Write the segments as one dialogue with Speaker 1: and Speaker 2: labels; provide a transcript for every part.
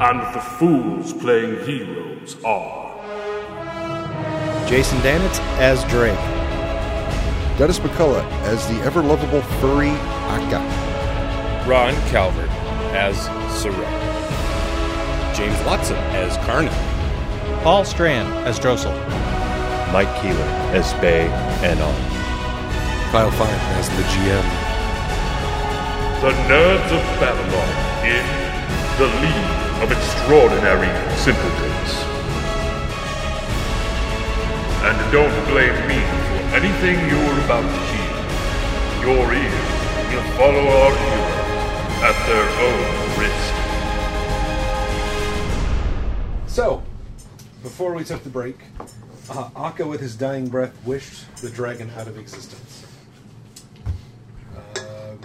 Speaker 1: And the fools playing heroes are
Speaker 2: Jason Danitz as Drake.
Speaker 3: Dennis McCullough as the ever lovable furry Akka.
Speaker 4: Ron Calvert as Sorrel. James Watson as Karna.
Speaker 2: Paul Strand as Drossel.
Speaker 5: Mike Keeler as Bay and on.
Speaker 3: Kyle Fine as the GM.
Speaker 1: the Nerds of Babylon in The League of Extraordinary Simpletons. And don't blame me for anything you're about to hear. Your ears will follow our heroes at their own risk.
Speaker 6: So, before we took the break, uh, Akka, with his dying breath, wished the dragon out of existence. Um,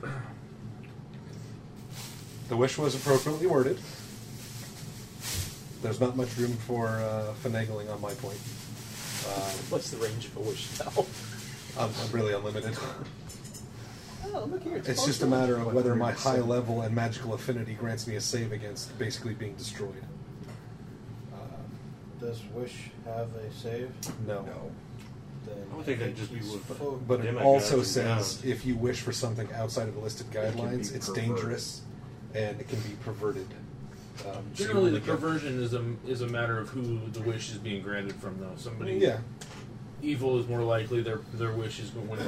Speaker 6: the wish was appropriately worded. There's not much room for uh, finagling on my point. Uh,
Speaker 7: What's the range of a wish now?
Speaker 6: I'm, I'm really unlimited.
Speaker 7: Oh, look here.
Speaker 6: It's just a matter of whether my high level and magical affinity grants me a save against basically being destroyed.
Speaker 7: Uh, Does wish have a save?
Speaker 6: No.
Speaker 7: Then
Speaker 5: I would think that'd just be wood, but-
Speaker 7: Fuck.
Speaker 6: But it
Speaker 5: Demo
Speaker 6: also
Speaker 5: guides and
Speaker 6: says
Speaker 5: guides.
Speaker 6: if you wish for something outside of the listed guidelines,
Speaker 5: be
Speaker 6: it's
Speaker 5: perverted.
Speaker 6: dangerous and it can be perverted. Um, so you
Speaker 5: Generally, the
Speaker 6: wanna get-
Speaker 5: perversion is a is a matter of who the wish is being granted from, though. Somebody
Speaker 6: Yeah.
Speaker 5: evil is more likely their their wish is when when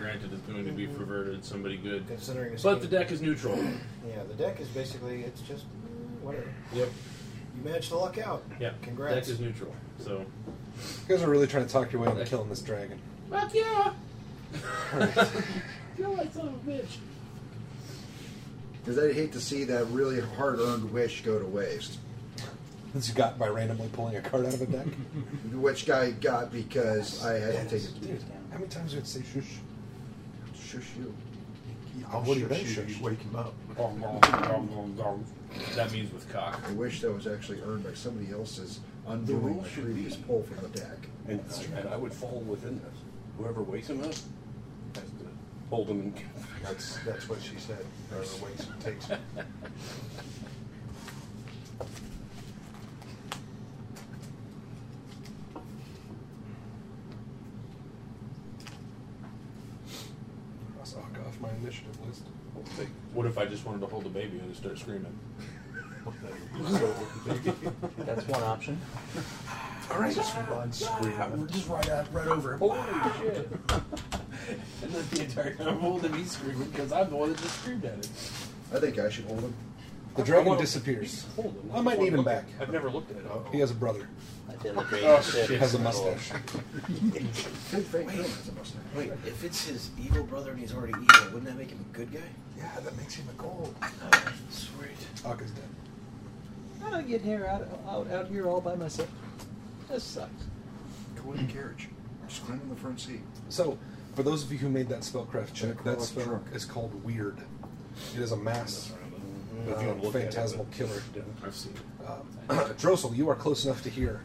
Speaker 5: granted is going to be perverted. Somebody good,
Speaker 7: Considering it's
Speaker 5: but the deck is neutral.
Speaker 7: Yeah, the deck is basically it's just mm, whatever.
Speaker 5: Yep.
Speaker 7: You managed to luck out.
Speaker 5: Yeah.
Speaker 7: Congrats.
Speaker 5: Deck is neutral. So.
Speaker 6: You guys are really trying to talk your way out of killing this dragon.
Speaker 5: Fuck yeah. You're like son of a bitch.
Speaker 8: Because I'd hate to see that really hard earned wish go to waste.
Speaker 6: This you got by randomly pulling a card out of a deck.
Speaker 8: Which guy got because I had to take
Speaker 6: Dude, how many times did it say shush?
Speaker 8: a shush you?
Speaker 6: Oh, what do you think, shush?
Speaker 8: wake him up.
Speaker 5: That means with cock.
Speaker 8: I wish that was actually earned by somebody else's undoing my previous pull from the deck.
Speaker 4: And, and I would fall within this. Whoever wakes him up has to hold him. In.
Speaker 6: That's that's what she said. Or waits and takes. Cross Akka off my initiative list.
Speaker 5: What if I just wanted to hold the baby and just start screaming?
Speaker 7: That's one option.
Speaker 6: All right, just run screaming.
Speaker 4: Just right out, right over him. Holy shit! and then the entire time I'm holding, he's screaming because I'm the one that just screamed at him.
Speaker 8: I think I should hold him.
Speaker 6: The dragon disappears.
Speaker 4: Hold him.
Speaker 6: I might need him back.
Speaker 4: I've never looked at it.
Speaker 6: He has a brother.
Speaker 7: I did look great.
Speaker 6: Has a mustache.
Speaker 8: Big fake film has a mustache.
Speaker 7: Wait, if it's his evil brother and he's already evil, wouldn't that make him a good guy?
Speaker 6: Yeah, that makes him a gold.
Speaker 7: Sweet.
Speaker 6: Akka's dead.
Speaker 7: How do I get here out, out out here all by myself? This sucks.
Speaker 8: Go in the carriage. Just climb in the front seat.
Speaker 6: So, for those of you who made that spellcraft check, that
Speaker 8: Backrock
Speaker 6: spell
Speaker 8: truck.
Speaker 6: is called Weird. It is a mass
Speaker 4: If you wanna
Speaker 6: uh,
Speaker 4: look at it,
Speaker 6: phantasmal
Speaker 4: but-
Speaker 6: killer.
Speaker 5: I've seen it.
Speaker 6: Uh, Drossel, you are close enough to hear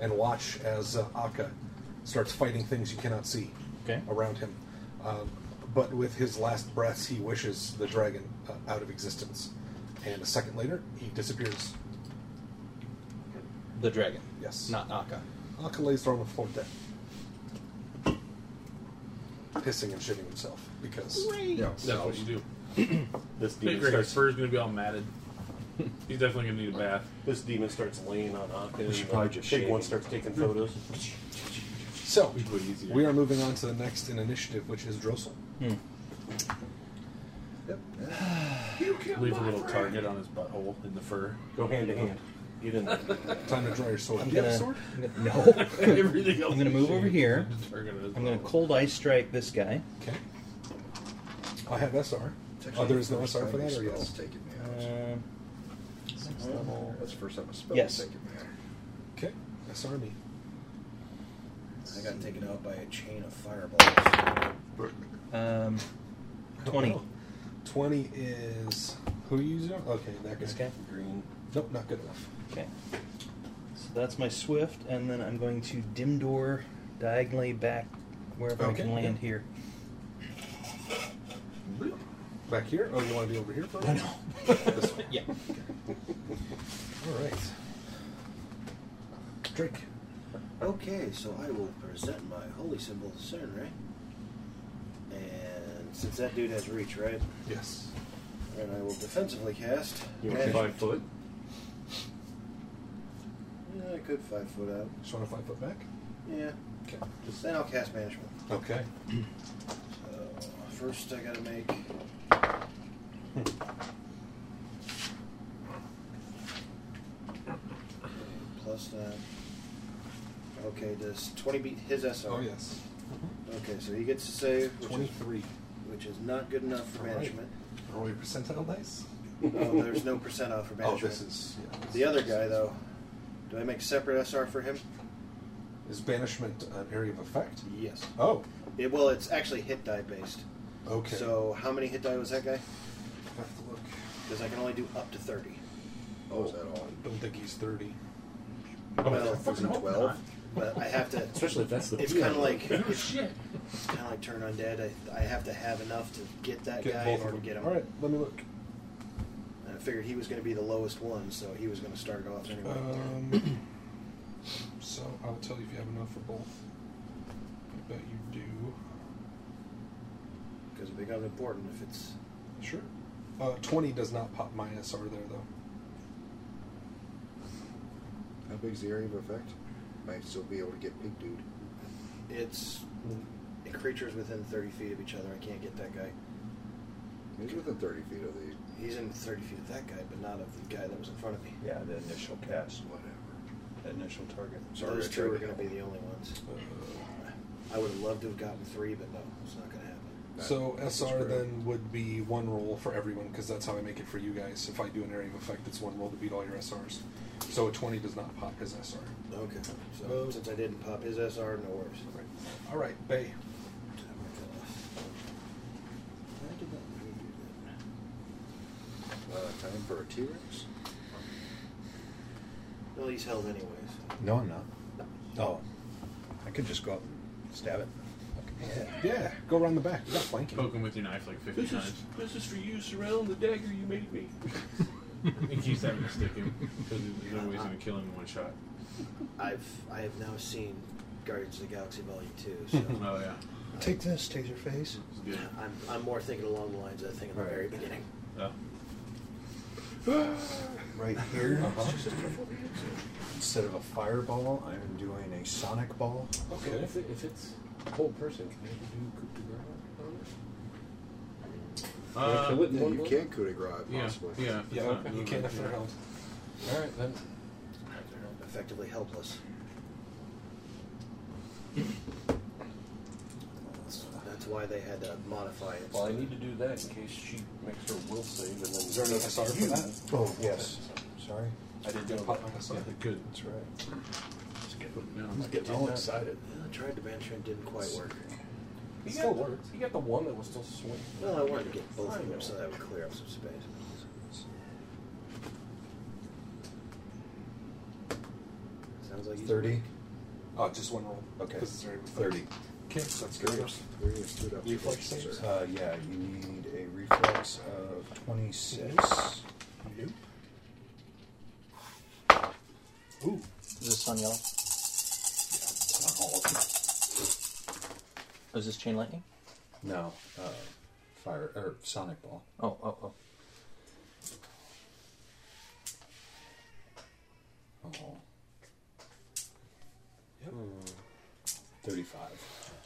Speaker 6: and watch as uh, Akka starts fighting things you cannot see
Speaker 4: Okay.
Speaker 6: around him. Um, but with his last breaths, he wishes the dragon uh, out of existence. And a second later, he disappears.
Speaker 2: The dragon.
Speaker 6: Yes.
Speaker 2: Not Akka.
Speaker 6: Akka lays down on the floor dead. pissing and shitting himself because
Speaker 5: Great.
Speaker 6: Yeah,
Speaker 5: That's
Speaker 6: so-
Speaker 5: what you do.
Speaker 1: This demon
Speaker 5: Big Greg, his
Speaker 1: starts-
Speaker 5: fur's gonna be all matted. He's definitely gonna need a bath.
Speaker 1: This demon starts laying on Octane.
Speaker 5: We should probably just
Speaker 1: Big
Speaker 5: shave
Speaker 1: one
Speaker 5: him.
Speaker 1: starts taking photos.
Speaker 6: So
Speaker 5: Way easier.
Speaker 6: we are moving on to the next in initiative, which is Drossel.
Speaker 5: Leave a little target on his butthole in the fur.
Speaker 1: Go hand to hand. Get in there.
Speaker 6: Time to draw your sword.
Speaker 5: I'm
Speaker 6: Do you have a
Speaker 5: gonna-
Speaker 6: sword?
Speaker 9: No.
Speaker 5: Everything else
Speaker 9: I'm going to
Speaker 5: is
Speaker 9: move over
Speaker 5: shaped.
Speaker 9: here.
Speaker 5: Target is
Speaker 9: I'm going to cold ice strike this guy.
Speaker 6: Okay. I have SR. Oh, there is no SR for that, or yes?
Speaker 9: Um,
Speaker 10: Sixth level. That's the first time a spell
Speaker 9: Yes.
Speaker 10: taken me out.
Speaker 6: Okay. SR me.
Speaker 2: I got taken out by a chain of fireballs.
Speaker 9: Um, 20.
Speaker 6: 20 is. Who are you using? Okay, that guy. Green. Nope, not good enough.
Speaker 9: Okay. So that's my swift, and then I'm going to dim door diagonally back wherever I
Speaker 6: Okay,
Speaker 9: can land
Speaker 6: yeah.
Speaker 9: here.
Speaker 6: Back here? Oh, you want to be over here first? No. this way?
Speaker 9: Yeah.
Speaker 6: All right. Drake.
Speaker 2: Okay, so I will present my holy symbol to Cern, right? And since that dude has reach, right?
Speaker 6: Yes.
Speaker 2: And I will defensively cast.
Speaker 1: You want five foot?
Speaker 2: Yeah, I could five foot out.
Speaker 6: Just want to five foot back?
Speaker 2: Yeah.
Speaker 6: Okay.
Speaker 2: Then I'll cast management.
Speaker 6: Okay.
Speaker 2: So first, I gotta make. Plus that. Okay, does 20 beat his SR?
Speaker 6: Oh, yes.
Speaker 2: Okay, so he gets to save. Which
Speaker 6: 23.
Speaker 2: Is, which is not good enough for
Speaker 6: All right.
Speaker 2: management.
Speaker 6: Roll your percentile dice.
Speaker 2: Oh, there's no percentile for
Speaker 6: Oh,
Speaker 2: management.
Speaker 6: this is. Yeah, this
Speaker 2: the other
Speaker 6: is-
Speaker 2: guy, though. Do I make separate SR for him?
Speaker 6: Is banishment an area of effect?
Speaker 2: Yes.
Speaker 6: Oh.
Speaker 2: It, well, it's actually hit die based.
Speaker 6: Okay.
Speaker 2: So how many hit die was that guy?
Speaker 6: Have to look.
Speaker 2: Because I can only do up to 30.
Speaker 6: Oh, is that all? I don't think he's 30.
Speaker 2: Well, But I have to.
Speaker 6: Especially if that's the
Speaker 2: It's
Speaker 6: beer.
Speaker 2: kind of like.
Speaker 6: Oh,
Speaker 2: it's, It's kind of like Turn Undead. I, I have to have enough to get that
Speaker 6: Get
Speaker 2: guy
Speaker 6: both
Speaker 2: if
Speaker 6: of
Speaker 2: I
Speaker 6: them.
Speaker 2: can get him.
Speaker 6: All right, let me look.
Speaker 2: And I figured he was going to be the lowest one, so he was going to start off anyway.
Speaker 6: Um, so I'll tell you if you have enough for both. I bet you do.
Speaker 2: Because it becomes important if it's.
Speaker 6: Sure. Uh, 20 does not pop my SR there, though.
Speaker 10: How big is the area of effect? Might still be able to get big dude.
Speaker 2: It's. creatures within 30 feet of each other. I can't get that guy.
Speaker 10: He's within 30 feet of the.
Speaker 2: He's in 30 feet of that guy, but not of the guy that was in front of me.
Speaker 10: Yeah, the initial cast, whatever.
Speaker 2: initial target.
Speaker 10: Sorry, Uh,
Speaker 2: Those
Speaker 10: I
Speaker 2: two
Speaker 10: tried
Speaker 2: are
Speaker 10: to
Speaker 2: going to be the only ones. I would have loved to have gotten three, but no, it's not going to happen.
Speaker 6: So
Speaker 2: That's
Speaker 6: SR
Speaker 2: true.
Speaker 6: then would be one roll for everyone because that's how I make it for you guys. If I do an area of effect, it's one roll to beat all your SRs. So a 20 does not pop his SR.
Speaker 2: Okay. So since I didn't pop his SR, no worries.
Speaker 6: All right, Bay.
Speaker 10: Uh, time for a T Rex?
Speaker 2: Well, he's held anyways. No, I'm not. Oh. I could just go up and stab it.
Speaker 6: Yeah, go around the back. You got flanking.
Speaker 5: Poke him with your knife like 50
Speaker 1: This
Speaker 5: times.
Speaker 1: is, this is for you, surround the dagger you made me.
Speaker 5: He keeps having to stick him because there's no way he's gonna kill him in one shot.
Speaker 2: I've I have now seen Guardians of the Galaxy Volume Two. So
Speaker 5: Oh yeah.
Speaker 2: Take this, taser face.
Speaker 5: good.
Speaker 2: I'm, I'm more thinking along the lines of the thing in the very beginning.
Speaker 5: Oh.
Speaker 2: Right
Speaker 11: here, uh-huh. instead of a fireball, I'm doing a sonic ball.
Speaker 5: So if, it, if it's a whole person, can they do coup de
Speaker 10: Uh,
Speaker 5: kill it in
Speaker 10: yeah,
Speaker 5: one
Speaker 10: you
Speaker 5: blow?
Speaker 10: can coup de grace,
Speaker 5: Yeah,
Speaker 10: possibly.
Speaker 5: yeah, if it's
Speaker 6: Yeah,
Speaker 5: not-
Speaker 6: you can if they're held.
Speaker 5: All right then.
Speaker 2: Effectively helpless. That's why they had to modify it.
Speaker 1: Well, I need to do that in case she makes her will save and then.
Speaker 6: Is there any SR for that?
Speaker 11: Oh, yes. Sorry.
Speaker 1: I did get
Speaker 6: pop my SR.
Speaker 5: Good.
Speaker 11: That's right.
Speaker 1: I'm getting all excited.
Speaker 2: I tried to bench and it didn't quite work.
Speaker 1: He got, he got the one that was still swinging.
Speaker 2: Well, I wanted to get both of them so that would clear up some space. Sounds like he's
Speaker 11: 30.
Speaker 6: Oh, just one roll.
Speaker 11: Okay.
Speaker 6: Because it's very
Speaker 11: 30.
Speaker 6: Okay, that's good enough. Reflex saves.
Speaker 11: Uh, yeah, you need a reflex of 26.
Speaker 6: Nope.
Speaker 11: Ooh. Is this on yellow?
Speaker 9: Is this chain lightning?
Speaker 10: No, uh, fire or sonic ball.
Speaker 12: Oh, oh, oh.
Speaker 10: Oh. Thirty-five.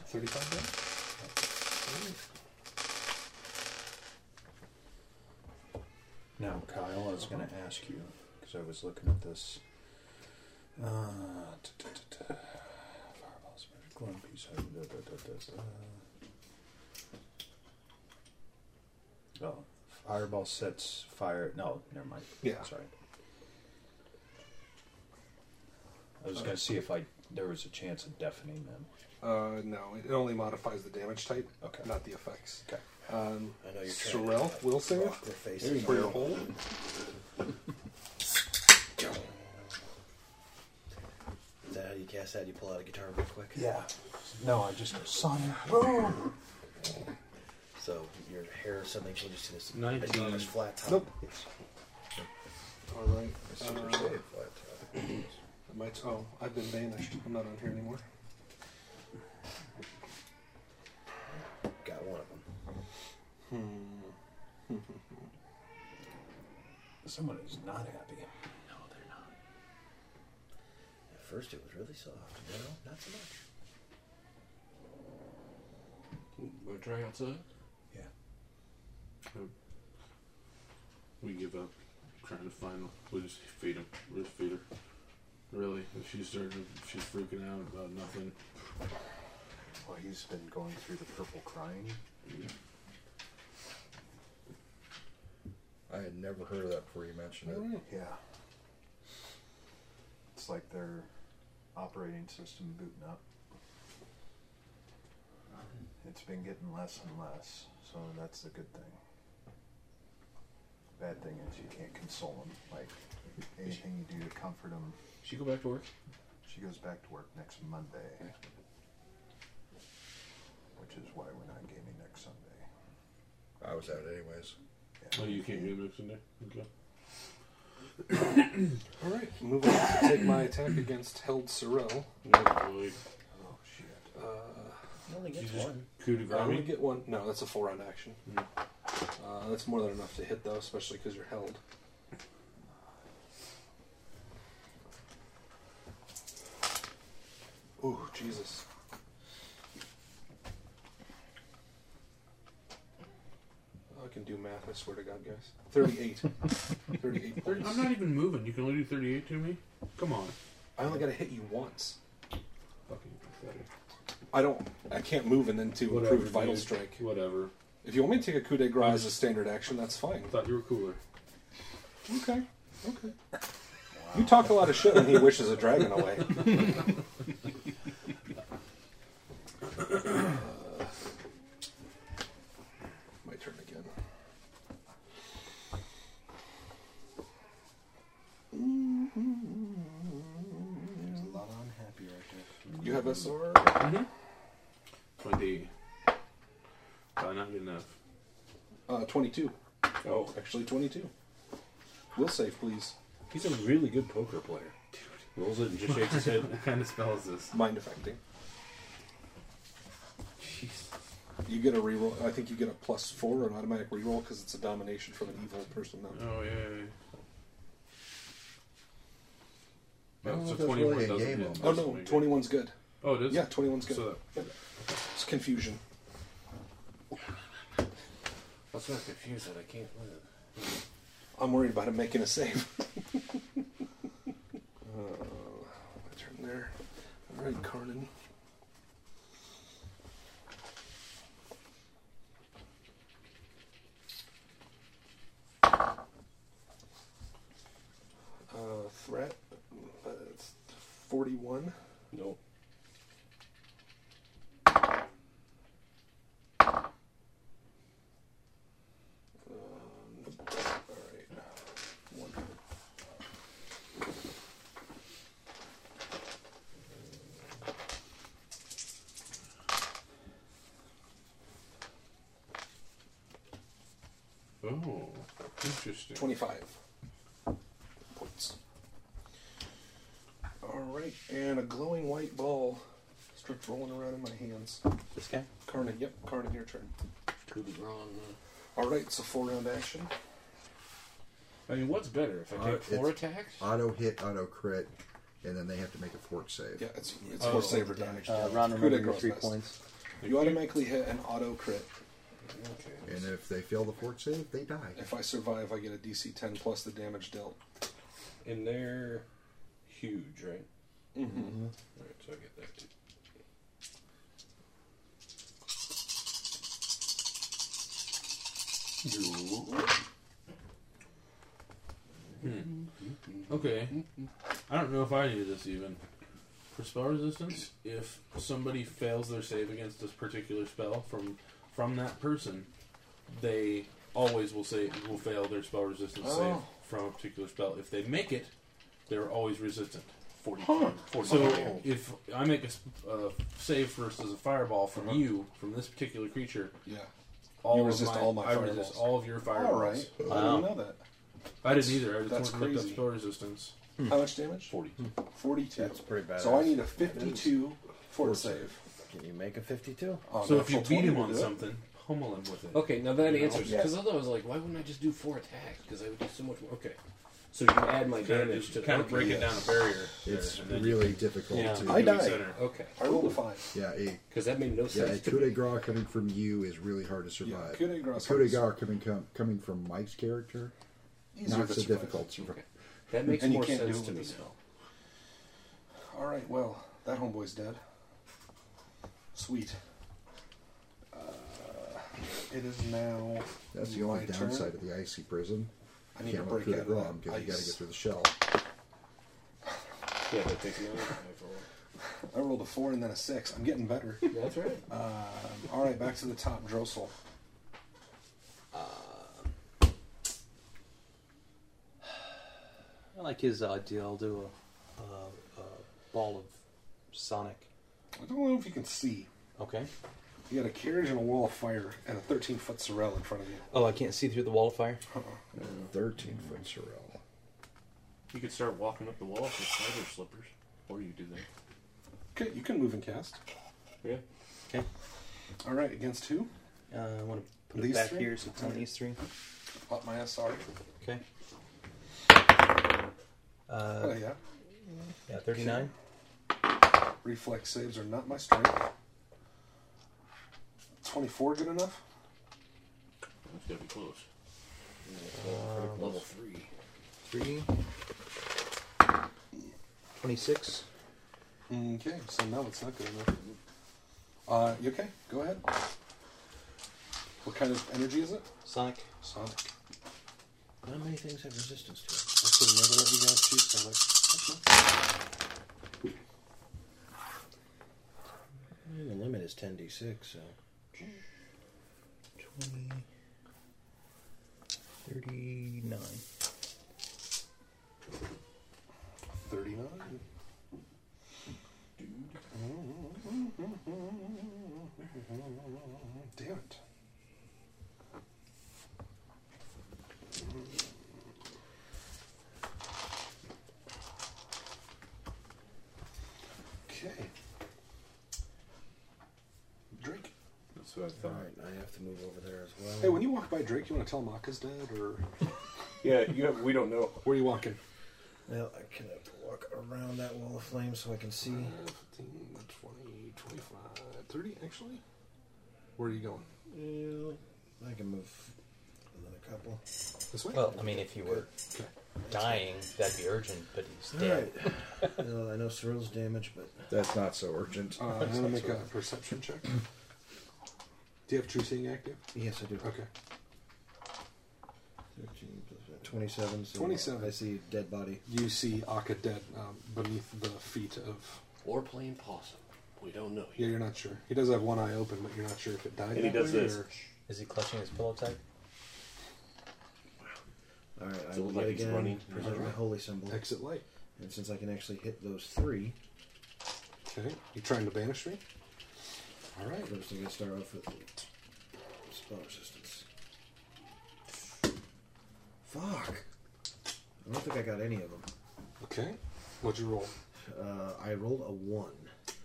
Speaker 10: Thirty-five. Now, Kyle, I was going to ask you because I was looking at this. Uh, fireballs, magic glowing piece. uh, da, da, da, da, da. Oh, fireball sets fire. No, never mind.
Speaker 6: Yeah.
Speaker 10: sorry. I was going to see if I there was a chance of deafening them.
Speaker 6: Uh, no, it only modifies the damage type, okay. not the effects. Okay. Um, I know you're Sorrel will save
Speaker 13: rock their face
Speaker 6: There you
Speaker 13: in
Speaker 6: for
Speaker 13: the
Speaker 6: your
Speaker 13: hole.
Speaker 6: hole.
Speaker 13: Is that how you cast that? You pull out a guitar real quick?
Speaker 10: Yeah. No, I just go sonic.
Speaker 13: So your hair suddenly changes to this
Speaker 5: Nineteen.
Speaker 13: this flat top.
Speaker 6: Nope.
Speaker 13: Yes.
Speaker 6: All right.
Speaker 13: A super
Speaker 6: uh,
Speaker 13: save,
Speaker 6: I might- oh, I've been banished. I'm not on here anymore.
Speaker 13: Got one of them.
Speaker 6: Hmm.
Speaker 10: Someone is not happy.
Speaker 13: No, they're not. At first it was really soft. Now, not so much.
Speaker 5: Want to try outside?
Speaker 10: Yeah.
Speaker 5: We give up trying to find. We'll just feed him. We'll just feed her. Really, if she's starting, if she's freaking out about nothing.
Speaker 10: Well, he's been going through the purple crying.
Speaker 11: I had never heard of that before you mentioned it.
Speaker 10: Yeah. It's like their operating system booting up. It's been getting less and less, so that's the good thing. Bad thing is you can't console them. Like anything you do to comfort them.
Speaker 5: She go back to work.
Speaker 10: She goes back to work next Monday, which is why we're not gaming next Sunday.
Speaker 11: I was out anyways.
Speaker 5: Oh, you can't get mixed in there. Okay.
Speaker 6: All right. Move on to take my attack against Held Sorrel.
Speaker 5: Oh, boy.
Speaker 6: Uh,
Speaker 13: You only
Speaker 5: gets just one. coup de
Speaker 6: I only
Speaker 5: grace?
Speaker 6: get one. No, that's a full round action.
Speaker 5: Hmm.
Speaker 6: Uh, that's more than enough to hit, though, especially because you're held. Ooh, Jesus. I can do math, I swear to God, guys. 38. 38
Speaker 5: Thirty-
Speaker 6: points.
Speaker 5: I'm not even moving. You can only do 38 to me. Come on.
Speaker 6: I only got to hit you once.
Speaker 5: Fucking pathetic.
Speaker 6: I don't. I can't move and then to
Speaker 5: Whatever,
Speaker 6: improve vital
Speaker 5: dude.
Speaker 6: strike.
Speaker 5: Whatever.
Speaker 6: If you want me to take a coup de grace as a standard action, that's fine.
Speaker 5: I thought you were cooler.
Speaker 6: Okay. Okay. You talk a lot of shit when he wishes a dragon away. Uh, my turn again.
Speaker 10: There's a lot of unhappy right there.
Speaker 6: You have SR?
Speaker 5: Mm-hmm. 20. Uh, not good enough.
Speaker 6: Uh, 22.
Speaker 5: Oh.
Speaker 6: Actually, 22. Will save, please.
Speaker 10: He's a really good poker player.
Speaker 5: Rolls it and just shakes his head. What kind of spell is this?
Speaker 6: Mind affecting.
Speaker 5: Jeez.
Speaker 6: You get a reroll. I think you get a plus four, an automatic reroll, because it's a domination from an evil person. Now.
Speaker 5: Oh, yeah. yeah, yeah.
Speaker 11: I don't
Speaker 5: Oh,
Speaker 11: know
Speaker 5: so
Speaker 11: if that's
Speaker 5: 21
Speaker 11: really a
Speaker 5: doesn't
Speaker 11: game
Speaker 5: hit.
Speaker 11: moment.
Speaker 6: Oh
Speaker 5: Doesn't
Speaker 6: no,
Speaker 5: make it.
Speaker 6: 21's good.
Speaker 5: Oh, it is?
Speaker 6: Yeah, 21's good.
Speaker 5: So-
Speaker 6: Yep. It's confusion.
Speaker 5: Let's not confuse it. I can't live.
Speaker 6: I'm worried about him making a save. uh, my turn there. All right, Carnan. Uh, threat. Uh, it's 41.
Speaker 5: No. Oh, interesting.
Speaker 6: 25 points. All right, and a glowing white ball district rolling around in my hands.
Speaker 14: This guy?
Speaker 6: Carnage, yep, Carnage, your turn.
Speaker 5: Could be wrong.
Speaker 10: uh,
Speaker 6: Alright, so four round action.
Speaker 5: I mean, what's better if I take
Speaker 6: Uh,
Speaker 5: four
Speaker 10: it's
Speaker 5: attacks?
Speaker 10: Auto hit, auto crit, and then they have to make a fork save.
Speaker 6: Yeah, it's, it's
Speaker 10: Oh,
Speaker 6: four save or damage.
Speaker 2: uh,
Speaker 10: Yeah.
Speaker 6: Coup de grace test. You automatically hit an auto crit. Okay.
Speaker 10: And if they fail the fork save, they die.
Speaker 6: If I survive, I get a DC 10 plus the damage dealt.
Speaker 5: And they're huge, right?
Speaker 6: Mm-hmm.
Speaker 5: All right, so I get that too. Hmm. Okay. I don't know if I knew this even. For spell resistance, if somebody fails their save against this particular spell from from that person, they always will say will fail their spell resistance save
Speaker 6: Oh.
Speaker 5: from a particular spell. If they make it, they're always resistant. 40,
Speaker 6: Huh.
Speaker 5: 40
Speaker 6: So-
Speaker 5: if I make a s- uh, save first as a fireball from
Speaker 6: Uh-huh.
Speaker 5: you, from this particular creature,
Speaker 6: yeah,
Speaker 5: all
Speaker 6: You
Speaker 5: of
Speaker 6: resist all my
Speaker 5: I resist
Speaker 6: fireballs.
Speaker 5: all of your fireballs. Um,
Speaker 6: All right. I didn't know that.
Speaker 5: I didn't
Speaker 6: That's-
Speaker 5: either. I
Speaker 6: that's
Speaker 5: just wanted to look up
Speaker 6: crazy. Oh,
Speaker 5: spell resistance.
Speaker 10: Hmm.
Speaker 5: Hmm.
Speaker 6: How much damage?
Speaker 5: 40.
Speaker 6: 42.
Speaker 5: That's pretty
Speaker 6: So I
Speaker 5: badass.
Speaker 6: need a 52 fort save.
Speaker 2: Can you make a 52?
Speaker 6: Oh,
Speaker 5: so
Speaker 6: no,
Speaker 5: if you
Speaker 6: full
Speaker 5: beat
Speaker 6: 20
Speaker 5: him
Speaker 6: will
Speaker 5: on
Speaker 6: do it.
Speaker 5: something, pummel him with it.
Speaker 6: Okay, now that
Speaker 5: You know?
Speaker 6: answers-
Speaker 5: Yeah.
Speaker 6: Yes.
Speaker 15: Because otherwise, like, why wouldn't I just do four attacks? Because I would do so much more. Okay. So you add my
Speaker 5: Kinda
Speaker 15: damage
Speaker 5: just-
Speaker 15: to the
Speaker 5: kinda break it down a barrier
Speaker 10: It's
Speaker 5: there, and then you-
Speaker 10: really difficult
Speaker 15: Yeah.
Speaker 10: to.
Speaker 15: I died. Okay.
Speaker 6: I rolled a five.
Speaker 10: Yeah, a-
Speaker 15: 'Cause that made no
Speaker 10: Yeah,
Speaker 15: sense
Speaker 10: a
Speaker 15: to
Speaker 10: coup
Speaker 15: me.
Speaker 10: de grace coming from you is really hard to survive.
Speaker 6: coup de grace
Speaker 10: A coup de grace coming com- coming from Mike's character,
Speaker 6: Easier
Speaker 10: not
Speaker 6: to
Speaker 10: so
Speaker 6: survive.
Speaker 10: difficult. to survive.
Speaker 15: That makes
Speaker 6: and
Speaker 15: more
Speaker 6: you can't
Speaker 15: sense
Speaker 6: do it
Speaker 15: to me
Speaker 6: with
Speaker 15: now.
Speaker 6: now. All right, well, that homeboy's dead. Sweet. Uh, it is now.
Speaker 10: That's the only
Speaker 6: my
Speaker 10: downside of
Speaker 6: turn.
Speaker 10: the icy prison.
Speaker 6: I need
Speaker 10: You can't
Speaker 6: to
Speaker 10: let
Speaker 6: break
Speaker 10: coup de
Speaker 6: out of
Speaker 10: grace
Speaker 6: that
Speaker 10: because you got to
Speaker 6: ice.
Speaker 10: get through the shell.
Speaker 15: Yeah, but it takes me
Speaker 6: I rolled a four and then a six. I'm getting better.
Speaker 15: That's right.
Speaker 6: Um, all right, back to the top, Drossel.
Speaker 14: I like his idea. I'll do a, a, a ball of sonic.
Speaker 6: I don't know if you can see.
Speaker 14: Okay.
Speaker 6: You got a carriage and a wall of fire and a 13 foot sorrel in front of you.
Speaker 14: Oh, I can't see through the wall of fire.
Speaker 10: Thirteen foot sorrel.
Speaker 5: You could start walking up the wall with spider slippers, or you do that.
Speaker 6: Okay, you can move and cast.
Speaker 5: Yeah.
Speaker 14: Okay.
Speaker 6: All right, against who?
Speaker 14: Uh, I want to put it back here so it's on these three.
Speaker 6: Up my SR.
Speaker 14: Okay. Uh,
Speaker 6: oh, yeah.
Speaker 14: Yeah, 39.
Speaker 6: Reflex saves are not my strength. 24 good enough?
Speaker 5: That's gotta be close.
Speaker 14: Um,
Speaker 15: level three.
Speaker 14: Three. 26.
Speaker 6: Okay, so no, it's not good enough. Uh, you okay? Go ahead. What kind of energy is it?
Speaker 14: Sonic.
Speaker 6: Sonic.
Speaker 2: Not many things have resistance to it.
Speaker 6: I should never let you guys choose Sonic.
Speaker 2: The limit is 10d6, so.
Speaker 14: 20. 39.
Speaker 6: 39. Damn it. Okay. Drake.
Speaker 5: That's what I thought.
Speaker 2: I have to move over there as well.
Speaker 6: Hey, when you walk by Drake, you want to tell Maka's dead or?
Speaker 5: yeah, you have, we don't know.
Speaker 6: Where are you walking?
Speaker 2: Well, I can have to walk around that wall of flame so I can see.
Speaker 6: 15, 20, 25, 30, actually. Where are you going?
Speaker 2: I can move another couple.
Speaker 6: This way?
Speaker 14: Well, I mean, if he were dying, that'd be urgent, but he's
Speaker 2: All
Speaker 14: dead.
Speaker 2: right. no, I know Cyril's damage, but
Speaker 10: That's not so urgent.
Speaker 6: Uh, I'm gonna make a perception check. Do you have true seeing active?
Speaker 2: Yes, I do.
Speaker 6: Okay.
Speaker 2: 13 plus that, 27. So
Speaker 6: 27.
Speaker 2: I see dead body.
Speaker 6: You see Akka dead um, beneath the feet of.
Speaker 15: Or playing possum. We don't know.
Speaker 6: Yeah, you're not sure. He does have one eye open, but you're not sure if it died.
Speaker 15: And he
Speaker 6: that
Speaker 15: does
Speaker 6: way
Speaker 15: this.
Speaker 6: or-
Speaker 14: Is he clutching his pillow tight?
Speaker 2: All right, I
Speaker 15: So it
Speaker 2: will yet
Speaker 15: looks like he's
Speaker 2: again
Speaker 15: running.
Speaker 2: present my holy symbol.
Speaker 6: Exit light.
Speaker 2: And since I can actually hit those three,
Speaker 6: Okay. You trying to banish me? All right.
Speaker 2: first I'm going to start off with spell resistance. Fuck. I don't think I got any of them.
Speaker 6: Okay. What'd you roll?
Speaker 2: Uh, I rolled a one.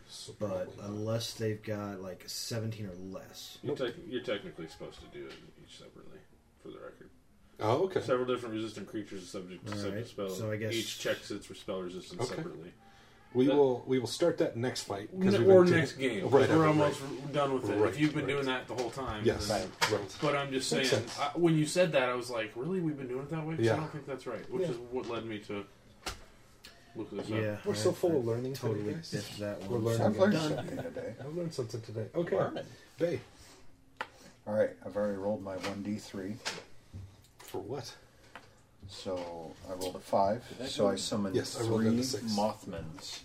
Speaker 6: so
Speaker 2: but unless they've got like 17 or less.
Speaker 5: You're, tec- you're technically supposed to do it each separately, for the record.
Speaker 2: Oh, okay.
Speaker 5: Several different resistant creatures are subject to
Speaker 6: All
Speaker 5: separate
Speaker 6: right,
Speaker 5: spells.
Speaker 6: so I guess-
Speaker 5: each checks its spell resistance
Speaker 6: Okay.
Speaker 5: separately.
Speaker 6: We will we will start that next fight. 'cause
Speaker 5: N-
Speaker 6: we've
Speaker 5: or
Speaker 6: been-
Speaker 5: next game.
Speaker 6: Right,
Speaker 5: we're
Speaker 6: right,
Speaker 5: almost
Speaker 6: right.
Speaker 5: done with it.
Speaker 6: Right,
Speaker 5: if you've been
Speaker 6: right.
Speaker 5: doing that the whole time,
Speaker 6: Yes,
Speaker 5: then-
Speaker 6: right.
Speaker 5: But I'm just
Speaker 6: Makes
Speaker 5: saying,
Speaker 6: sense.
Speaker 5: I, when you said that, I was like, really, we've been doing it that way? 'Cause
Speaker 6: Yeah.
Speaker 5: I don't think that's right. Which
Speaker 6: Yeah.
Speaker 5: is what led me to look this
Speaker 6: Yeah,
Speaker 5: up.
Speaker 6: we're so full of learning.
Speaker 2: totally
Speaker 6: today, guys.
Speaker 2: biffed that
Speaker 6: We're
Speaker 2: one.
Speaker 6: learning.
Speaker 2: I've learned
Speaker 6: again.
Speaker 2: something today.
Speaker 6: I've learned something today. Okay,
Speaker 2: Learning.
Speaker 6: Bay.
Speaker 10: All right, I've already rolled my 1d3.
Speaker 6: For what?
Speaker 10: So I rolled a 5.
Speaker 6: Did that
Speaker 10: So
Speaker 6: go-
Speaker 10: I summoned
Speaker 6: Yes, I rolled
Speaker 10: three
Speaker 6: down to six.
Speaker 10: Mothmans.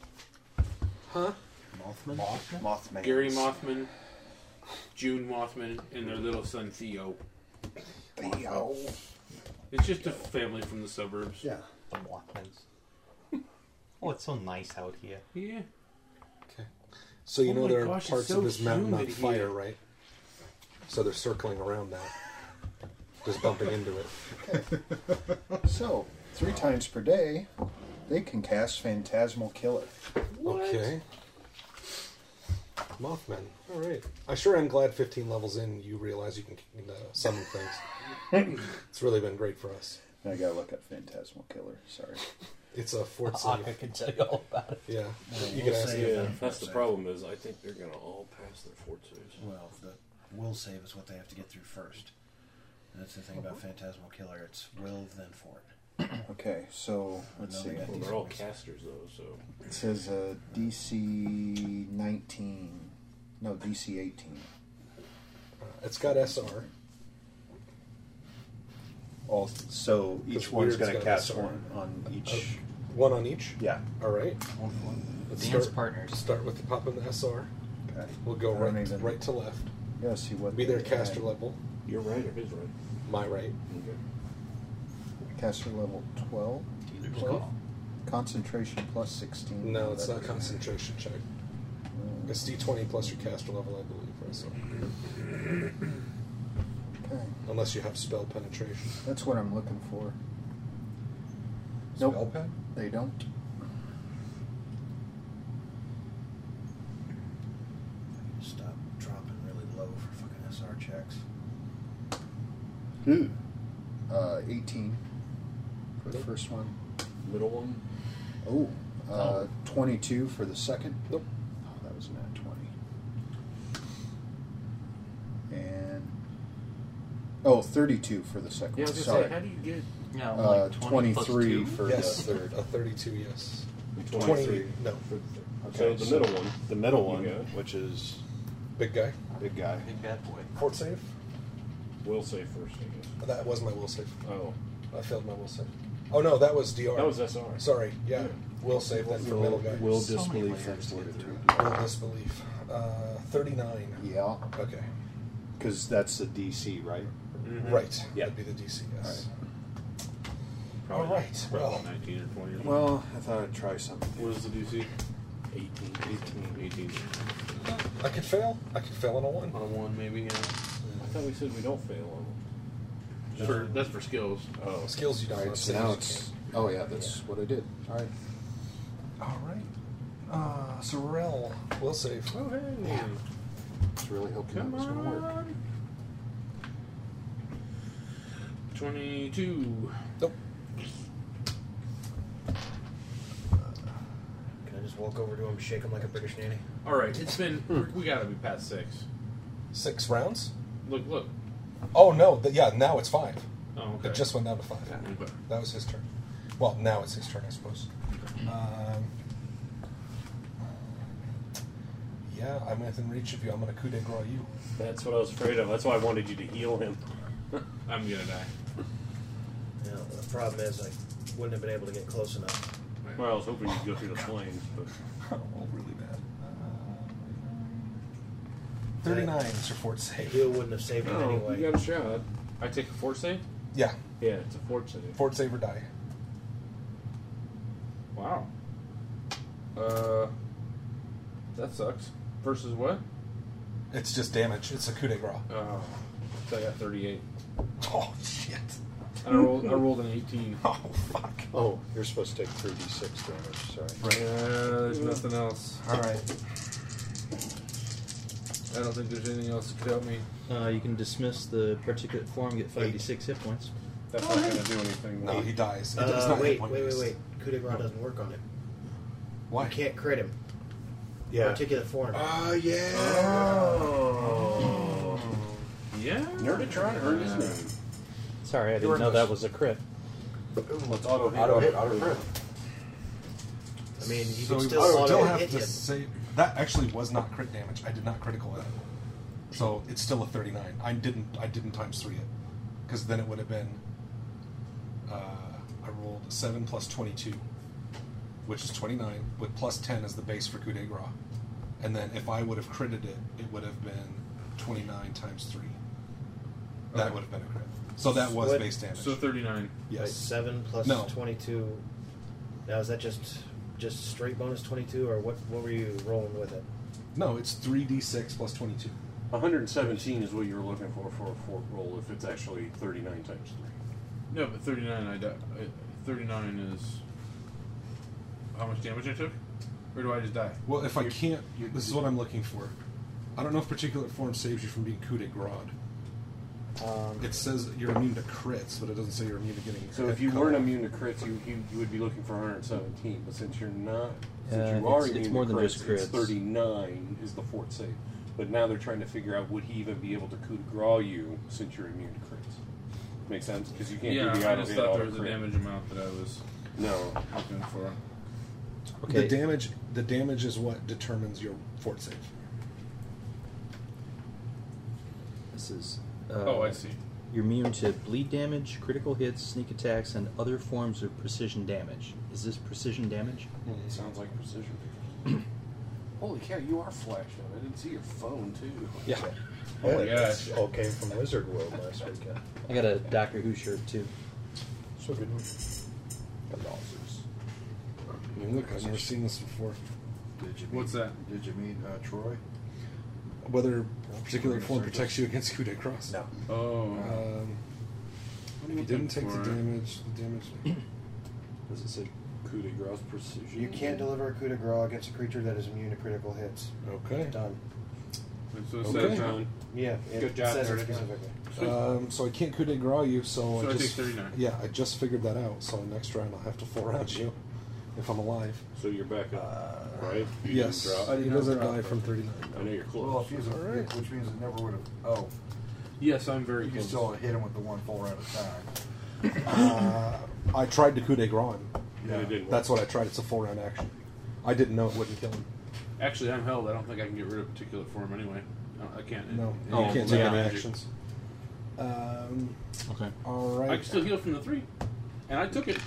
Speaker 5: Huh?
Speaker 2: Mothman?
Speaker 10: Mothman.
Speaker 5: Gary Mothman, June Mothman, and their little son Theo.
Speaker 10: Theo.
Speaker 5: It's just a family from the suburbs.
Speaker 10: Yeah.
Speaker 16: The Mothmans. oh, it's so nice out here.
Speaker 5: Yeah.
Speaker 6: So you
Speaker 5: Oh
Speaker 6: know
Speaker 5: my
Speaker 6: there are
Speaker 5: gosh, it's
Speaker 6: parts
Speaker 5: so
Speaker 6: of this mountain on
Speaker 5: humid
Speaker 6: fire,
Speaker 5: here.
Speaker 6: right? So they're circling around that, just bumping into it.
Speaker 10: So, three times per day, they can cast Phantasmal Killer.
Speaker 6: Okay. Mothman. All right. I sure am glad 15 levels in you realize you can uh, summon things. it's really been great for us.
Speaker 10: I gotta look up Phantasmal Killer. Sorry.
Speaker 6: It's a fort
Speaker 16: I
Speaker 6: save.
Speaker 16: can tell you all about it.
Speaker 6: Yeah.
Speaker 10: You can ask
Speaker 6: him.
Speaker 17: Yeah, that's the problem is I think they're going to all pass their fort saves.
Speaker 2: Well, the will save is what they have to get through first. And that's the thing
Speaker 16: Uh-huh.
Speaker 2: about Phantasmal Killer. It's will, then fort.
Speaker 10: Okay, so let's see.
Speaker 2: Well,
Speaker 17: They're all casters though, so
Speaker 10: It says uh, DC 19. No, DC 18.
Speaker 6: It's got SR.
Speaker 10: All, so each
Speaker 6: Because
Speaker 10: one's
Speaker 6: weird's
Speaker 10: going to
Speaker 6: got
Speaker 10: cast
Speaker 6: SR.
Speaker 10: one on each.
Speaker 6: One on each?
Speaker 10: Yeah.
Speaker 6: All right. Let's
Speaker 10: Dance
Speaker 6: start, partners. Start with the pop in the SR.
Speaker 10: Okay.
Speaker 6: We'll go
Speaker 10: I don't
Speaker 6: right,
Speaker 10: even-
Speaker 6: right to left.
Speaker 10: Yeah, see what.
Speaker 6: Be their
Speaker 10: they
Speaker 6: caster
Speaker 10: add.
Speaker 6: level.
Speaker 17: you're right or his right.
Speaker 6: My right.
Speaker 10: Caster level 12.
Speaker 6: call.
Speaker 10: Concentration plus 16.
Speaker 6: No, it's not concentration check. It's D20 plus your caster level, I believe, or something.
Speaker 10: Okay.
Speaker 6: Unless you have spell penetration.
Speaker 10: That's what I'm looking for.
Speaker 6: Spell
Speaker 10: nope.
Speaker 6: pen?
Speaker 10: They don't.
Speaker 2: Stop dropping really low for fucking SR checks.
Speaker 10: Uh, 18 for the first one. Little one? Oh, uh, 22 for the second.
Speaker 6: Nope.
Speaker 10: Oh, that was an at 20. And. Oh, 32 for the second.
Speaker 5: Yeah, I was gonna
Speaker 10: Sorry.
Speaker 5: say, how do you get-
Speaker 16: Yeah,
Speaker 10: uh,
Speaker 16: like 20 plus
Speaker 10: 23
Speaker 16: two?
Speaker 10: for
Speaker 6: yes,
Speaker 10: the third.
Speaker 6: a 32, yes.
Speaker 1: 23.
Speaker 6: no.
Speaker 1: So the middle one.
Speaker 18: The middle one,
Speaker 1: You got
Speaker 18: which is
Speaker 6: Big guy.
Speaker 18: big guy.
Speaker 16: Big bad boy.
Speaker 6: Fort save?
Speaker 1: Will save first, I guess.
Speaker 6: That was my will save.
Speaker 1: Oh.
Speaker 6: I failed my will save. Oh, no, that was DR.
Speaker 1: That was SR.
Speaker 6: Sorry, yeah. Will save, then for middle guy.
Speaker 18: Will disbelief and fortitude.
Speaker 6: Will disbelief. Uh, 39.
Speaker 10: Yeah,
Speaker 6: Okay.
Speaker 18: because that's the DC, right?
Speaker 2: Mm-hmm.
Speaker 6: Right.
Speaker 18: Yeah.
Speaker 6: That'd be the DC, yes.
Speaker 5: Probably,
Speaker 6: All right,
Speaker 5: Probably
Speaker 6: well.
Speaker 5: 19 or 20 or something.
Speaker 18: Well, I thought I'd try something.
Speaker 5: What is the DC? 18. 18. 18.
Speaker 6: I could fail. I could fail on a 1.
Speaker 5: On a 1, maybe, yeah.
Speaker 17: I thought we said we don't fail on them.
Speaker 5: For, that's for skills.
Speaker 6: Oh. Skills you don't
Speaker 10: All right,
Speaker 6: have,
Speaker 10: so
Speaker 6: saves
Speaker 10: now
Speaker 6: you
Speaker 10: it's. Oh, yeah, that's what I did. All right.
Speaker 6: All right. Uh, Sorrel will save.
Speaker 5: Oh, hey.
Speaker 10: It's really hoping
Speaker 5: Come
Speaker 10: that was going to work.
Speaker 5: on. 22.
Speaker 6: Nope.
Speaker 2: Can I just walk over to him, shake him like a British nanny?
Speaker 5: All right, it's been. we're-
Speaker 12: Hmm.
Speaker 5: We gotta be past six.
Speaker 6: Six rounds?
Speaker 5: Look, look.
Speaker 6: Oh no! Th- yeah, now it's five.
Speaker 5: Oh, okay.
Speaker 6: It just went down to five.
Speaker 5: Okay.
Speaker 6: That was his turn. Well, now it's his turn, I suppose. Um, yeah, I'm within reach of you. I'm gonna coup de grace you.
Speaker 1: That's what I was afraid of. That's why I wanted you to heal him.
Speaker 5: I'm gonna die.
Speaker 2: You know, the problem is I wouldn't have been able to get close enough.
Speaker 1: Well, I was hoping you'd go through the flames, but
Speaker 6: Oh, really bad. Uh, Thirty-nine is your fort save.
Speaker 2: Heal wouldn't have saved him
Speaker 5: No,
Speaker 2: anyway.
Speaker 5: you got a shot. I take a force save?
Speaker 6: Yeah,
Speaker 5: Yeah, it's a force save.
Speaker 6: fort save or die.
Speaker 5: Wow. Uh, that sucks. Versus what?
Speaker 6: It's just damage. It's a coup de grace.
Speaker 5: Oh, so I got 38.
Speaker 6: Oh shit!
Speaker 5: And I rolled, I rolled an 18.
Speaker 6: Oh fuck!
Speaker 18: Oh, you're supposed to take 3d6 damage. Sorry.
Speaker 5: Yeah, there's nothing else.
Speaker 6: All right.
Speaker 5: I don't think there's anything else that could help me.
Speaker 2: Uh, you can dismiss the particulate form, get 5d6 hit points.
Speaker 12: That's
Speaker 18: Oh,
Speaker 12: not going to do anything.
Speaker 6: No, he dies.
Speaker 2: It
Speaker 19: Uh,
Speaker 2: does not
Speaker 19: wait, wait,
Speaker 2: hit one
Speaker 19: wait,
Speaker 2: base.
Speaker 19: wait. Coup de grace doesn't work on it.
Speaker 6: Why?
Speaker 19: You can't crit him.
Speaker 6: Yeah.
Speaker 19: Particulate form.
Speaker 6: Oh, yeah.
Speaker 5: Yeah.
Speaker 12: Nerd trying to earn his name.
Speaker 2: Sorry, I
Speaker 12: You're
Speaker 2: didn't know
Speaker 12: in
Speaker 2: that
Speaker 12: this.
Speaker 2: was a crit.
Speaker 12: Let's auto hit.
Speaker 6: Auto hit, auto hit.
Speaker 19: I mean, you
Speaker 6: So
Speaker 19: can
Speaker 6: we
Speaker 19: still
Speaker 6: still,
Speaker 19: auto
Speaker 6: have
Speaker 19: hit
Speaker 6: to
Speaker 19: him.
Speaker 6: save. That actually was not crit damage. I did not critical it. So it's still a 39. I didn't. I didn't times three it, because then it would have been. Uh, I rolled seven plus 22, which is 29, with plus 10 as the base for coup de grace, and then if I would have critted it, it would have been 29 times three. That
Speaker 19: Okay.
Speaker 6: would have been a crit. So that was
Speaker 19: What-
Speaker 6: base damage. Yes.
Speaker 19: Wait, seven plus
Speaker 6: No.
Speaker 19: twenty-two. Now is that just just straight bonus twenty-two, or what? What were you rolling with it?
Speaker 6: No, it's 3d6 plus 22.
Speaker 12: 117 is what you were looking for for a fort roll if it's actually 39 times 3.
Speaker 5: No, but 39 I di- I- 39 is how much damage I took? Or do I just die?
Speaker 6: Well, if I can't, this is what I'm looking for. I don't know if particulate form saves you from being coup de grace. it says that you're immune to crits, but it doesn't say you're immune to getting.
Speaker 12: Um, So if
Speaker 6: crit
Speaker 12: you
Speaker 6: color.
Speaker 12: weren't immune to crits, you, you, you would be looking for 117. But since you're not, since
Speaker 2: Uh,
Speaker 12: you are
Speaker 2: it's-
Speaker 12: immune
Speaker 2: it's more
Speaker 12: to
Speaker 2: than
Speaker 12: crits,
Speaker 2: just
Speaker 12: it's
Speaker 2: crits.
Speaker 12: 39 is the fort save. But now they're trying to figure out would he even be able to coup de grace you since you're immune to crits. Make sense? Because you can't
Speaker 5: yeah,
Speaker 12: do the
Speaker 5: I
Speaker 12: auto
Speaker 5: just
Speaker 12: hit
Speaker 5: thought
Speaker 12: auto
Speaker 5: there was a
Speaker 12: crit.
Speaker 5: damage amount that I was
Speaker 12: no
Speaker 5: looking for.
Speaker 6: the damage, the damage is what determines your fort save.
Speaker 2: This is. Uh,
Speaker 5: Oh, I see.
Speaker 2: You're immune to bleed damage, critical hits, sneak attacks, and other forms of precision damage. Is this precision damage?
Speaker 12: Hmm, sounds like precision. Holy cow, you are flashed out. I didn't see your phone, too.
Speaker 2: Yeah.
Speaker 12: Oh my
Speaker 2: gosh.
Speaker 13: All came from Wizard World last weekend.
Speaker 2: I got a Doctor Who shirt too.
Speaker 13: So good.
Speaker 6: look, I've never seen this before.
Speaker 11: Did you
Speaker 5: What's that?
Speaker 11: Did you meet uh, Troy?
Speaker 6: Whether particular form protects you against coup de grace. No.
Speaker 5: Oh.
Speaker 6: Um, if you didn't take the damage, the damage.
Speaker 12: Does it say coup de grace precision?
Speaker 10: You can't deliver a coup de grace against a creature that is immune to critical hits.
Speaker 6: Okay.
Speaker 10: Done.
Speaker 5: So it
Speaker 6: Okay.
Speaker 5: says, um,
Speaker 10: Yeah, it
Speaker 5: Good job,
Speaker 10: says it
Speaker 5: nerd.
Speaker 10: specifically.
Speaker 5: Sweet.
Speaker 6: Um, so I can't coup de grace you, so,
Speaker 5: So
Speaker 6: I
Speaker 5: I
Speaker 6: just
Speaker 5: take 39.
Speaker 6: yeah, I just figured that out. So next round I'll have to full round you if I'm alive.
Speaker 12: So you're back up,
Speaker 1: Uh,
Speaker 12: right? You
Speaker 6: yes.
Speaker 12: didn't drop.
Speaker 6: I did He not doesn't drop, die but- from 39.
Speaker 12: I know you're close.
Speaker 11: Well, if he's a dick, which means it never would have. Oh,
Speaker 5: Yes, I'm very
Speaker 11: you can
Speaker 5: close.
Speaker 11: still hit him with the one full round attack.
Speaker 6: Uh, I tried to coup de grace him.
Speaker 5: Yeah, it didn't work.
Speaker 6: That's what I tried. It's a full round action. I didn't know it wouldn't kill him.
Speaker 5: Actually, I'm held. I don't think I can get rid of particular form anyway. I- I can't.
Speaker 6: No,
Speaker 5: Oh,
Speaker 6: you can't take
Speaker 5: yeah.
Speaker 6: any actions. Um,
Speaker 5: okay.
Speaker 6: All right.
Speaker 5: I can still heal from the three, and I took it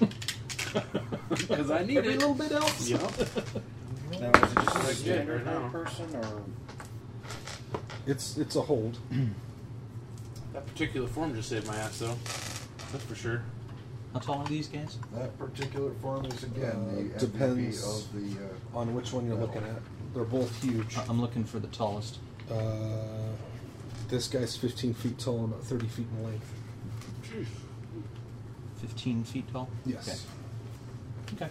Speaker 5: because I need
Speaker 6: Every
Speaker 5: it.
Speaker 6: little bit else.
Speaker 5: Yeah.
Speaker 10: Now, is it just
Speaker 5: Yeah,
Speaker 10: a
Speaker 5: right
Speaker 10: standard
Speaker 5: now.
Speaker 10: person, or
Speaker 6: It's it's a hold.
Speaker 5: That particular form just saved my ass, though. That's for sure.
Speaker 2: How tall are these guys?
Speaker 11: That particular form is again
Speaker 6: Uh,
Speaker 11: the
Speaker 6: depends
Speaker 11: MVP of the. Uh,
Speaker 6: on which one you're looking at. They're both huge.
Speaker 2: Uh,
Speaker 5: Uh-huh.
Speaker 2: I'm looking for the tallest.
Speaker 6: Uh, this guy's 15 feet tall and about 30 feet in length.
Speaker 2: 15 feet tall?
Speaker 6: Yes.
Speaker 2: Okay.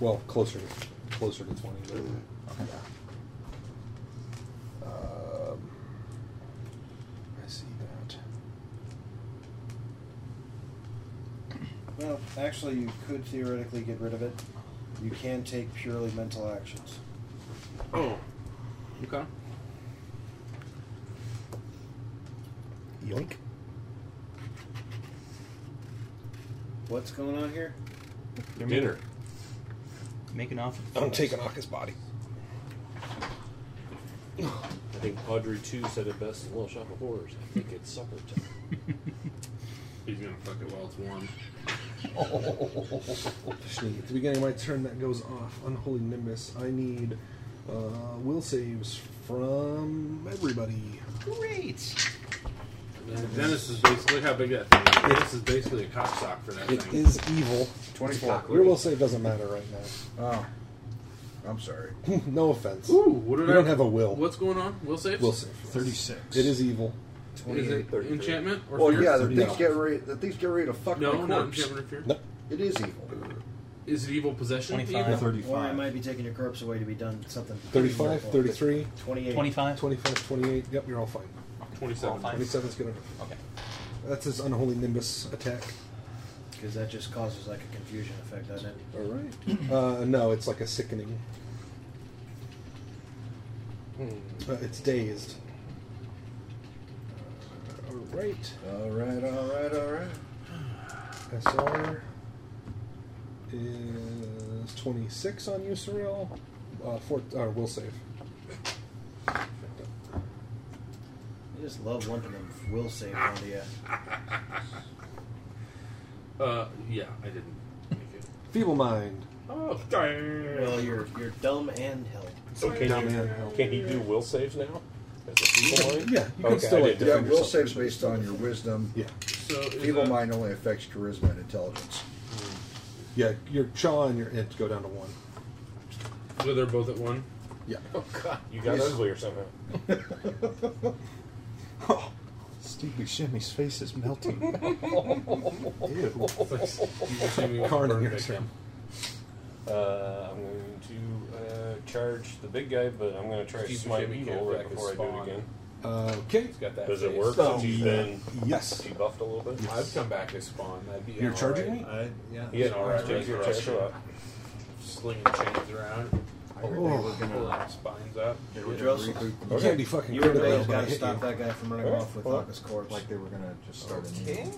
Speaker 6: Well, closer, to, closer to 20. But, yeah. Um, I see that.
Speaker 10: well, actually, you could theoretically get rid of it. You can take purely mental actions.
Speaker 5: Oh. Okay.
Speaker 13: Yoink.
Speaker 10: What's going on here?
Speaker 13: Dinner.
Speaker 2: Make an offer.
Speaker 6: I'm taking Aka's body.
Speaker 12: I think Audrey 2 said it best in Little Shop of Horrors. I think it's supper time.
Speaker 5: He's gonna fuck it while it's warm.
Speaker 6: Actually, At the beginning of my turn, that goes off. Unholy Nimbus. I need uh, will saves from everybody.
Speaker 2: Great.
Speaker 5: Dennis is basically how big that thing is. Dennis is basically a cock sock for that
Speaker 6: It
Speaker 5: thing.
Speaker 6: is evil.
Speaker 5: 24.
Speaker 6: Your will save doesn't matter right now.
Speaker 11: Oh. I'm sorry.
Speaker 6: no offense.
Speaker 5: Ooh, what did
Speaker 6: you
Speaker 5: I
Speaker 6: don't have a will.
Speaker 5: What's going on? Will saves?
Speaker 6: Will save.
Speaker 13: 36.
Speaker 6: It is evil.
Speaker 5: Is it enchantment or
Speaker 11: well,
Speaker 5: fear?
Speaker 11: yeah, the things
Speaker 6: No.
Speaker 11: get ready. The things get ready to fuck
Speaker 5: No,
Speaker 11: my
Speaker 5: not
Speaker 11: corpse.
Speaker 5: enchantment or fear.
Speaker 6: No.
Speaker 11: It is evil.
Speaker 5: Is it evil possession?
Speaker 2: 25.
Speaker 5: Evil?
Speaker 2: Or I might be taking your corpse away to be done something.
Speaker 6: 35, 33,
Speaker 2: 28.
Speaker 6: 25, 28. Yep, you're all fine.
Speaker 5: 27.
Speaker 6: 27 is going to. Okay. That's his unholy nimbus attack.
Speaker 2: Because that just causes like a confusion effect, doesn't it?
Speaker 6: All right. Uh, no, it's like a sickening. Uh, it's dazed. Uh, All right.
Speaker 10: All right, all right, all right.
Speaker 6: SR is 26 on you, Surreal. Uh, four, uh, will save.
Speaker 2: I just love lumping them will save onto you.
Speaker 5: Uh, yeah, I didn't make it.
Speaker 6: Feeble mind.
Speaker 5: Oh,
Speaker 2: Well, you're you're dumb and held.
Speaker 1: So can,
Speaker 6: Dumb
Speaker 1: you,
Speaker 6: and held.
Speaker 1: can he do will saves now? As a feeble mind?
Speaker 6: Yeah, you can
Speaker 1: okay,
Speaker 6: still,
Speaker 1: I
Speaker 6: like,
Speaker 1: did
Speaker 10: Yeah,
Speaker 6: defend
Speaker 10: will
Speaker 6: yourself.
Speaker 10: saves based on your wisdom.
Speaker 6: Yeah.
Speaker 5: So is
Speaker 10: Evil
Speaker 5: that-
Speaker 10: mind only affects charisma and intelligence.
Speaker 6: Yeah, your jaw and your int go down to one.
Speaker 5: So they're both at one?
Speaker 6: Yeah.
Speaker 5: Oh, God.
Speaker 1: You got uglier somehow.
Speaker 20: Stevie Shimmy's face is melting.
Speaker 6: Ew.
Speaker 20: Carnage.
Speaker 1: Uh, I'm going to uh, charge the big guy, but I'm going to try to
Speaker 5: Steve
Speaker 1: smite
Speaker 5: Buscemi
Speaker 1: evil
Speaker 5: can't
Speaker 1: right
Speaker 5: back his
Speaker 1: before I do it
Speaker 5: spawn.
Speaker 1: again.
Speaker 6: Uh, okay.
Speaker 5: He's got that
Speaker 1: Does it
Speaker 5: face.
Speaker 1: work
Speaker 5: So,
Speaker 1: since he's been
Speaker 6: yes.
Speaker 1: debuffed a little bit?
Speaker 5: I've come back as spawn. That'd be
Speaker 6: You're charging me?
Speaker 5: I,
Speaker 6: yeah.
Speaker 5: Yeah,
Speaker 6: Yeah,
Speaker 5: all right.
Speaker 6: I'll take your
Speaker 5: Just
Speaker 6: check.
Speaker 5: show up. Slinging chains around.
Speaker 10: I
Speaker 2: heard they were
Speaker 5: Oh.
Speaker 2: gonna-
Speaker 5: Pull out spines out.
Speaker 2: They were Joseph.
Speaker 6: You can't be fucking
Speaker 2: You and
Speaker 6: critical,
Speaker 2: Ray's
Speaker 6: but I
Speaker 2: got to
Speaker 6: hit
Speaker 2: stop
Speaker 6: you.
Speaker 2: that guy from running
Speaker 6: Alright,
Speaker 2: off with
Speaker 6: well,
Speaker 2: Aka's corpse.
Speaker 11: Like they were going to just start a
Speaker 1: Okay.
Speaker 11: new,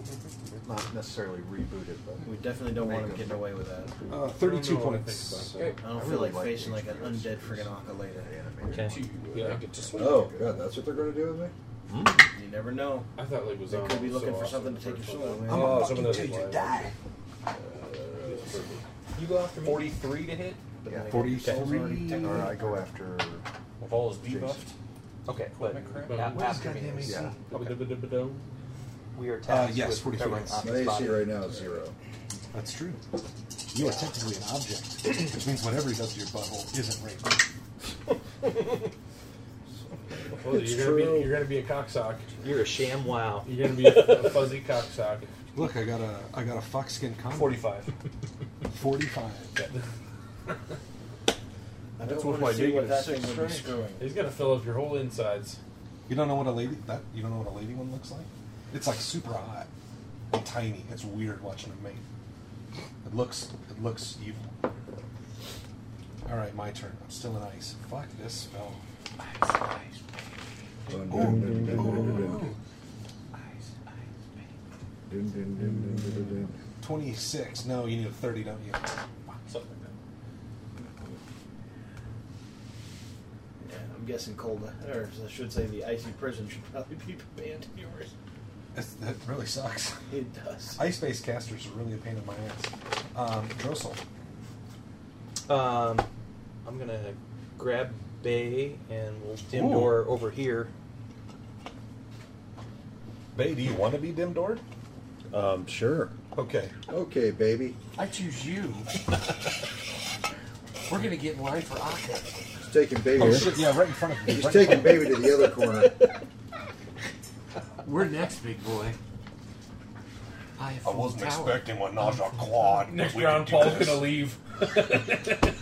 Speaker 11: not necessarily reboot it, but
Speaker 2: We definitely don't want
Speaker 11: Make
Speaker 2: him
Speaker 11: a-
Speaker 2: getting away with that.
Speaker 6: Uh, 32 points.
Speaker 2: I don't feel like facing like an undead friggin' Aka later.
Speaker 10: Okay.
Speaker 5: Yeah, I get to swing.
Speaker 10: Oh, God, that's what they're going to do with me?
Speaker 2: Hmm. You never know.
Speaker 5: I thought Leg was
Speaker 2: They
Speaker 5: on
Speaker 2: could be
Speaker 5: so
Speaker 2: looking for
Speaker 5: often
Speaker 2: something
Speaker 5: the
Speaker 2: to take your
Speaker 5: first
Speaker 2: soul.
Speaker 5: one.
Speaker 2: man.
Speaker 5: Oh, some of those
Speaker 2: Dude,
Speaker 5: live.
Speaker 1: You go after me. 43 to hit?
Speaker 11: Yeah.
Speaker 20: 43.
Speaker 11: Or I go after.
Speaker 1: If all is
Speaker 11: Jason.
Speaker 1: debuffed? Okay, but
Speaker 5: But
Speaker 1: a-
Speaker 5: what is
Speaker 1: after me
Speaker 5: goddamn
Speaker 2: Uh,
Speaker 1: is-
Speaker 5: AC?
Speaker 11: Yeah.
Speaker 5: Ba-ba-da-ba-da-ba-dom.
Speaker 1: we are
Speaker 6: Uh,
Speaker 1: tasked
Speaker 6: yes,
Speaker 1: with
Speaker 6: 43
Speaker 1: covering
Speaker 6: points.
Speaker 10: My
Speaker 1: Aka's
Speaker 10: AC
Speaker 1: body.
Speaker 10: right now is zero.
Speaker 20: That's true. You are technically an object, which means whatever he does to your butthole isn't rape.
Speaker 5: Well,
Speaker 20: It's
Speaker 5: you're gonna
Speaker 20: true.
Speaker 5: be you're gonna be a cocksock.
Speaker 21: You're a sham wow.
Speaker 5: You're gonna be a, a fuzzy cocksock.
Speaker 6: Look, I got a I got a foxskin condom.
Speaker 1: 45.
Speaker 6: 45.
Speaker 2: I
Speaker 5: That's
Speaker 2: don't
Speaker 5: what
Speaker 2: want
Speaker 5: my
Speaker 2: to see
Speaker 5: dick
Speaker 2: what
Speaker 5: is.
Speaker 2: that thing would be
Speaker 5: Strange.
Speaker 2: screwing.
Speaker 5: He's gonna fill up your whole insides.
Speaker 6: You don't know what a lady that you don't know what a lady one looks like? It's like super hot and tiny. It's weird watching them mate. It looks it looks evil. Alright, my turn. I'm still in ice. Fuck this spell.
Speaker 10: Dun,
Speaker 6: Oh,
Speaker 10: dun, dun, dun, dun, dun,
Speaker 6: oh,
Speaker 10: dun. Dun, dun, dun, dun, dun, dun.
Speaker 6: 26. No, you need a 30, don't you?
Speaker 1: Something like that.
Speaker 2: Yeah, I'm guessing cold, or I should say the icy prison should probably be banned in yours.
Speaker 6: That's, that really sucks.
Speaker 2: It does.
Speaker 6: Ice based casters are really a pain in my ass. Um, Drossel.
Speaker 21: Um, I'm gonna grab Bay and we'll dim door over here.
Speaker 6: Bay, do you want to be dim doored?
Speaker 11: Um, sure.
Speaker 6: Okay.
Speaker 10: Okay, baby.
Speaker 22: I choose you. We're gonna get in line for Akka.
Speaker 10: He's taking baby.
Speaker 6: Oh, shit, yeah, right in front of me.
Speaker 10: He's
Speaker 6: right in
Speaker 10: taking
Speaker 6: front of me.
Speaker 10: baby to the other corner.
Speaker 22: We're next, big boy. I, have
Speaker 6: I
Speaker 22: full
Speaker 6: wasn't
Speaker 22: power.
Speaker 6: expecting when Naja clawed.
Speaker 5: Next
Speaker 6: we
Speaker 5: round,
Speaker 6: could do
Speaker 5: Paul's
Speaker 6: this.
Speaker 5: gonna leave.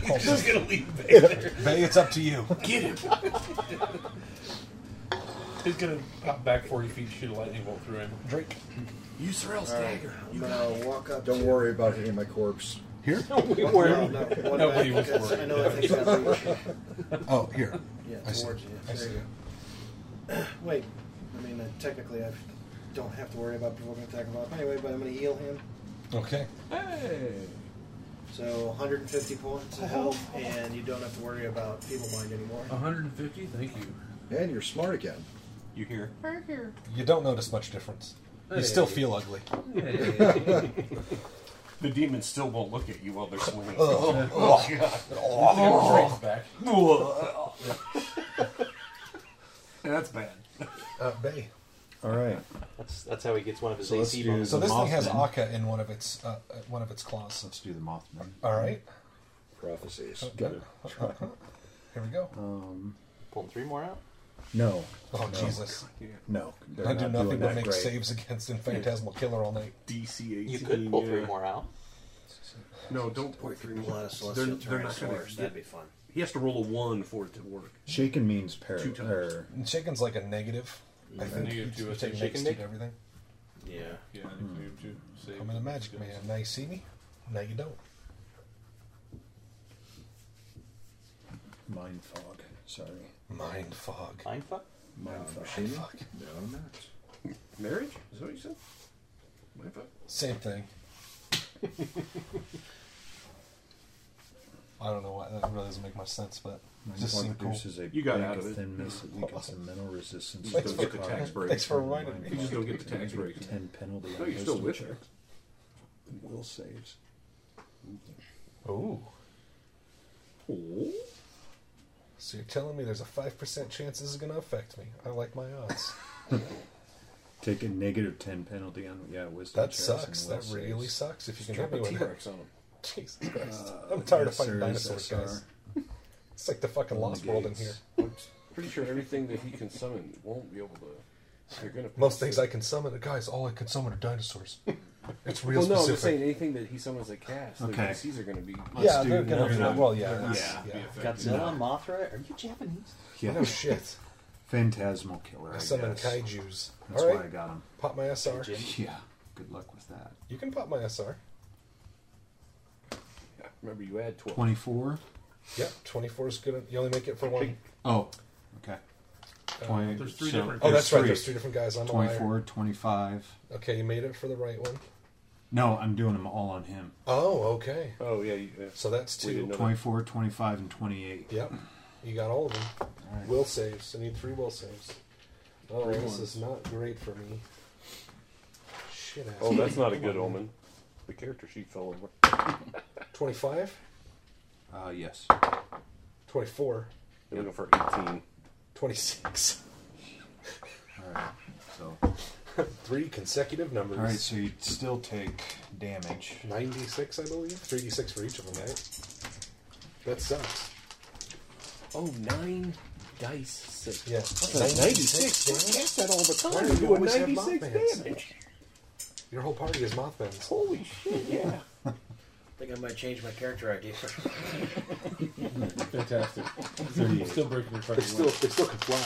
Speaker 6: Paul's
Speaker 5: He's
Speaker 6: gonna-
Speaker 5: gonna leave Bay there.
Speaker 6: Bay, it's up to you.
Speaker 5: Get him. He's gonna pop back 40 feet, shoot a lightning bolt through him.
Speaker 6: Drake.
Speaker 22: Use Sorrel's dagger.
Speaker 10: I'm gonna walk up. Don't worry about hitting my corpse.
Speaker 6: Here?
Speaker 10: No,
Speaker 2: No,
Speaker 10: no.
Speaker 2: one
Speaker 5: Nobody
Speaker 2: back.
Speaker 5: was
Speaker 2: That's- I
Speaker 5: worried.
Speaker 2: know that thing's got leash.
Speaker 6: Oh, here.
Speaker 2: Yeah,
Speaker 6: I see.
Speaker 2: towards you.
Speaker 6: I
Speaker 2: There
Speaker 6: see.
Speaker 2: you go. Wait, I mean, uh, technically, I don't have to worry about provoking attack of op- anyway, but I'm going to heal him.
Speaker 6: Okay.
Speaker 2: So 150 points of health, and you don't have to worry about feeble mind anymore.
Speaker 5: 150. Thank you.
Speaker 10: And you're smart again.
Speaker 1: You hear?
Speaker 6: You don't notice much difference. You still feel ugly.
Speaker 1: The demons still won't look at you while they're swinging.
Speaker 6: Oh,
Speaker 5: Oh, back.
Speaker 22: That's bad.
Speaker 6: Uh, Bay.
Speaker 11: All right.
Speaker 21: That's that's how he gets one of his
Speaker 11: So let's
Speaker 21: AC
Speaker 11: do-
Speaker 21: bonuses.
Speaker 6: So this thing has
Speaker 11: Mothman.
Speaker 6: Akka in one of its uh, uh, one of its claws.
Speaker 11: Let's do the Mothman.
Speaker 6: All right. Uh,
Speaker 10: Prophecies.
Speaker 11: Good.
Speaker 6: Here we go.
Speaker 11: Um,
Speaker 21: Pulling three more out.
Speaker 11: no.
Speaker 6: Oh, Jesus.
Speaker 11: No. they're
Speaker 6: I
Speaker 11: not
Speaker 6: do
Speaker 11: doing
Speaker 6: nothing but
Speaker 11: that
Speaker 6: make
Speaker 11: great.
Speaker 6: saves against Phantasmal Killer all night.
Speaker 1: DC 18.
Speaker 2: uh,
Speaker 21: You could pull three more out.
Speaker 6: No, don't point three.
Speaker 2: A lot of
Speaker 6: They're,
Speaker 2: celestial
Speaker 6: they're not going
Speaker 2: pterosaurs. That'd be fun.
Speaker 1: He has to roll a one for it to work.
Speaker 11: Shaken means para-
Speaker 6: Two times.
Speaker 11: or-
Speaker 6: Shaken's like a negative. I
Speaker 11: Yeah.
Speaker 6: think
Speaker 11: Negative
Speaker 6: you
Speaker 11: to a
Speaker 6: take
Speaker 11: shaken
Speaker 6: negative
Speaker 11: dick?
Speaker 6: to everything.
Speaker 5: Yeah. Yeah, I think we do save.
Speaker 6: I'm in a magic man. Now you see me. Now you don't.
Speaker 11: Mind fog. Sorry.
Speaker 6: Mind fog.
Speaker 5: Mind fog?
Speaker 11: Mind
Speaker 6: No,
Speaker 11: fog.
Speaker 6: mind fog.
Speaker 11: No, I'm not.
Speaker 1: Marriage? Is that what you said? Mind fuck?
Speaker 6: Same thing. I don't know why that really doesn't make much sense, but it
Speaker 11: Mind
Speaker 6: just
Speaker 11: fog
Speaker 6: seemed cool.
Speaker 11: produces a blank of thin mist that weakens the mental resistance.
Speaker 6: Thanks
Speaker 11: of
Speaker 6: for-
Speaker 11: the body.
Speaker 6: thanks for Thanks for reminding reminding me. me.
Speaker 1: You just don't get the tax
Speaker 11: Negative
Speaker 1: break.
Speaker 11: Ten penalty.
Speaker 1: No, you're still with her.
Speaker 11: Will saves.
Speaker 6: Oh. So you're telling me there's a five percent chance this is going to affect me? I like my odds.
Speaker 11: Take a negative ten penalty on yeah wisdom.
Speaker 6: that
Speaker 11: checks
Speaker 6: sucks.
Speaker 11: and will
Speaker 6: That really
Speaker 11: saves.
Speaker 6: sucks. If you can
Speaker 1: Strap
Speaker 6: help me
Speaker 1: a
Speaker 6: with
Speaker 1: T-Rex
Speaker 6: that.
Speaker 1: on 'em.
Speaker 6: Jesus Christ!
Speaker 11: Uh,
Speaker 6: I'm tired of
Speaker 11: yes,
Speaker 6: fighting
Speaker 11: sir,
Speaker 6: dinosaurs,
Speaker 11: SR.
Speaker 6: guys. It's like the fucking Lost World in here.
Speaker 1: Pretty sure everything that he can summon won't be able to. You're gonna
Speaker 6: Most things I can summon, guys. All I can summon are dinosaurs. It's real
Speaker 1: well, no, I'm
Speaker 6: specific.
Speaker 1: just saying anything that he summons that cast, okay.
Speaker 6: Okay.
Speaker 1: the DCs are going to be.
Speaker 6: Let's Yeah, do they're gonna- Nerf. well, yeah,
Speaker 11: Nerf.
Speaker 6: that's-
Speaker 11: Yeah.
Speaker 6: yeah.
Speaker 11: Godzilla,
Speaker 23: Mothra? Are you Japanese?
Speaker 11: Yeah.
Speaker 6: No shit.
Speaker 11: Phantasmal killer. I
Speaker 6: I summon
Speaker 11: guess.
Speaker 6: kaiju's.
Speaker 11: That's
Speaker 6: All right.
Speaker 11: why I got him.
Speaker 6: Pop my SR.
Speaker 11: Yeah. Good luck with that.
Speaker 6: You can pop my SR.
Speaker 1: Remember, you add 12.
Speaker 11: Twenty-four.
Speaker 6: Yep, 24 is good. You only make it for one.
Speaker 11: Oh, okay.
Speaker 6: Uh,
Speaker 11: Twenty-
Speaker 6: there's three
Speaker 11: so
Speaker 6: different- Oh, that's right, there's three different guys, I'm a liar.
Speaker 11: 24, 25.
Speaker 6: Okay, you made it for the right one.
Speaker 11: No, I'm doing them all on him.
Speaker 6: Oh, okay.
Speaker 1: Oh, yeah. You,
Speaker 6: So that's
Speaker 11: We
Speaker 6: two.
Speaker 11: didn't know that. 24, 25, and 28.
Speaker 6: Yep. You got all of them.
Speaker 11: right.
Speaker 6: Will saves. I need three will saves. Oh,
Speaker 1: Three
Speaker 6: this
Speaker 1: ones.
Speaker 6: is not great for me. Shit ass.
Speaker 1: Oh, that's not a good omen. The character sheet fell over.
Speaker 6: 25?
Speaker 11: Uh, yes.
Speaker 6: 24?
Speaker 1: You're looking for 18.
Speaker 6: 26.
Speaker 11: All right. So.
Speaker 6: Three consecutive numbers.
Speaker 11: All right, so you still take damage.
Speaker 6: 96, I believe. 3d6 for each of them, right? That sucks.
Speaker 1: Oh, nine dice six.
Speaker 6: Yeah.
Speaker 1: That's a 96.
Speaker 6: damn it.
Speaker 1: I cast that all the time.
Speaker 6: Why do you
Speaker 1: Doing
Speaker 6: always have
Speaker 1: 96
Speaker 6: Mothmans?
Speaker 1: damage.
Speaker 6: Your whole party is Mothman's.
Speaker 1: Holy shit, yeah.
Speaker 2: I think I might change my character idea.
Speaker 5: Fantastic. Still breaking your fucking leg.
Speaker 6: still can fly.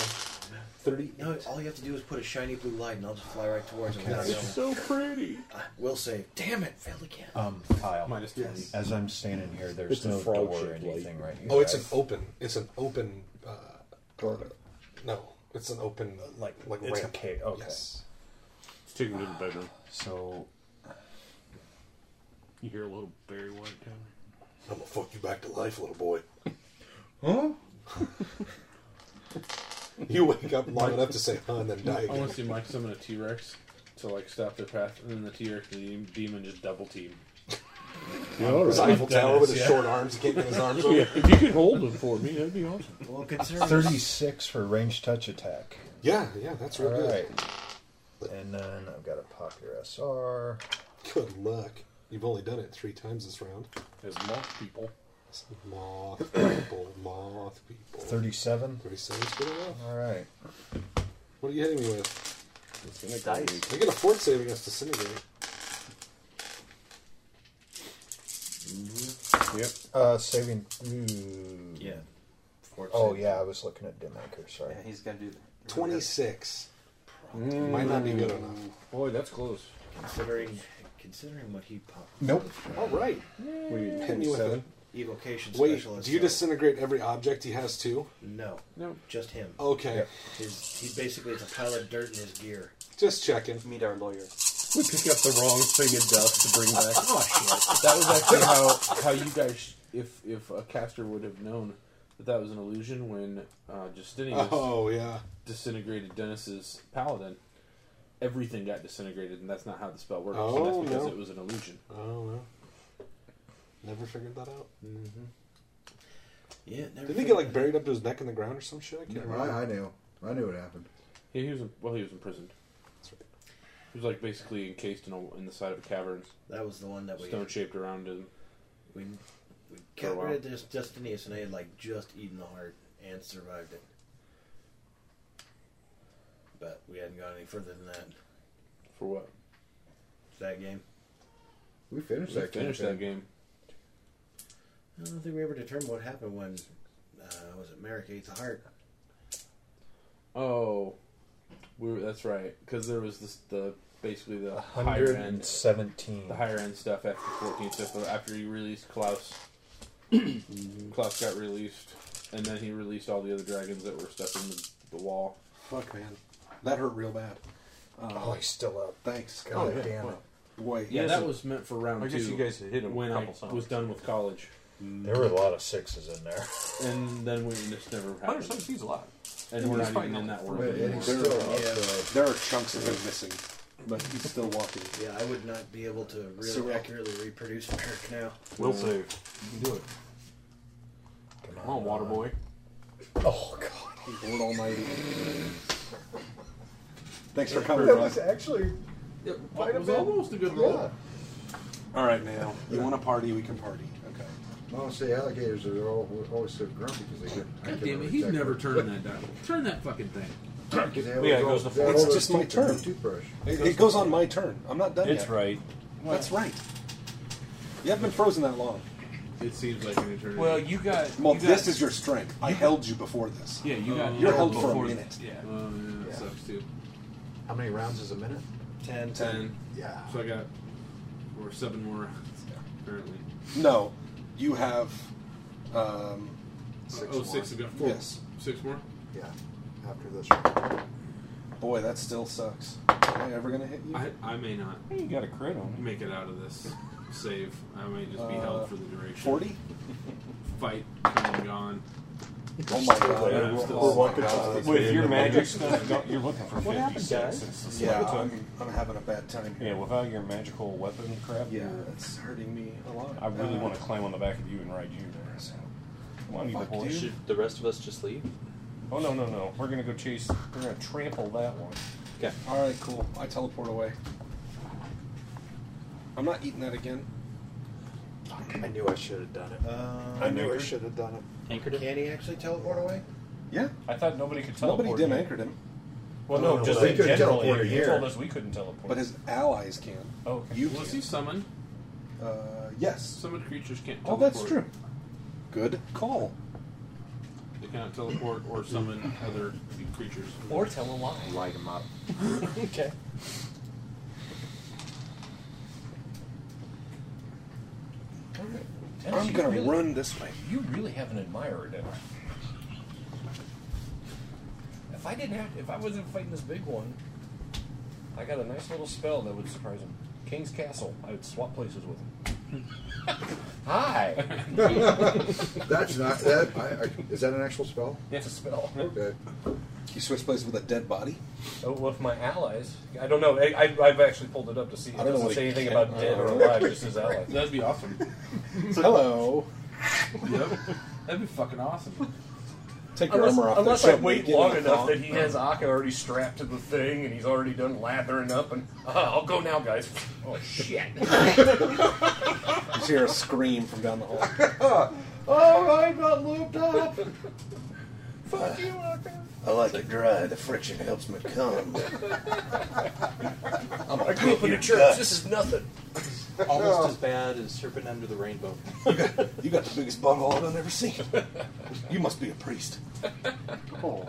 Speaker 6: Thirty.
Speaker 2: No, it's- all you have to do is put a shiny blue light, and I'll just fly right towards him.
Speaker 11: Okay.
Speaker 2: without
Speaker 11: It's
Speaker 2: knowing.
Speaker 1: pretty.
Speaker 2: I will save. Damn it! Failed again.
Speaker 11: Um, Kyle, as I'm standing here, there's
Speaker 2: It's a
Speaker 11: no
Speaker 2: frog
Speaker 11: door or
Speaker 2: shaped light.
Speaker 11: anything right here.
Speaker 6: Oh, it's an
Speaker 11: right?
Speaker 6: open. It's an open. Uh, No, it's an open like like
Speaker 11: it's
Speaker 6: ramp.
Speaker 11: a cave. Okay.
Speaker 6: Yes.
Speaker 1: Let's take him to the bedroom.
Speaker 11: So
Speaker 1: You hear a little Barry White down
Speaker 6: I'm gonna fuck you back to life, little boy.
Speaker 11: Huh?
Speaker 6: You wake up long enough to say "huh" and then die
Speaker 5: I want
Speaker 6: again.
Speaker 5: to see Mike summon a T Rex to like stop their path, and then the T Rex and the demon just double team.
Speaker 6: His
Speaker 5: I'm
Speaker 6: Eiffel Tower
Speaker 5: Dennis,
Speaker 6: with his
Speaker 5: yeah.
Speaker 6: short arms. He can't get his arms over.
Speaker 5: Yeah, if you could hold him for me, that'd be awesome.
Speaker 2: Well,
Speaker 11: Thirty-six for range touch attack.
Speaker 6: Yeah, yeah, that's real
Speaker 11: All
Speaker 6: good.
Speaker 11: right. And then I've got to pop your SR.
Speaker 6: Good luck. You've only done it three times this round.
Speaker 5: As moth people.
Speaker 6: Moth people, moth people.
Speaker 11: Thirty-seven.
Speaker 6: Thirty-seven's good enough.
Speaker 11: All right.
Speaker 6: What are you hitting me with?
Speaker 1: Dice.
Speaker 6: They get a fort save against disintegrate.
Speaker 1: Yep.
Speaker 11: Uh, saving. Ooh.
Speaker 6: Yeah.
Speaker 11: oh
Speaker 6: saving.
Speaker 11: yeah, I was looking at Dimaker. Sorry.
Speaker 6: he's gonna do Twenty-six. Might
Speaker 5: Mm.
Speaker 6: not be good enough.
Speaker 5: Boy, that's close.
Speaker 2: Considering, considering what he popped.
Speaker 11: Nope.
Speaker 6: All right.
Speaker 2: What
Speaker 5: do you mean,
Speaker 6: Hit me with it.
Speaker 5: seven?
Speaker 2: Evocation
Speaker 6: Wait,
Speaker 2: specialist.
Speaker 6: do you
Speaker 2: no.
Speaker 6: disintegrate every object he has too?
Speaker 2: No.
Speaker 5: No.
Speaker 2: Just him.
Speaker 6: Okay.
Speaker 2: His, he basically it's a pile of dirt in his gear.
Speaker 6: Just checking.
Speaker 24: Meet our lawyer.
Speaker 25: We pick up the wrong thing of dust to bring back.
Speaker 5: Oh, That was actually how, how you guys, if if a caster would have known that that was an illusion when uh, Justinian
Speaker 6: Oh, yeah.
Speaker 5: disintegrated Dennis's paladin, everything got disintegrated, and that's not how the spell works.
Speaker 6: Oh,
Speaker 5: that's because
Speaker 6: no.
Speaker 5: it was an illusion.
Speaker 6: Oh no. Never figured that out. Mm-hmm.
Speaker 2: Yeah. Never
Speaker 6: Didn't he get like buried up to his neck in the ground or some shit? I can't
Speaker 26: No,
Speaker 6: remember.
Speaker 26: I, I knew. I knew what happened.
Speaker 5: Yeah, he was in- well. He was imprisoned. He was like basically encased in, a, in the side of a cavern.
Speaker 2: That was the one that we-
Speaker 5: stone shaped around him.
Speaker 2: We we
Speaker 5: For a
Speaker 2: got
Speaker 5: while.
Speaker 2: rid of this Destinius, and they had like just eaten the heart and survived it. But we hadn't gone any further than that.
Speaker 5: For what?
Speaker 2: That game.
Speaker 10: We finished
Speaker 1: We
Speaker 10: that
Speaker 1: finished
Speaker 10: campaign.
Speaker 1: that game.
Speaker 27: I don't think we ever determined what happened when uh, was it Merrick ate the heart.
Speaker 1: Oh, we were, that's right. Because there was this the basically the higher end,
Speaker 28: 117.
Speaker 1: the higher end stuff after 14th, stuff after he released Klaus. Klaus got released, and then he released all the other dragons that were stuck in the, the wall.
Speaker 6: Fuck, man, that hurt real bad.
Speaker 1: Oh,
Speaker 6: he's still up. Thanks.
Speaker 1: Oh,
Speaker 6: God
Speaker 1: yeah,
Speaker 6: damn
Speaker 1: well.
Speaker 6: it. Wait.
Speaker 1: Yeah, that was meant for round
Speaker 5: I
Speaker 1: two.
Speaker 5: guess you guys hit him
Speaker 1: when
Speaker 5: a
Speaker 1: I
Speaker 5: couple times.
Speaker 1: was done with college.
Speaker 28: There were a lot of sixes in there.
Speaker 1: And then we just never happened.
Speaker 5: seems a lot.
Speaker 1: And we're not even in that world anymore.
Speaker 6: There are chunks of him missing, but he's still walking.
Speaker 27: Yeah, I would not be able to really
Speaker 6: So-
Speaker 27: accurately reproduce Merrick now.
Speaker 5: Will save. You can do it.
Speaker 28: Come
Speaker 5: on, water boy.
Speaker 28: Oh
Speaker 6: God, Lord Almighty. Thanks for coming,
Speaker 29: That
Speaker 6: Ron.
Speaker 29: was actually quite a
Speaker 1: was
Speaker 29: bit.
Speaker 1: almost a good
Speaker 29: roll.
Speaker 6: All right, now you want to party? We can party. Okay.
Speaker 10: Honestly, alligators are all, always so grumpy because they couldn't. I
Speaker 1: God
Speaker 10: couldn't
Speaker 1: damn it,
Speaker 10: really
Speaker 1: he's
Speaker 10: check
Speaker 1: never
Speaker 10: them.
Speaker 1: turning that dial. Turn that fucking thing.
Speaker 10: 'Cause they have
Speaker 1: Yeah, it
Speaker 10: all-
Speaker 1: goes to
Speaker 10: they have
Speaker 1: four.
Speaker 10: all
Speaker 1: It's just
Speaker 10: those
Speaker 1: my
Speaker 10: teeth in their
Speaker 1: turn.
Speaker 10: Toothbrush.
Speaker 6: It, it goes on my turn. I'm not done
Speaker 5: It's
Speaker 6: yet.
Speaker 5: right.
Speaker 6: That's right. You haven't been frozen that long.
Speaker 1: It seems like an eternity.
Speaker 5: Well, you got.
Speaker 6: Well,
Speaker 5: you got-
Speaker 6: this is your strength. I held you before this.
Speaker 5: Yeah, you got.
Speaker 6: You're held for
Speaker 5: before
Speaker 6: a minute.
Speaker 5: uh, Yeah.
Speaker 1: Um,
Speaker 6: Yeah.
Speaker 1: Sucks too.
Speaker 28: How many rounds is a minute?
Speaker 27: Ten.
Speaker 1: Ten.
Speaker 28: Yeah.
Speaker 1: So I got or seven more apparently.
Speaker 6: No, you have. Um,
Speaker 1: oh, six. I got four.
Speaker 6: Yes.
Speaker 1: Six more.
Speaker 6: Yeah. After this round. Boy, that still sucks. Am I ever gonna hit you?
Speaker 1: I, I may not.
Speaker 5: You got a crit on
Speaker 1: Make it out of this save. I may just be
Speaker 6: Uh,
Speaker 1: held for the duration.
Speaker 6: 40?
Speaker 1: Fight come and gone.
Speaker 6: Oh my god.
Speaker 1: Yeah, I'm still-
Speaker 6: Oh my god.
Speaker 5: With your magic stuff, don't- you're looking for
Speaker 6: What happened,
Speaker 5: 56.
Speaker 6: guys?
Speaker 5: It's the
Speaker 6: Yeah,
Speaker 5: same.
Speaker 6: I'm, I'm having a bad time here.
Speaker 5: Yeah, without your magical weapon crap,
Speaker 6: Yeah,
Speaker 5: you're-
Speaker 6: it's hurting me a lot.
Speaker 5: I really
Speaker 6: Uh,
Speaker 5: want to climb on the back of you and ride you there. So. Come on, you
Speaker 6: Fuck,
Speaker 5: horse.
Speaker 6: dude.
Speaker 2: Should the rest of us just leave?
Speaker 5: Oh no, no, no! We're gonna go chase. We're gonna trample that one.
Speaker 2: Okay.
Speaker 6: All right, cool. I teleport away. I'm not eating that again. Uh,
Speaker 28: I knew I should have done it.
Speaker 27: Um,
Speaker 28: I knew I should have done it.
Speaker 2: Anchored it?
Speaker 27: Can he actually teleport away?
Speaker 6: Yeah.
Speaker 5: I thought nobody could teleport.
Speaker 6: Nobody did
Speaker 5: you.
Speaker 6: anchor him,
Speaker 5: Well,
Speaker 28: No,
Speaker 6: Oh,
Speaker 5: no,
Speaker 28: no,
Speaker 5: just
Speaker 28: they
Speaker 5: in
Speaker 28: couldn't
Speaker 5: general.
Speaker 28: teleport
Speaker 5: you- You
Speaker 28: here.
Speaker 5: told us we couldn't teleport.
Speaker 6: but his allies can.
Speaker 5: oh, okay.
Speaker 6: You
Speaker 1: Was
Speaker 6: can.
Speaker 1: he summoned?
Speaker 6: Uh, yes.
Speaker 1: Summoned creatures can't.
Speaker 6: Oh,
Speaker 1: Teleport.
Speaker 6: that's true. Good call.
Speaker 1: They cannot teleport or summon other creatures.
Speaker 2: Or tell a lie.
Speaker 28: Light him up.
Speaker 2: okay.
Speaker 6: I'm gonna run this way.
Speaker 28: You really have an admirer, don't you?
Speaker 5: If I didn't have, if I wasn't fighting this big one, I got a nice little spell that would surprise him. King's Castle. I would swap places with him. Hi.
Speaker 10: That's not that. I, I, is that an actual spell?
Speaker 5: It's a spell.
Speaker 10: Okay.
Speaker 6: You switch places with a dead body.
Speaker 5: Oh, with my allies, I don't know. I, I, I've actually pulled it up to see. It
Speaker 6: I don't know
Speaker 5: doesn't
Speaker 6: what
Speaker 5: say
Speaker 6: it
Speaker 5: anything
Speaker 6: can-
Speaker 5: about dead
Speaker 6: I
Speaker 5: or
Speaker 6: don't know.
Speaker 5: alive, just his allies.
Speaker 1: That'd be awesome.
Speaker 6: Hello.
Speaker 1: yep. That'd be fucking awesome.
Speaker 6: Take your
Speaker 5: Unless,
Speaker 6: armor off.
Speaker 5: unless
Speaker 6: and
Speaker 5: I
Speaker 6: shove me,
Speaker 5: wait
Speaker 6: get in
Speaker 5: long
Speaker 6: the
Speaker 5: enough
Speaker 6: thong.
Speaker 5: that he has uh, Akka already strapped to the thing and he's already done lathering up, and uh, I'll go now, guys. Oh shit!
Speaker 6: You hear a scream from down the hall.
Speaker 28: Oh, I'm not looped up. Fuck you,
Speaker 27: I like it dry. The friction helps me come.
Speaker 6: I'm
Speaker 5: I grew up in
Speaker 27: your
Speaker 5: a church.
Speaker 27: guts.
Speaker 5: This is nothing.
Speaker 2: Almost as bad as Serpent Under the Rainbow.
Speaker 6: You got the biggest butthole I've ever seen. You must be a priest. Oh.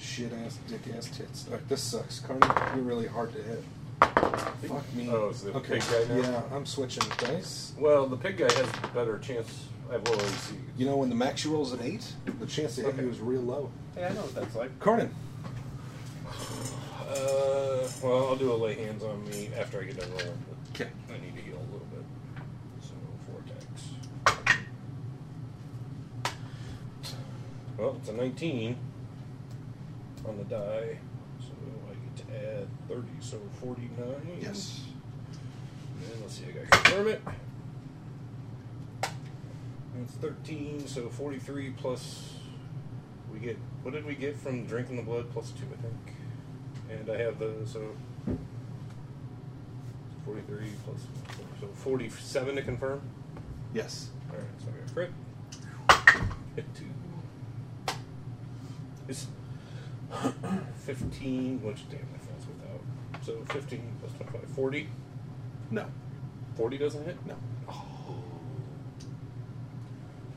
Speaker 6: Shit ass, dick ass tits. Alright, this sucks. Carney, you're really hard to hit. Fuck me.
Speaker 5: Oh, is the pig guy now?
Speaker 6: Yeah, I'm switching dice.
Speaker 5: Well, the pig guy has better chance. I have lower AC.
Speaker 6: You know, when the max you roll is an 8, the chance to hit
Speaker 5: Okay.
Speaker 6: you is real low.
Speaker 5: Hey, I know what that's like.
Speaker 6: Carnan,
Speaker 5: Uh, well, I'll do a lay hands on me after I get done rolling. Okay. I need to heal a little bit. So four attacks. Well, it's a 19 on the die, so I get to add 30, so 49.
Speaker 6: Yes.
Speaker 5: And let's see, I got confirm it. And it's 13, so 43 plus. We get what did we get from drinking the blood plus two, I think. And I have the so 43 plus so 47 to confirm.
Speaker 6: Yes.
Speaker 5: All right, so I got a crit. Hit two. It's 15, which damn that falls without. So 15 plus 25, 40.
Speaker 6: No.
Speaker 5: 40 doesn't hit?
Speaker 6: No.
Speaker 5: Oh.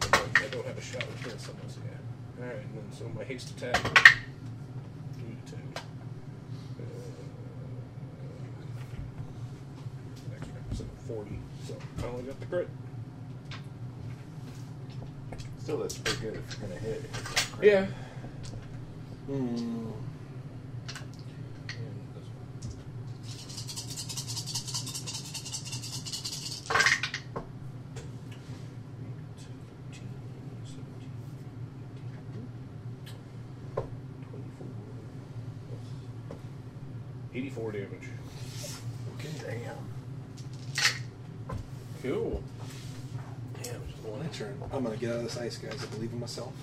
Speaker 5: I don't have a shot with this unless, yeah. Alright, and then so my haste attack. Two to ten. Uh, extra, so 40. So I only got the crit.
Speaker 30: Still, that's pretty good if you're gonna hit. Hmm.
Speaker 5: Yeah. Eighty-four damage.
Speaker 30: Okay, damn.
Speaker 5: Cool.
Speaker 6: My turn. I'm gonna get out of this ice, guys. I believe in myself.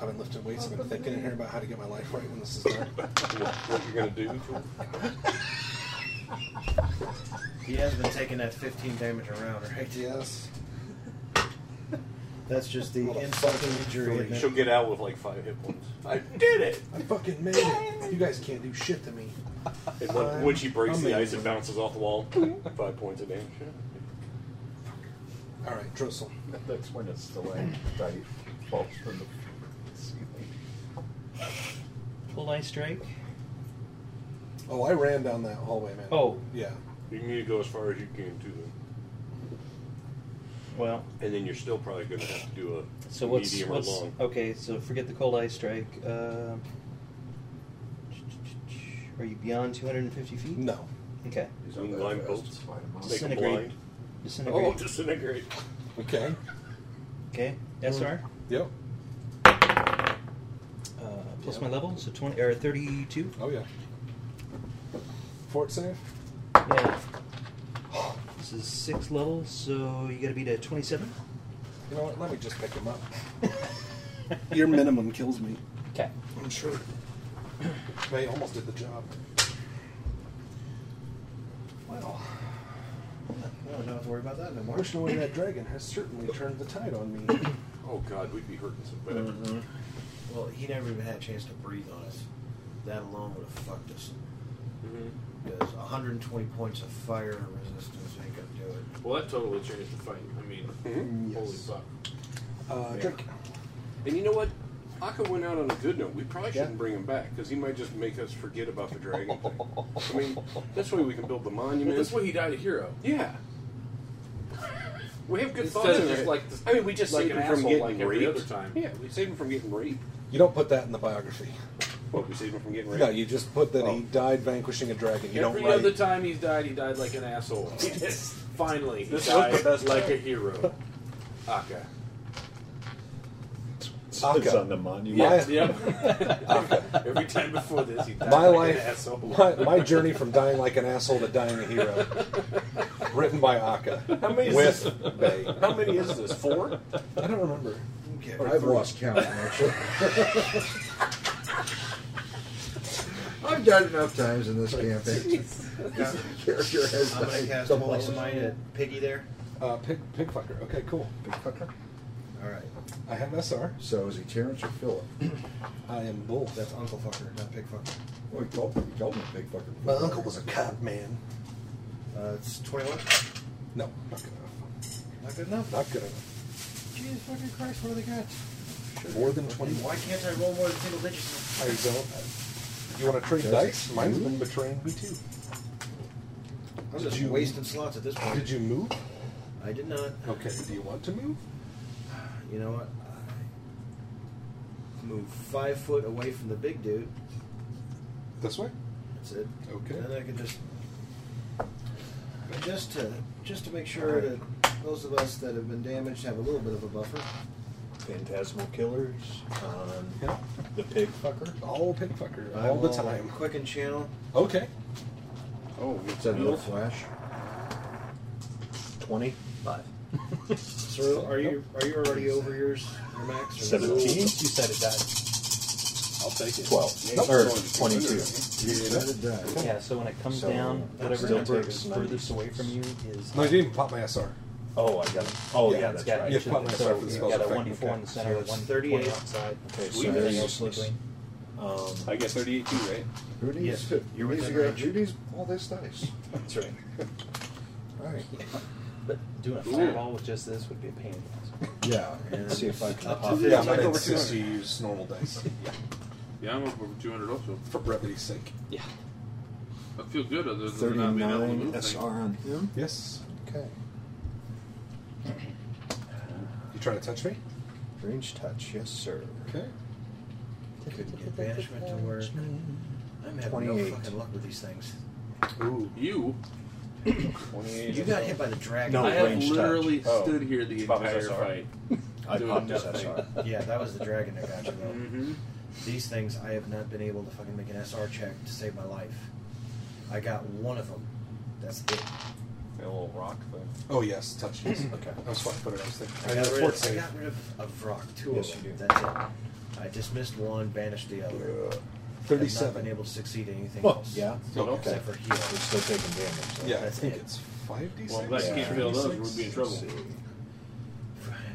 Speaker 6: I've been lifting weights. I've been thinking in here about how to get my life right when this is done.
Speaker 5: what you're gonna do to
Speaker 31: He has been taking that 15 damage around, right?
Speaker 6: Yes.
Speaker 31: That's just the insult to injury. isn't it?
Speaker 5: She'll get out with like five hit points. I did it!
Speaker 6: I fucking made it. You guys can't do shit to me.
Speaker 5: And when, when she breaks the
Speaker 6: Amazing.
Speaker 5: ice and bounces off the wall, five points of damage.
Speaker 6: All right, Drossel.
Speaker 30: That's when it's stalactite falls from the ceiling.
Speaker 2: Full ice strike.
Speaker 6: Oh, I ran down that hallway, man.
Speaker 2: Oh.
Speaker 6: yeah.
Speaker 5: You need to go as far as you can too. Then.
Speaker 2: Well,
Speaker 5: and then you're still probably going to have to do a
Speaker 2: So what's,
Speaker 5: medium
Speaker 2: what's
Speaker 5: or long.
Speaker 2: okay? So forget the cold ice strike. Uh, are you beyond 250 feet?
Speaker 6: No.
Speaker 2: Okay.
Speaker 5: He's on blind bolts. Make him
Speaker 2: Disintegrate.
Speaker 5: blind.
Speaker 2: Disintegrate.
Speaker 5: Oh, disintegrate.
Speaker 6: Okay.
Speaker 2: Okay. SR.
Speaker 6: Yep.
Speaker 2: Uh, plus my level, so 20 or 32.
Speaker 6: Oh yeah. Fort save.
Speaker 2: Yeah. This is six levels, so you got to beat a 27.
Speaker 6: You know what? Let me just pick him up. Your minimum kills me.
Speaker 2: Okay.
Speaker 6: I'm sure. They almost did the job. Well,
Speaker 31: I don't have to worry about that no more.
Speaker 6: Pushing away that dragon has certainly turned the tide on me.
Speaker 5: Oh God, we'd be hurting so bad.
Speaker 31: Well, he never even had a chance to breathe on us. That alone would have fucked us.
Speaker 5: Mm-hmm.
Speaker 31: Because 120 points of fire resistance ain't gonna do it.
Speaker 1: Well, that totally changed the fight. I mean,
Speaker 30: Mm-hmm.
Speaker 1: holy fuck.
Speaker 6: Uh,
Speaker 5: Yeah.
Speaker 6: Drake.
Speaker 5: And you know what? Aka went out on a good note. We probably shouldn't bring him back because he might just make us forget about the dragon thing. I mean, this way we can build the monument.
Speaker 1: Well, this way he died a hero.
Speaker 5: Yeah. We have good
Speaker 1: Instead
Speaker 5: thoughts.
Speaker 1: of
Speaker 5: in
Speaker 1: just
Speaker 5: it.
Speaker 1: like the-
Speaker 5: I mean, we just
Speaker 1: like
Speaker 5: saved
Speaker 1: an
Speaker 5: him from
Speaker 1: asshole
Speaker 5: getting
Speaker 1: like
Speaker 5: raped.
Speaker 1: every other time.
Speaker 5: Yeah, we saved him from getting raped.
Speaker 6: You don't put that in the biography.
Speaker 5: What, we saved him from getting raped?
Speaker 6: No, you just put that
Speaker 5: Oh.
Speaker 6: he died vanquishing a dragon. You
Speaker 1: Every
Speaker 6: don't write.
Speaker 1: other time he's died, he died like an asshole. He just- Finally, he
Speaker 6: This was
Speaker 1: died
Speaker 6: the best
Speaker 1: like
Speaker 6: part.
Speaker 1: a hero. Aka.
Speaker 6: Aka.
Speaker 1: Yeah,
Speaker 6: My-
Speaker 1: yep. Aka. Every time before this, he died
Speaker 6: my
Speaker 1: like an
Speaker 6: life,
Speaker 1: asshole.
Speaker 6: my, my journey from dying like an asshole to dying a hero, written by Akka.
Speaker 1: How many is
Speaker 6: with
Speaker 1: this?
Speaker 6: Bay.
Speaker 1: How many is this? Four?
Speaker 6: I don't remember. Or
Speaker 10: I've
Speaker 6: three.
Speaker 10: lost count. actually. I've died enough times in this campaign.
Speaker 31: Yeah.
Speaker 10: Character has
Speaker 31: I'm gonna
Speaker 10: died
Speaker 31: cast
Speaker 10: double.
Speaker 31: Holy Smite at Piggy there.
Speaker 6: Uh, pig, pig fucker. Okay, cool. Pig fucker.
Speaker 31: All right.
Speaker 6: I have SR.
Speaker 10: So is he Terrence or Philip?
Speaker 6: I am both.
Speaker 31: That's Uncle Fucker, not Pig Fucker.
Speaker 10: Well, he told, he told me big fucker.
Speaker 6: My uncle was a cop, man.
Speaker 31: Uh, it's 21.
Speaker 6: No, not good enough.
Speaker 31: Not good enough.
Speaker 6: Not good enough.
Speaker 31: Jesus fucking Christ, what do they got?
Speaker 6: More than 20.
Speaker 31: Why can't I roll more than single digits?
Speaker 6: I don't. You want to trade
Speaker 31: Does
Speaker 6: dice?
Speaker 31: it
Speaker 6: Mine's
Speaker 31: move?
Speaker 6: been betraying me too.
Speaker 31: I'm
Speaker 6: Did
Speaker 31: just
Speaker 6: you-
Speaker 31: wasting slots at this point.
Speaker 6: Did you move?
Speaker 31: I did not.
Speaker 6: Okay. Do you want to move?
Speaker 31: You know what? I move five foot away from the big dude.
Speaker 6: This way?
Speaker 31: That's it.
Speaker 6: Okay.
Speaker 31: And I can just just to just to make sure that those of us that have been damaged have a little bit of a buffer.
Speaker 32: Phantasmal killers on the pig fucker.
Speaker 6: All pig fucker.
Speaker 31: I
Speaker 6: All the
Speaker 31: will
Speaker 6: time.
Speaker 31: Quicken channel.
Speaker 6: Okay.
Speaker 5: Oh,
Speaker 10: It's a little flash.
Speaker 32: 25.
Speaker 31: So are you are you already over yours, your max? or-
Speaker 32: 17?
Speaker 31: You said it died.
Speaker 6: I'll take it.
Speaker 32: 12.
Speaker 31: Nope.
Speaker 32: Or
Speaker 31: Going to
Speaker 32: 22.
Speaker 2: Yeah, so when it comes
Speaker 32: So,
Speaker 2: down,
Speaker 32: I'm
Speaker 2: whatever
Speaker 32: still
Speaker 2: number
Speaker 32: taking
Speaker 2: is
Speaker 32: nine.
Speaker 2: furthest away from you is.
Speaker 6: No, you didn't even pop my SR.
Speaker 32: Oh, I got it. Oh, yeah, that's
Speaker 2: it's got
Speaker 32: right.
Speaker 2: each of
Speaker 32: pop
Speaker 2: them.
Speaker 32: my
Speaker 2: So
Speaker 32: SR for the
Speaker 2: you
Speaker 32: spell's
Speaker 2: got a
Speaker 32: effect.
Speaker 2: 1d4 in the center,
Speaker 32: Okay.
Speaker 2: 138 outside.
Speaker 32: Okay, so
Speaker 2: Sweet.
Speaker 32: there's
Speaker 2: Everything
Speaker 32: useless.
Speaker 2: else is
Speaker 32: Um,
Speaker 5: I guess 38 too, right?
Speaker 10: Who needs,
Speaker 31: Yes.
Speaker 10: who
Speaker 31: You're
Speaker 10: needs
Speaker 31: within
Speaker 10: to go-
Speaker 31: range.
Speaker 10: who needs all this dice?
Speaker 32: That's right.
Speaker 10: Alright.
Speaker 2: But doing a fireball with just this would be a pain. Uh, in the ass.
Speaker 1: Uh,
Speaker 10: Yeah, and see if I can
Speaker 2: Up to
Speaker 10: pop
Speaker 2: fifty.
Speaker 6: Uh, Yeah, mine
Speaker 2: Over
Speaker 6: insists you
Speaker 2: 200.
Speaker 6: use normal dice. yeah.
Speaker 1: Yeah, I'm up over 200 also.
Speaker 6: For brevity's sake.
Speaker 2: Yeah.
Speaker 1: I feel good other than not being able to
Speaker 10: 39
Speaker 1: move.
Speaker 10: SR
Speaker 1: things.
Speaker 10: on him.
Speaker 6: Yes.
Speaker 10: Okay.
Speaker 6: You trying to touch me?
Speaker 10: Range touch, yes, sir.
Speaker 6: Okay.
Speaker 5: Couldn't get banishment to work. I'm having no
Speaker 10: 28.
Speaker 5: fucking luck with these things.
Speaker 6: Ooh.
Speaker 1: You?
Speaker 5: You got hit by the dragon.
Speaker 1: I have literally stood here the entire fight. doing nothing.
Speaker 5: Yeah, that was the dragon that got you though. These things, I have not been able to fucking make an SR check to save my life. I got one of them. That's it.
Speaker 33: That little rock thing.
Speaker 6: Oh, yes, touch. Yes. okay. I was fucking put it. I was thinking. I got a
Speaker 5: rid
Speaker 6: fort
Speaker 5: of, I
Speaker 6: save.
Speaker 5: got rid of, of Rock, two
Speaker 6: Yes,
Speaker 5: of
Speaker 6: you did.
Speaker 5: them. That's it. I dismissed one, banished the other. I've
Speaker 6: 37.
Speaker 5: not been able to succeed at anything
Speaker 6: Well,
Speaker 5: else.
Speaker 6: yeah.
Speaker 5: So,
Speaker 6: Okay.
Speaker 5: Except for heal.
Speaker 6: We're still taking damage, so Yeah, I
Speaker 5: that's
Speaker 6: think
Speaker 5: it.
Speaker 6: it's 5d6?
Speaker 5: Well,
Speaker 6: Well, if I can't feel those,
Speaker 5: we'd
Speaker 6: we'd be in trouble.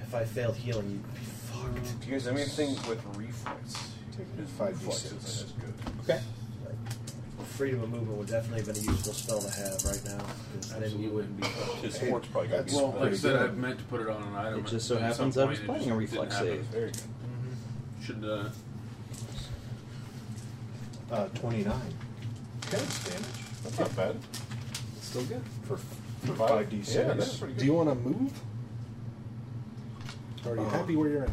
Speaker 5: If I failed healing, you'd be fucked.
Speaker 33: Do you guys have anything with reflex?
Speaker 5: It's five
Speaker 33: reflexes.
Speaker 5: d6. Okay. Freedom of movement would definitely have been a useful spell to have right now. 'cause Then you wouldn't be.
Speaker 33: His
Speaker 5: Hey,
Speaker 33: sword's probably got
Speaker 5: that's
Speaker 1: Well, like I
Speaker 5: pretty
Speaker 1: said,
Speaker 5: good.
Speaker 1: I meant to put it on an item.
Speaker 2: It just so
Speaker 1: at some
Speaker 2: happens I
Speaker 1: point,
Speaker 2: was
Speaker 1: it
Speaker 2: playing
Speaker 1: just
Speaker 2: a
Speaker 1: didn't
Speaker 2: reflex
Speaker 1: happen.
Speaker 2: save. Very
Speaker 1: Should, uh,
Speaker 34: Uh, 29. Okay, damage. That's not bad.
Speaker 6: Still good.
Speaker 34: For, for
Speaker 6: Five-
Speaker 34: 5d6.
Speaker 6: Yeah, that's pretty good. Do you want to move? Or are you
Speaker 34: Uh,
Speaker 6: happy where you're at?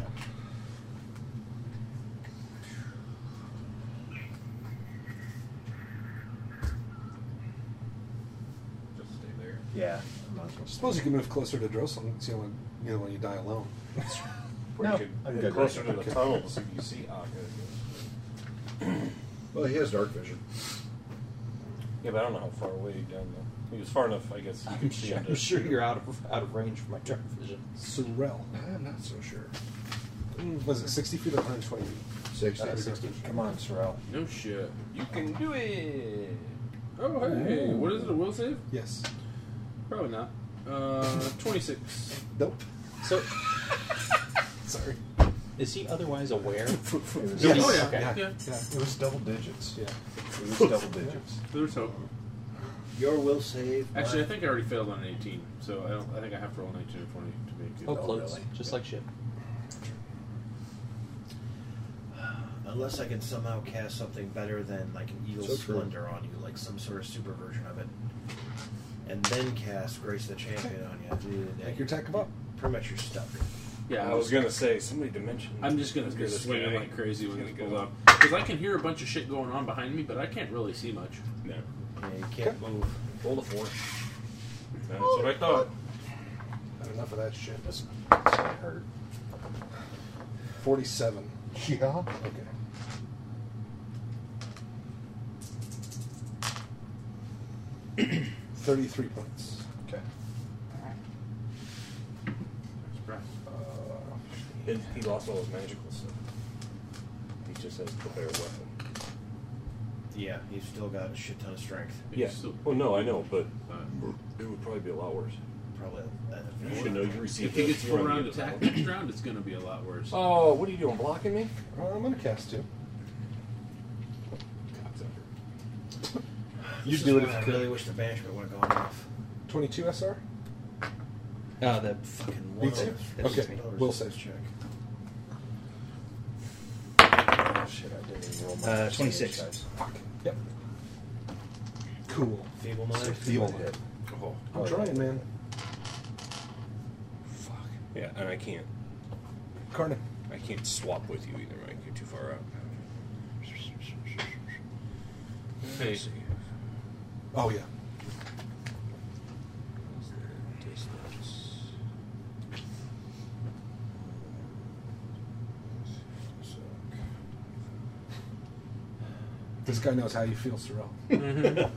Speaker 33: Just stay there.
Speaker 34: Yeah.
Speaker 6: Suppose you can move closer to Drossel and see when you know when you die alone.
Speaker 33: Or you could get closer to the tunnel to see if you see Akka.
Speaker 35: Well, he has dark vision.
Speaker 33: Yeah, but I don't know how far away down the. He was far enough, I guess. You
Speaker 2: I'm
Speaker 33: could see
Speaker 2: sure,
Speaker 33: him
Speaker 2: I'm
Speaker 33: to-
Speaker 2: sure you're out of out of range for my dark vision.
Speaker 6: Sorrel. Mm,
Speaker 10: I'm not so sure.
Speaker 6: Was it 60 feet or 120 feet?
Speaker 10: 60.
Speaker 6: Uh,
Speaker 10: Come on, Sorrel.
Speaker 1: no shit.
Speaker 33: You can do it.
Speaker 1: Oh, hey, hey, what is it? A will save?
Speaker 6: Yes.
Speaker 1: Probably not. Uh, 26.
Speaker 6: Nope.
Speaker 2: So,
Speaker 6: sorry.
Speaker 2: Is he otherwise aware?
Speaker 1: was- Yes. Oh, yeah. Yeah. Yeah.
Speaker 34: It was double digits.
Speaker 6: Yeah.
Speaker 34: It was double digits.
Speaker 1: There's hope.
Speaker 5: Your will save.
Speaker 1: Actually, I think I already failed on an 18, so I don't. I think I have to roll an 18 or 20 to make it.
Speaker 2: Oh, close. Just like shit.
Speaker 5: Unless I can somehow cast something better than like an evil
Speaker 10: So true.
Speaker 5: splendor on you, like some sort of super version of it, and then cast Grace the Champion on you. Dude,
Speaker 6: Make your attack up.
Speaker 5: Pretty much you're stuck.
Speaker 1: Yeah,
Speaker 33: I was gonna say somebody dimension.
Speaker 1: I'm just gonna be
Speaker 33: This
Speaker 1: swinging
Speaker 33: guy.
Speaker 1: like crazy when
Speaker 33: He's
Speaker 1: this
Speaker 33: gonna
Speaker 1: goes
Speaker 33: go.
Speaker 1: up because I can hear a bunch of shit going on behind me, but I can't really see much.
Speaker 33: No,
Speaker 5: Yeah, you can't move.
Speaker 33: roll the four. That's what I thought.
Speaker 6: Not enough of that shit.
Speaker 34: That's that's gonna hurt.
Speaker 6: 47.
Speaker 34: Yeah.
Speaker 6: Okay. Thirty-three points. Okay.
Speaker 33: He, he lost all his magical stuff. He just has the bare weapon.
Speaker 5: Yeah, you've still got a shit ton of strength.
Speaker 33: Yeah. Well, no, I know, but it would probably be a lot worse.
Speaker 5: Probably.
Speaker 33: You should know you received.
Speaker 1: If he
Speaker 33: a
Speaker 1: gets
Speaker 33: fear
Speaker 1: full
Speaker 33: on the
Speaker 1: round
Speaker 33: other
Speaker 1: attack
Speaker 33: round.
Speaker 1: next round, it's gonna be a lot worse.
Speaker 33: Oh, what are you doing? Blocking me?
Speaker 6: Uh, I'm gonna cast two. You
Speaker 5: This
Speaker 6: do
Speaker 5: is
Speaker 6: it
Speaker 5: why
Speaker 6: if
Speaker 5: I
Speaker 6: you
Speaker 5: really wish the banishment would have gone off.
Speaker 6: Twenty-two SR.
Speaker 2: Ah, that fucking one.
Speaker 6: Beats you.
Speaker 2: That beats
Speaker 6: Okay.
Speaker 2: me.
Speaker 6: Will save check. Oh, shit! I didn't even roll my
Speaker 5: Uh, 26.
Speaker 6: dice. Fuck. Yep. Cool.
Speaker 5: Feeble mind.
Speaker 6: Feeble hit.
Speaker 33: Oh,
Speaker 6: I'm trying, man.
Speaker 33: Yeah, and I can't.
Speaker 6: Carna.
Speaker 33: I can't swap with you either, Mike. You're too far out.
Speaker 1: Hey.
Speaker 6: Oh yeah. This guy knows how you feel, Sorrel.
Speaker 1: Him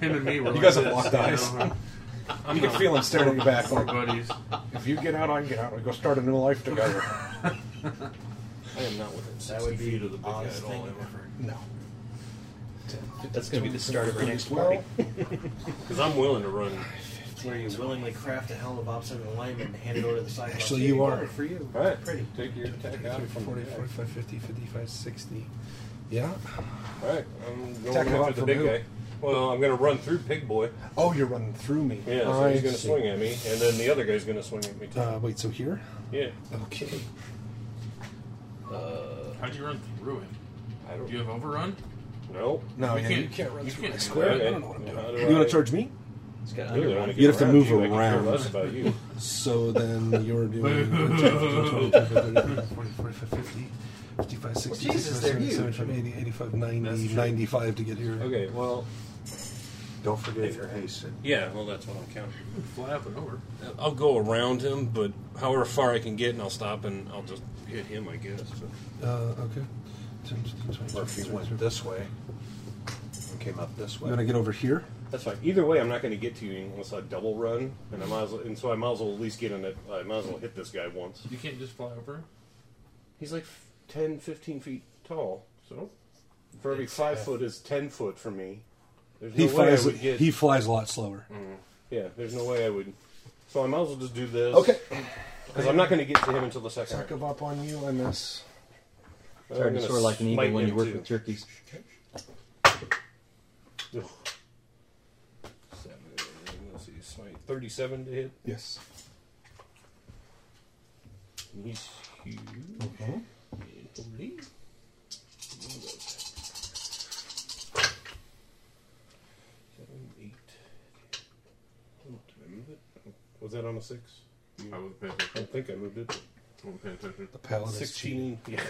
Speaker 1: and me were
Speaker 6: You
Speaker 1: like
Speaker 6: guys have
Speaker 1: this,
Speaker 6: locked
Speaker 1: you
Speaker 6: eyes.
Speaker 1: know?
Speaker 6: you can feel him staring at you back.
Speaker 1: We're
Speaker 6: Like,
Speaker 1: buddies.
Speaker 6: If you get out, I get out. We go start a new life together.
Speaker 33: I am not within 60
Speaker 5: That would be
Speaker 33: feet of the
Speaker 5: the
Speaker 33: big guy
Speaker 5: oddest
Speaker 33: at all.
Speaker 5: thing
Speaker 33: am I?
Speaker 5: ever.
Speaker 6: No.
Speaker 2: That's gonna be the start of our next
Speaker 6: Well,
Speaker 33: Because I'm willing to run.
Speaker 5: Where you willingly craft a hell of opposite alignment and hand it over to the side.
Speaker 6: Actually, you are.
Speaker 5: For you.
Speaker 33: All right.
Speaker 5: Pretty.
Speaker 33: Take your attack out.
Speaker 6: 40, 45, 50, 55, 60. Yeah.
Speaker 33: All right. I'm going
Speaker 6: Attack
Speaker 33: after
Speaker 6: him up
Speaker 33: the
Speaker 6: from
Speaker 33: big
Speaker 6: who?
Speaker 33: guy.
Speaker 1: Well, I'm going to run through Pig Boy.
Speaker 6: Oh, you're running through me.
Speaker 1: Yeah, so
Speaker 6: I
Speaker 1: he's going to
Speaker 6: see.
Speaker 1: swing at me, and then the other guy's going to swing at me too.
Speaker 6: Uh, wait, so here?
Speaker 1: yeah.
Speaker 6: Okay.
Speaker 5: How'd you run through him? I don't. Do you have overrun?
Speaker 1: No.
Speaker 6: No,
Speaker 5: you
Speaker 6: yeah,
Speaker 5: can't,
Speaker 6: you can't run
Speaker 5: you
Speaker 6: through
Speaker 5: can't
Speaker 6: my
Speaker 5: do
Speaker 6: square.
Speaker 5: that.
Speaker 6: I don't know what I'm
Speaker 5: Yeah,
Speaker 6: doing.
Speaker 5: how do
Speaker 6: You wanna
Speaker 5: I-
Speaker 6: charge me?
Speaker 5: It's got
Speaker 6: Really,
Speaker 5: underground.
Speaker 6: I wanna You'd have to move
Speaker 1: you. I could care
Speaker 6: around.
Speaker 1: less about you.
Speaker 6: So then you're doing 45, 50, 55, 60,
Speaker 1: Well, Jesus, they're
Speaker 6: 65, 75,
Speaker 1: huge.
Speaker 6: 80, 85, 90, 95 to get here.
Speaker 1: Okay, well.
Speaker 13: Don't forget your haste.
Speaker 1: Yeah, well, that's what I'm counting. Fly up and over. I'll go around him, but however far I can get, and I'll stop and I'll just hit him, I guess. But.
Speaker 6: Uh, okay. 10, 15, 20,
Speaker 13: Or if you went this way and came up this
Speaker 6: You
Speaker 13: way.
Speaker 6: want to get over here?
Speaker 1: That's fine. Either way, I'm not going to get to you unless I double run, and I might as well, and so I might as well at least get in it. I might as well hit this guy once.
Speaker 5: You can't just fly over him?
Speaker 1: He's like 10, 15 feet tall. So, for every five foot is ten foot for me. There's
Speaker 6: He
Speaker 1: no way I
Speaker 6: flies-
Speaker 1: would get.
Speaker 6: he flies a lot slower.
Speaker 1: Mm. yeah, there's no way I would. So I might as well just do this.
Speaker 6: Okay.
Speaker 1: Because I'm not going to get to him until the second.
Speaker 6: Suck up on you, I miss.
Speaker 1: I'm gonna smite him, too.
Speaker 6: turkeys.
Speaker 1: Ugh. Seven, let's see, smite. 37 to hit?
Speaker 6: Yes.
Speaker 1: And he's huge.
Speaker 6: Okay.
Speaker 1: And Seven, eight. Oh, did I move it? Was that on a six? I don't think I moved it. The
Speaker 6: paladin's
Speaker 1: 16, yeah,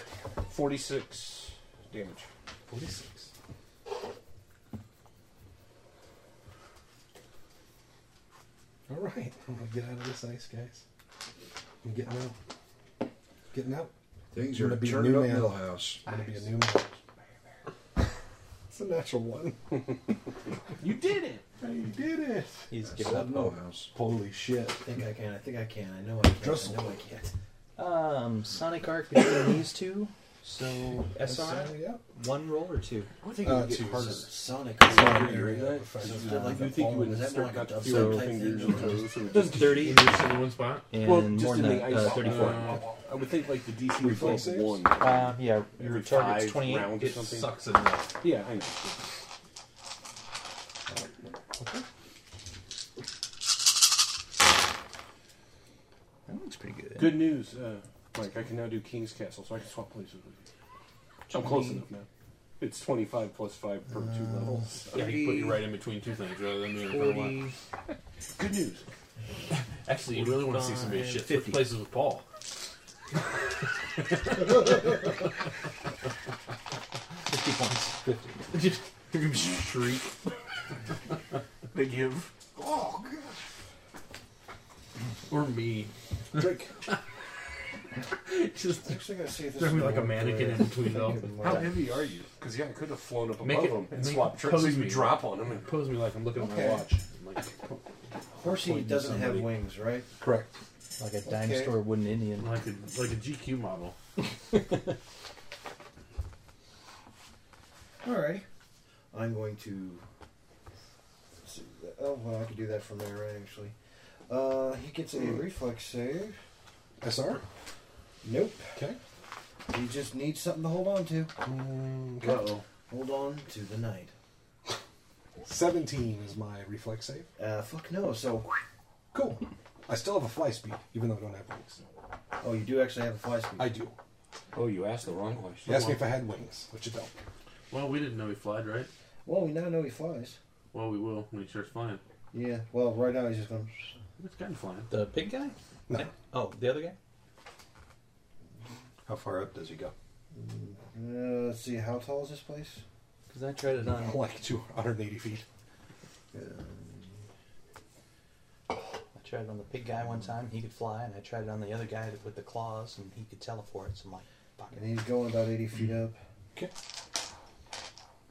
Speaker 1: 46 damage. 46?
Speaker 6: All right. I'm going to get out of this ice, guys. I'm getting out. Getting out.
Speaker 11: Things
Speaker 6: I'm
Speaker 11: are
Speaker 6: gonna be a
Speaker 11: turning
Speaker 6: new
Speaker 11: up
Speaker 6: man.
Speaker 11: Millhouse.
Speaker 6: I'm going to be a new man. It's a natural one.
Speaker 19: You did it.
Speaker 6: you did it.
Speaker 19: He's
Speaker 6: giving up hope. Holy shit. I
Speaker 19: think I can. I think I can. I know I can.
Speaker 2: Drizzle.
Speaker 19: I know I can.
Speaker 2: Um, Sonic Arc between these two. So
Speaker 19: That's
Speaker 2: SR,
Speaker 19: Sonic,
Speaker 2: one roll or two?
Speaker 19: I would think it would Uh, get two. harder. Sonic
Speaker 2: It's
Speaker 19: is an
Speaker 2: not
Speaker 19: area
Speaker 2: really
Speaker 19: of
Speaker 2: effective.
Speaker 19: effect.
Speaker 2: Uh,
Speaker 19: Like, you think you would
Speaker 2: that
Speaker 19: start
Speaker 2: might
Speaker 19: got to
Speaker 2: have
Speaker 19: feel
Speaker 2: some
Speaker 19: like
Speaker 2: type
Speaker 19: fingers
Speaker 2: thing.
Speaker 19: and toes, so it
Speaker 2: Does
Speaker 19: just-
Speaker 2: thirty
Speaker 19: in one spot?
Speaker 2: and
Speaker 19: Well,
Speaker 2: more
Speaker 19: just
Speaker 2: than
Speaker 19: in the
Speaker 2: that,
Speaker 19: ice-
Speaker 2: uh, thirty-four.
Speaker 19: uh, I would think like the DC would fall
Speaker 2: Reflexes?
Speaker 19: one.
Speaker 2: Uh, yeah, your
Speaker 19: Every
Speaker 2: target's
Speaker 19: five
Speaker 2: 28.
Speaker 19: rounds or
Speaker 2: It
Speaker 19: something.
Speaker 2: sucks in there.
Speaker 19: Yeah, I know.
Speaker 2: That looks pretty good. eh?
Speaker 1: Good news, uh, Mike. I can now do King's Castle, so I can swap places with you. I'm close
Speaker 5: Twenty-
Speaker 1: enough now. It's 25 plus 5 per two
Speaker 2: Uh,
Speaker 1: levels.
Speaker 5: Yeah, he put you right in between two things rather than doing it for a while.
Speaker 1: Good news.
Speaker 5: Actually, you really want to see some big shit. Switch
Speaker 1: 50.
Speaker 5: places with Paul.
Speaker 2: Fifty points.
Speaker 5: Fifty. Shriek. they give.
Speaker 6: Oh, God.
Speaker 5: Or me.
Speaker 6: Drake.
Speaker 5: Just
Speaker 6: Actually, I gotta see if this
Speaker 5: throw me
Speaker 6: is
Speaker 5: like a
Speaker 6: going
Speaker 5: mannequin
Speaker 6: through.
Speaker 5: in between them.
Speaker 1: How heavy are you? Because yeah, I could have flown up
Speaker 5: Make
Speaker 1: above
Speaker 5: it-
Speaker 1: him and
Speaker 5: make-
Speaker 1: swapped tricks.
Speaker 5: pose
Speaker 1: If you
Speaker 5: me.
Speaker 1: drop on him and pose me like I'm looking
Speaker 5: Okay.
Speaker 1: at my watch. Like,
Speaker 19: Horsey
Speaker 1: pointing
Speaker 19: doesn't have
Speaker 1: somebody.
Speaker 19: wings, right?
Speaker 6: Correct.
Speaker 2: Like a
Speaker 19: Okay.
Speaker 2: dinosaur wooden Indian.
Speaker 5: Like a like a GQ model.
Speaker 19: All right. I'm going to. Oh well, I could do that from there, right? Actually, uh, he gets a reflex save.
Speaker 6: SR?
Speaker 19: Nope.
Speaker 6: Okay.
Speaker 19: He just needs something to hold on to.
Speaker 6: Hmm, okay.
Speaker 19: Uh-oh. Hold on to the night.
Speaker 6: 17 is my reflex save.
Speaker 19: Uh, fuck no. So
Speaker 6: cool. I still have a fly speed, even though I don't have wings.
Speaker 19: Oh, you do actually have a fly speed.
Speaker 6: I do.
Speaker 1: Oh, you asked the wrong question.
Speaker 6: You asked me if I had wings, which you don't.
Speaker 5: Well, we didn't know he flied, right?
Speaker 19: Well, we now know he flies.
Speaker 5: Well, we will when he starts flying.
Speaker 19: Yeah. Well, right now he's just going.
Speaker 5: It's kind of flying.
Speaker 2: The pig guy? No. Oh, the other guy?
Speaker 13: How far up does he go?
Speaker 19: Uh, let's see. How tall is this place?
Speaker 2: Because I tried it on.
Speaker 6: Like 280 feet.
Speaker 2: I tried it on the pig guy one time. He could fly, and I tried it on the other guy that- with the claws, and he could teleport. So I'm like, fuck
Speaker 19: And he's going about eighty feet up.
Speaker 6: Okay.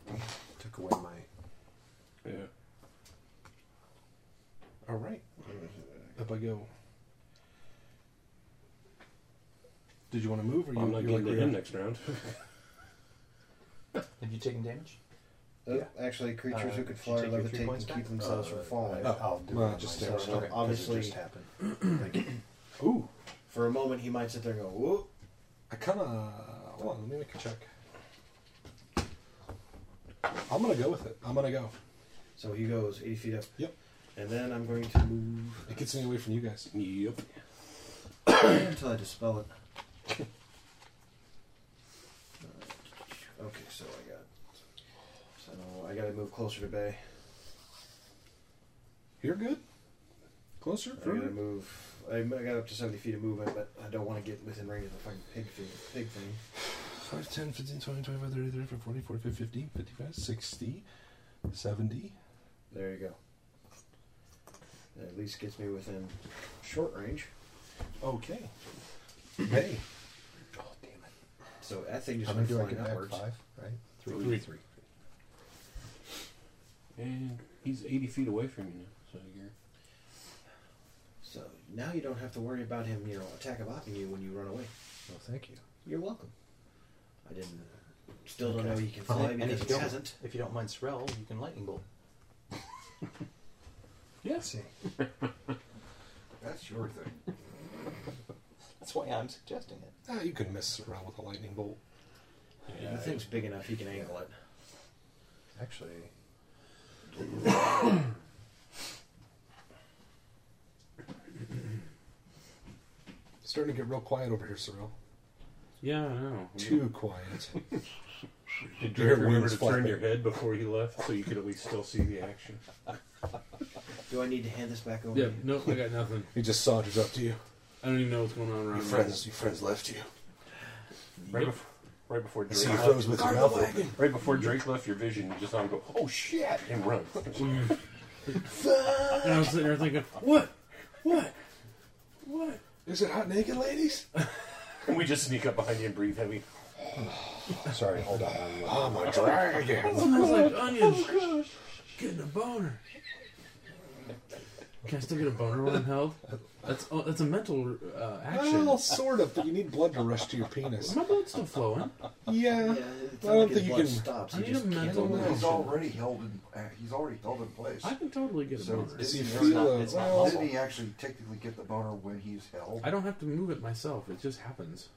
Speaker 13: Um, Took away my.
Speaker 1: Yeah.
Speaker 6: All right.
Speaker 13: Mm-hmm.
Speaker 6: Up I go. Did you want to move, or you?
Speaker 1: I'm not
Speaker 6: Oh, you
Speaker 1: getting
Speaker 6: like
Speaker 1: to him next round.
Speaker 2: Have you taken damage?
Speaker 19: Uh, Actually, creatures
Speaker 2: Uh,
Speaker 19: who could
Speaker 2: should
Speaker 19: fly or
Speaker 2: take your three
Speaker 19: levitate
Speaker 2: points
Speaker 19: can keep
Speaker 2: back?
Speaker 19: themselves from
Speaker 13: Uh,
Speaker 19: falling.
Speaker 13: I- I'll do
Speaker 6: Well,
Speaker 13: it
Speaker 6: just
Speaker 13: myself.
Speaker 19: So
Speaker 13: Okay, 'cause it
Speaker 19: obviously,
Speaker 13: just happened. Thank you.
Speaker 6: Ooh.
Speaker 19: for a moment, he might sit there and go, "Whoa!"
Speaker 6: I kind of. Hold on, let me make a check. I'm gonna go with it. I'm gonna go.
Speaker 19: So he goes 80 feet up.
Speaker 6: Yep.
Speaker 19: And then I'm going to move.
Speaker 6: It gets me away from you guys.
Speaker 19: Yep. Until I dispel it. Uh, okay, so I got. So I got to move closer to Bay.
Speaker 6: You're good. Closer.
Speaker 19: I
Speaker 6: Further.
Speaker 19: gotta move. I, I got up to 70 feet of movement, but I don't want to get within range of the fucking pig thing. Pig thing.
Speaker 6: 5, 10, 15, 20, 25, 30, 35, 40, 45, 50, 55, 60, 70.
Speaker 19: There you go. That at least gets me within short range.
Speaker 6: Okay. Hey.
Speaker 19: Oh, So that thing just
Speaker 10: How many
Speaker 19: went flying
Speaker 10: do I get back?
Speaker 19: upwards.
Speaker 10: Five, right?
Speaker 19: Three.
Speaker 10: Three.
Speaker 36: And he's 80 feet away from you now, so you're.
Speaker 19: So now you don't have to worry about him, you know, attack bopping you when you run away.
Speaker 10: Well, thank you.
Speaker 19: You're welcome. I didn't. Still don't
Speaker 2: Okay.
Speaker 19: know he can
Speaker 2: Fine.
Speaker 19: fly
Speaker 2: And
Speaker 19: because
Speaker 2: if
Speaker 19: he
Speaker 2: you don't-
Speaker 19: hasn't.
Speaker 2: If you don't mind Sorrel, you can lightning bolt.
Speaker 19: Yeah.
Speaker 11: That's your thing.
Speaker 2: That's why I'm suggesting it.
Speaker 6: Ah, you could mess around with a lightning bolt.
Speaker 19: the thing's big enough, he can angle it.
Speaker 10: Actually,
Speaker 6: It's starting to get real quiet over here, Cyril.
Speaker 5: Yeah, I know.
Speaker 6: Too quiet.
Speaker 5: Did
Speaker 6: You
Speaker 5: Drake
Speaker 6: hear
Speaker 5: remember
Speaker 6: wings
Speaker 5: to turn
Speaker 6: flapping.
Speaker 5: your head before you left so you could at least still see the action?
Speaker 19: Do I need to hand this back over?
Speaker 5: Yeah, no, I got nothing.
Speaker 6: He just solders up to you.
Speaker 5: I don't even know what's going on around
Speaker 6: Your
Speaker 5: me.
Speaker 6: friends, your friends left you.
Speaker 5: Right,
Speaker 6: Yep.
Speaker 5: bef- right before
Speaker 6: I
Speaker 5: Drake
Speaker 6: see you
Speaker 5: left.
Speaker 6: froze with your
Speaker 5: Cargo
Speaker 6: mouth
Speaker 5: wagon.
Speaker 6: open.
Speaker 5: Right before Drake left your vision, you just saw him go, oh shit, and run. and I was sitting there thinking, what? What? What?
Speaker 6: Is it hot naked, ladies?
Speaker 5: And we just sneak up behind you and breathe heavy.
Speaker 10: sorry, hold on.
Speaker 6: Oh, my dragon.
Speaker 5: Smells like onions. Getting a boner. Can I still get a boner when I'm held? That's oh, that's a mental uh, action.
Speaker 6: Well, sort of, but you need blood to rush to your penis.
Speaker 5: My blood's still flowing.
Speaker 6: Yeah,
Speaker 19: it's
Speaker 6: I
Speaker 19: not like
Speaker 6: don't
Speaker 19: his
Speaker 6: think you
Speaker 19: blood
Speaker 6: can.
Speaker 19: stops,
Speaker 5: I need a mental
Speaker 11: He's
Speaker 5: action.
Speaker 11: already held in. Uh, he's already held in place.
Speaker 5: I can totally get a
Speaker 11: So
Speaker 5: boner.
Speaker 11: did he,
Speaker 6: It's
Speaker 11: really-
Speaker 6: not- it's not
Speaker 11: well,
Speaker 6: muscle.
Speaker 11: didn't he actually technically get the boner when he's held?
Speaker 5: I don't have to move it myself. It just happens.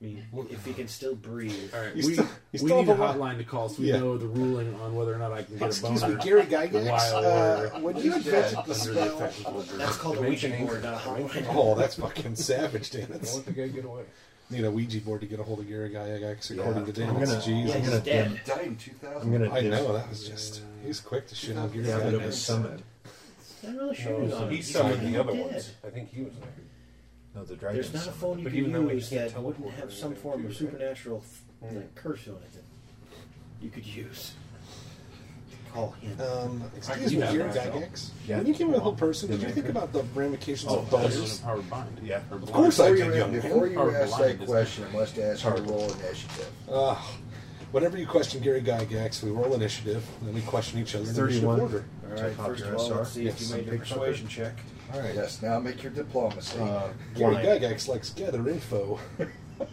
Speaker 19: I mean, if he can still breathe.
Speaker 5: All right,
Speaker 19: You
Speaker 5: we,
Speaker 19: still-
Speaker 6: you
Speaker 5: we
Speaker 6: still
Speaker 5: need a
Speaker 6: have a lot-
Speaker 5: hotline to call so we
Speaker 6: Yeah.
Speaker 5: know the ruling on whether or not I can get a boner.
Speaker 6: Excuse me, Gary Gygax.
Speaker 5: while
Speaker 6: Uh,
Speaker 5: we're
Speaker 6: when you
Speaker 5: under
Speaker 6: invented
Speaker 5: the
Speaker 6: the spell-
Speaker 5: effects of the
Speaker 19: That's called a Ouija
Speaker 5: dimension
Speaker 19: board, not a
Speaker 5: anchor.
Speaker 19: hotline.
Speaker 6: Oh, that's fucking savage, Dennis.
Speaker 5: Don't let the guy get away.
Speaker 6: Need a Ouija board to get a hold of Gary Gygax, according to
Speaker 10: I'm
Speaker 6: Dennis.
Speaker 10: gonna-
Speaker 6: Jesus.
Speaker 10: I'm gonna dim-
Speaker 11: Died in 2000.
Speaker 10: I'm gonna
Speaker 6: I
Speaker 10: dim-
Speaker 6: know that was just. He's quick to shit on Gary
Speaker 10: Yeah, but it
Speaker 6: Gygax.
Speaker 10: was summoned.
Speaker 19: I'm really sure
Speaker 2: Oh,
Speaker 5: No,
Speaker 19: he's on
Speaker 5: he
Speaker 19: it.
Speaker 5: summoned
Speaker 19: He's
Speaker 5: the other
Speaker 19: dead.
Speaker 5: ones. I think he was there.
Speaker 10: No, the dragon.
Speaker 19: There's not a
Speaker 10: summoned.
Speaker 19: phone you
Speaker 5: But
Speaker 19: can
Speaker 5: even though we
Speaker 19: use
Speaker 5: can't
Speaker 19: that wouldn't
Speaker 5: teleport or
Speaker 19: have some
Speaker 5: anything,
Speaker 19: form
Speaker 5: too,
Speaker 19: of
Speaker 5: right?
Speaker 19: supernatural f- like, curse on it that you could use. Call him.
Speaker 6: Um, excuse
Speaker 5: You
Speaker 6: me,
Speaker 5: have
Speaker 6: Gary
Speaker 5: that,
Speaker 6: Gygax.
Speaker 10: Yeah.
Speaker 6: When you came with a whole person, did you
Speaker 10: Yeah.
Speaker 6: think about the ramifications
Speaker 5: Oh,
Speaker 6: of
Speaker 5: that was
Speaker 6: boners?
Speaker 5: an empowered mind.
Speaker 10: Yeah.
Speaker 5: Or
Speaker 6: Of course I
Speaker 11: Before
Speaker 6: did,
Speaker 11: you,
Speaker 6: young man.
Speaker 11: before you
Speaker 5: Or
Speaker 11: ask
Speaker 5: blind,
Speaker 11: that
Speaker 5: isn't
Speaker 11: question, I must ask you to roll initiative.
Speaker 6: Ah, whenever you question Gary Gygax, we roll initiative, and then we question each other in initiative
Speaker 10: 31.
Speaker 6: order.
Speaker 19: All right,
Speaker 10: Top
Speaker 19: first
Speaker 10: your
Speaker 19: of all,
Speaker 10: SR.
Speaker 19: let's see if
Speaker 6: Yes.
Speaker 19: you made your
Speaker 10: Big fucker.
Speaker 19: persuasion check.
Speaker 6: All right.
Speaker 11: Yes. Now make your diplomacy.
Speaker 10: Uh,
Speaker 6: Gary
Speaker 10: blind.
Speaker 6: Gygax likes gather info.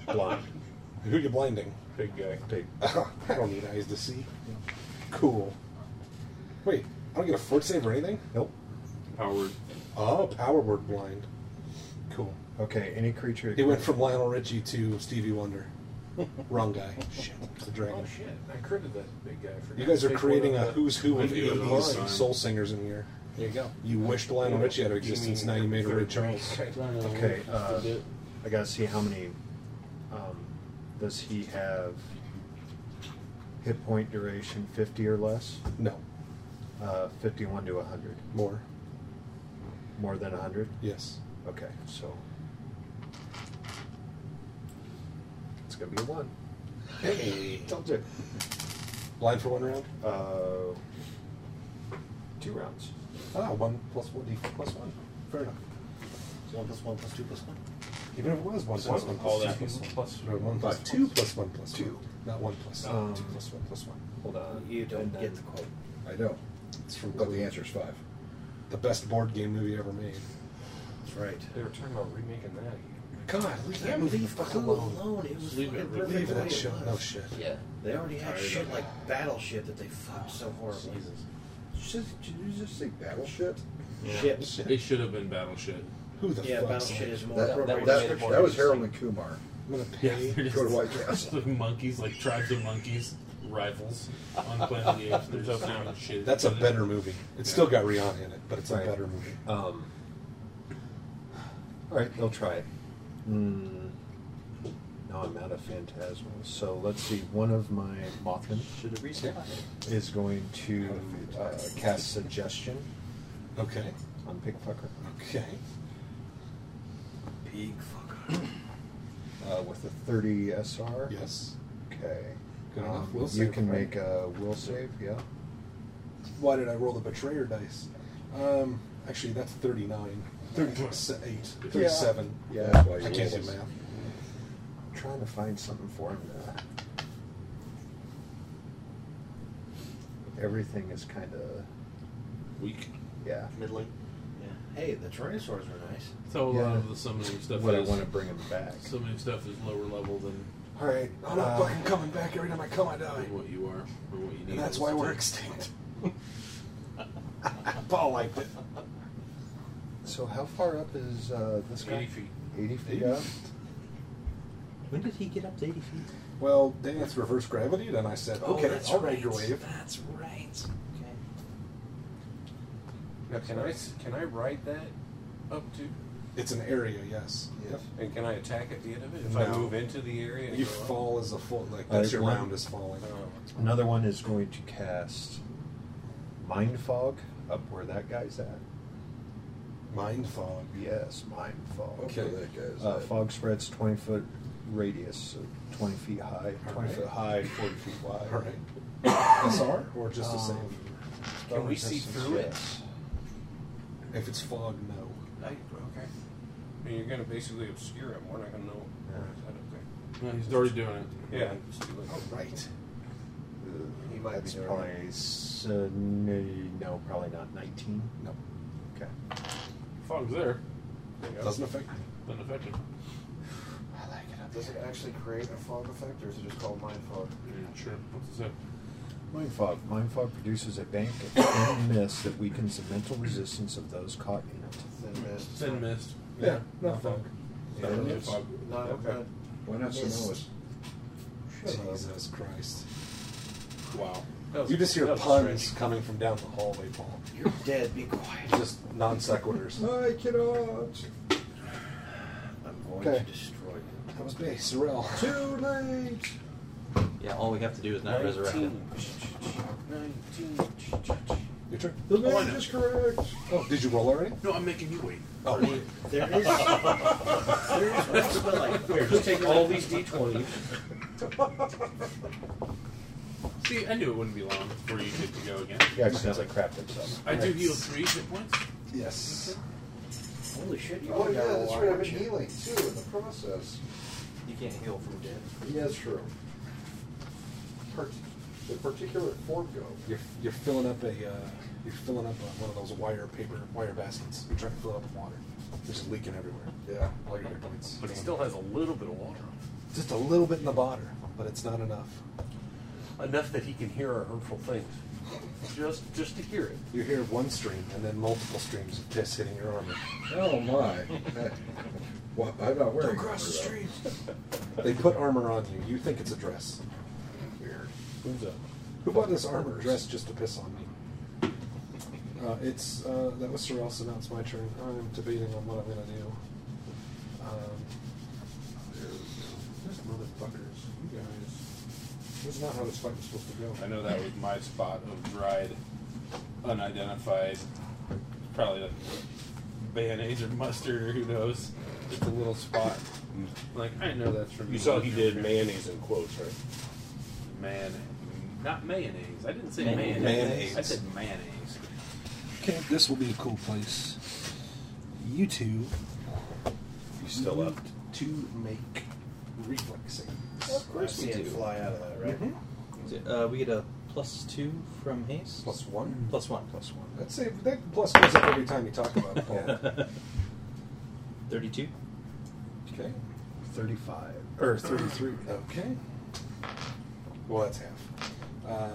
Speaker 10: blind.
Speaker 6: Who you blinding?
Speaker 5: Big guy.
Speaker 10: Big.
Speaker 6: I don't need eyes to see. Cool. Wait, I don't get a fort save or anything?
Speaker 10: Nope.
Speaker 5: Howard.
Speaker 6: Oh, power word blind. Cool.
Speaker 10: Okay, any creature.
Speaker 6: He went from Lionel Richie to Stevie Wonder. Wrong guy. Shit. The dragon.
Speaker 1: Oh shit! I critted that big guy. I forgot
Speaker 6: You guys
Speaker 1: to
Speaker 6: are
Speaker 1: take
Speaker 6: creating
Speaker 1: one
Speaker 6: a
Speaker 1: of the-
Speaker 6: who's who of
Speaker 1: Maybe it was
Speaker 6: 80s
Speaker 1: mine.
Speaker 6: soul singers in here.
Speaker 1: There you go.
Speaker 6: You wished Lionel Richie out of existence, now you made a Ray Charles.
Speaker 10: Okay, uh, I gotta see how many. Um, does he have hit point duration 50 or less?
Speaker 6: No,
Speaker 10: Uh, 51 to 100.
Speaker 6: more.
Speaker 10: More than 100?
Speaker 6: Yes.
Speaker 10: Okay, so. It's gonna be a 1.
Speaker 6: Hey!
Speaker 10: Told you.
Speaker 6: Blind for one round?
Speaker 10: Uh, two rounds.
Speaker 6: Ah, one plus one, D plus one. Fair enough.
Speaker 19: So one plus one plus two plus one.
Speaker 6: Even if it was one
Speaker 5: So
Speaker 6: plus one
Speaker 5: all
Speaker 6: plus
Speaker 5: that
Speaker 6: two plus
Speaker 5: was
Speaker 6: one.
Speaker 5: plus-
Speaker 6: Or one plus
Speaker 10: plus
Speaker 6: two plus one plus
Speaker 10: Two.
Speaker 6: one. Not one plus
Speaker 10: Um,
Speaker 6: two plus one plus one.
Speaker 10: Hold on.
Speaker 19: You don't
Speaker 10: And then-
Speaker 19: get the quote.
Speaker 11: I know,
Speaker 6: It's from
Speaker 11: but the answer is five.
Speaker 6: the best board game movie ever made.
Speaker 19: That's right.
Speaker 5: They were talking about remaking that. again.
Speaker 6: God, leave that
Speaker 19: Damn,
Speaker 6: movie the
Speaker 19: leave
Speaker 6: fuck
Speaker 19: Clue
Speaker 6: alone.
Speaker 19: alone. It was
Speaker 5: Leave it,
Speaker 19: fucking perfect
Speaker 5: leave
Speaker 6: Leave
Speaker 19: the way
Speaker 6: that
Speaker 19: it
Speaker 6: shit.
Speaker 19: was.
Speaker 6: No shit.
Speaker 36: Yeah.
Speaker 19: They already had
Speaker 5: Tired of
Speaker 19: shit
Speaker 5: it.
Speaker 19: like battleship that they fucked so horribly.
Speaker 11: Did you just say battleship?
Speaker 19: Ships.
Speaker 5: It should have been Battleship.
Speaker 6: Who the
Speaker 19: Yeah,
Speaker 6: fuck?
Speaker 19: battleship is more.
Speaker 11: That,
Speaker 19: appropriate
Speaker 11: that,
Speaker 19: description.
Speaker 11: that was Harold and Kumar.
Speaker 6: I'm gonna pay.
Speaker 11: Go to White Castle.
Speaker 5: It's like monkeys, like tribes of monkeys rivals on Planet of the Apes. They're just down and shit.
Speaker 6: That's a better movie. It's still got Rihanna in it, but it's
Speaker 10: Right.
Speaker 6: a better movie.
Speaker 10: Um, all right, they'll try it. Mm, no, I'm out of Phantasmal. So let's see. One of my Mothman is going to uh, cast Suggestion.
Speaker 6: Okay.
Speaker 10: On Pigfucker.
Speaker 6: Okay.
Speaker 19: Pig fucker.
Speaker 10: Uh, with a 30 SR.
Speaker 6: Yes.
Speaker 10: Okay.
Speaker 6: Good enough.
Speaker 10: Um,
Speaker 6: Will
Speaker 10: you
Speaker 6: save,
Speaker 10: can
Speaker 6: right?
Speaker 10: make a will save. Yeah.
Speaker 6: Why did I roll the betrayer dice? Um, actually, that's 39. 30 plus 8. 37.
Speaker 10: Yeah. that's why you
Speaker 6: I can't do
Speaker 10: rolled.
Speaker 6: math.
Speaker 10: I'm trying to find something for him. To... Everything is kind of
Speaker 5: weak.
Speaker 10: Yeah.
Speaker 5: Middling.
Speaker 19: Hey, the Tyrannosaurs were nice.
Speaker 5: That's how a lot
Speaker 10: Yeah.
Speaker 5: of the summoning stuff
Speaker 10: What I
Speaker 5: is.
Speaker 10: wanna bring 'em back.
Speaker 5: Summoning stuff is lower level than
Speaker 6: All right. I'm not
Speaker 5: Uh,
Speaker 6: fucking coming back every time I come, I die.
Speaker 5: what you are or what you need.
Speaker 6: And that's why we're extinct. Paul liked it.
Speaker 10: So how far up is uh, this guy?
Speaker 6: 80 feet.
Speaker 10: 80 feet
Speaker 6: 80
Speaker 10: up?
Speaker 6: feet.
Speaker 2: When did he get up to 80 feet?
Speaker 6: Well, Dance reverse gravity, then I said,
Speaker 2: Oh,
Speaker 6: okay,
Speaker 2: that's
Speaker 6: I'll
Speaker 2: right.
Speaker 6: microwave.
Speaker 2: That's right. Okay.
Speaker 1: Now, can I s- can I ride that up to?
Speaker 6: It's an area, yes. Yep.
Speaker 1: And can I attack at the end of it if I
Speaker 6: No.
Speaker 1: move into the area? And
Speaker 6: You
Speaker 1: go up?
Speaker 6: fall as a fall, like,
Speaker 10: Uh,
Speaker 6: that's your
Speaker 10: one-
Speaker 6: round is falling.
Speaker 10: Another one is going to cast Mind Fog up where that guy's at.
Speaker 6: Mind Fog?
Speaker 10: Yes, Mind Fog.
Speaker 6: Okay. Where that guy's
Speaker 10: Uh,
Speaker 6: at.
Speaker 10: fog spreads 20 foot radius, so 20 feet high, 20
Speaker 6: right.
Speaker 10: foot high, 40 feet wide.
Speaker 6: All right. SR or just the same?
Speaker 10: Um,
Speaker 1: Can we see through it?
Speaker 6: it? If it's fog, no.
Speaker 1: I, okay. I mean, you're gonna basically obscure him. We're not gonna know. Is that up there?
Speaker 5: No, he's already doing it.
Speaker 1: Yeah. just do it.
Speaker 6: Oh, right.
Speaker 10: He might That's probably, s- uh, n- no, probably not 19.
Speaker 6: No.
Speaker 10: Okay.
Speaker 5: Fog's there.
Speaker 6: Doesn't affect me.
Speaker 5: Doesn't affect him.
Speaker 19: I like it. Does it actually create a fog effect, or is it just called mind fog?
Speaker 5: Sure. What's it say?
Speaker 10: Mind fog. Mind fog produces a bank of thin mist that weakens the mental resistance of those caught in it.
Speaker 19: Thin mist.
Speaker 5: Thin mist.
Speaker 6: Yeah, not fog.
Speaker 10: Yeah,
Speaker 6: Not
Speaker 10: it
Speaker 6: really
Speaker 10: is.
Speaker 6: fog.
Speaker 19: Not okay.
Speaker 11: Why not Sonoas?
Speaker 6: Jesus Christ.
Speaker 1: Wow.
Speaker 6: You just hear
Speaker 1: that was
Speaker 6: puns coming from down the hallway, Paul.
Speaker 19: You're dead. Be quiet.
Speaker 6: Just non sequiturs. I cannot.
Speaker 19: I'm going
Speaker 6: Okay.
Speaker 19: to destroy you.
Speaker 6: That was base, Sorrel. Too late.
Speaker 2: Yeah, all we have to do is not resurrect him.
Speaker 1: 19.
Speaker 6: Your turn.
Speaker 11: The
Speaker 1: Oh, I
Speaker 11: man
Speaker 1: know.
Speaker 11: is correct.
Speaker 6: Oh, did you roll already?
Speaker 1: No, I'm making you wait.
Speaker 6: Oh, wait.
Speaker 19: There is. there is one like.
Speaker 1: Here, just take all these d20s.
Speaker 5: See, I knew it wouldn't be long before you get to go again.
Speaker 10: He accidentally crapped himself.
Speaker 5: I do heal three hit points.
Speaker 6: Yes.
Speaker 19: Holy shit! You
Speaker 11: Oh,
Speaker 19: only
Speaker 11: yeah,
Speaker 19: got a
Speaker 11: that's
Speaker 19: lot,
Speaker 11: right. I've been
Speaker 19: aren't you?
Speaker 11: healing too in the process.
Speaker 2: You can't heal from dead.
Speaker 11: Yeah, that's true. Part- the particulate form go.
Speaker 6: You're, you're filling up a uh, you're filling up uh one of those wire paper wire baskets. You're trying to fill it up with water. It's just leaking everywhere.
Speaker 11: Yeah.
Speaker 6: All your hit points.
Speaker 1: But he still has a little bit of water on
Speaker 6: Just a little bit in the water, but it's not enough.
Speaker 1: him. Enough that he can hear our hurtful things. Just just to hear it.
Speaker 6: You hear one stream and then multiple streams of piss hitting your armor.
Speaker 11: Oh my! Well, I'm not wearing.
Speaker 6: Don't cross the
Speaker 11: armor,
Speaker 6: street. They put armor on you. You think it's a dress.
Speaker 11: Weird.
Speaker 6: Who's up? Who bought this armor dress just to piss on me? Uh, it's uh, that was Sorrel, so now it's my turn. I'm debating on what I'm gonna do. Um, there's motherfuckers. You guys. This is not how this fight was supposed to go.
Speaker 5: I know that was my spot of dried, unidentified, probably like mayonnaise or mustard or who knows. Just a little spot. Like I know that's from
Speaker 1: You saw he did mayonnaise in quotes, right?
Speaker 5: Man, not mayonnaise. I didn't say
Speaker 6: Mayonnaise.
Speaker 5: mayonnaise.
Speaker 6: Mayonnaise.
Speaker 5: I said mayonnaise.
Speaker 6: Okay, this will be a cool place. You two. You
Speaker 10: still
Speaker 6: need
Speaker 10: up?
Speaker 6: To make reflex saves.
Speaker 2: Of course
Speaker 19: I
Speaker 2: we
Speaker 19: see it
Speaker 2: do.
Speaker 19: fly out of that, right?
Speaker 6: Mhm.
Speaker 11: Mm-hmm.
Speaker 2: Is it- Uh, we get a plus two from haste.
Speaker 6: Plus one.
Speaker 2: Plus one. Plus one.
Speaker 6: That save that plus goes up every time you talk about it. Paul.
Speaker 2: Thirty-two.
Speaker 6: okay.
Speaker 10: 35.
Speaker 6: Or 33. Okay. Well, that's half. Uh,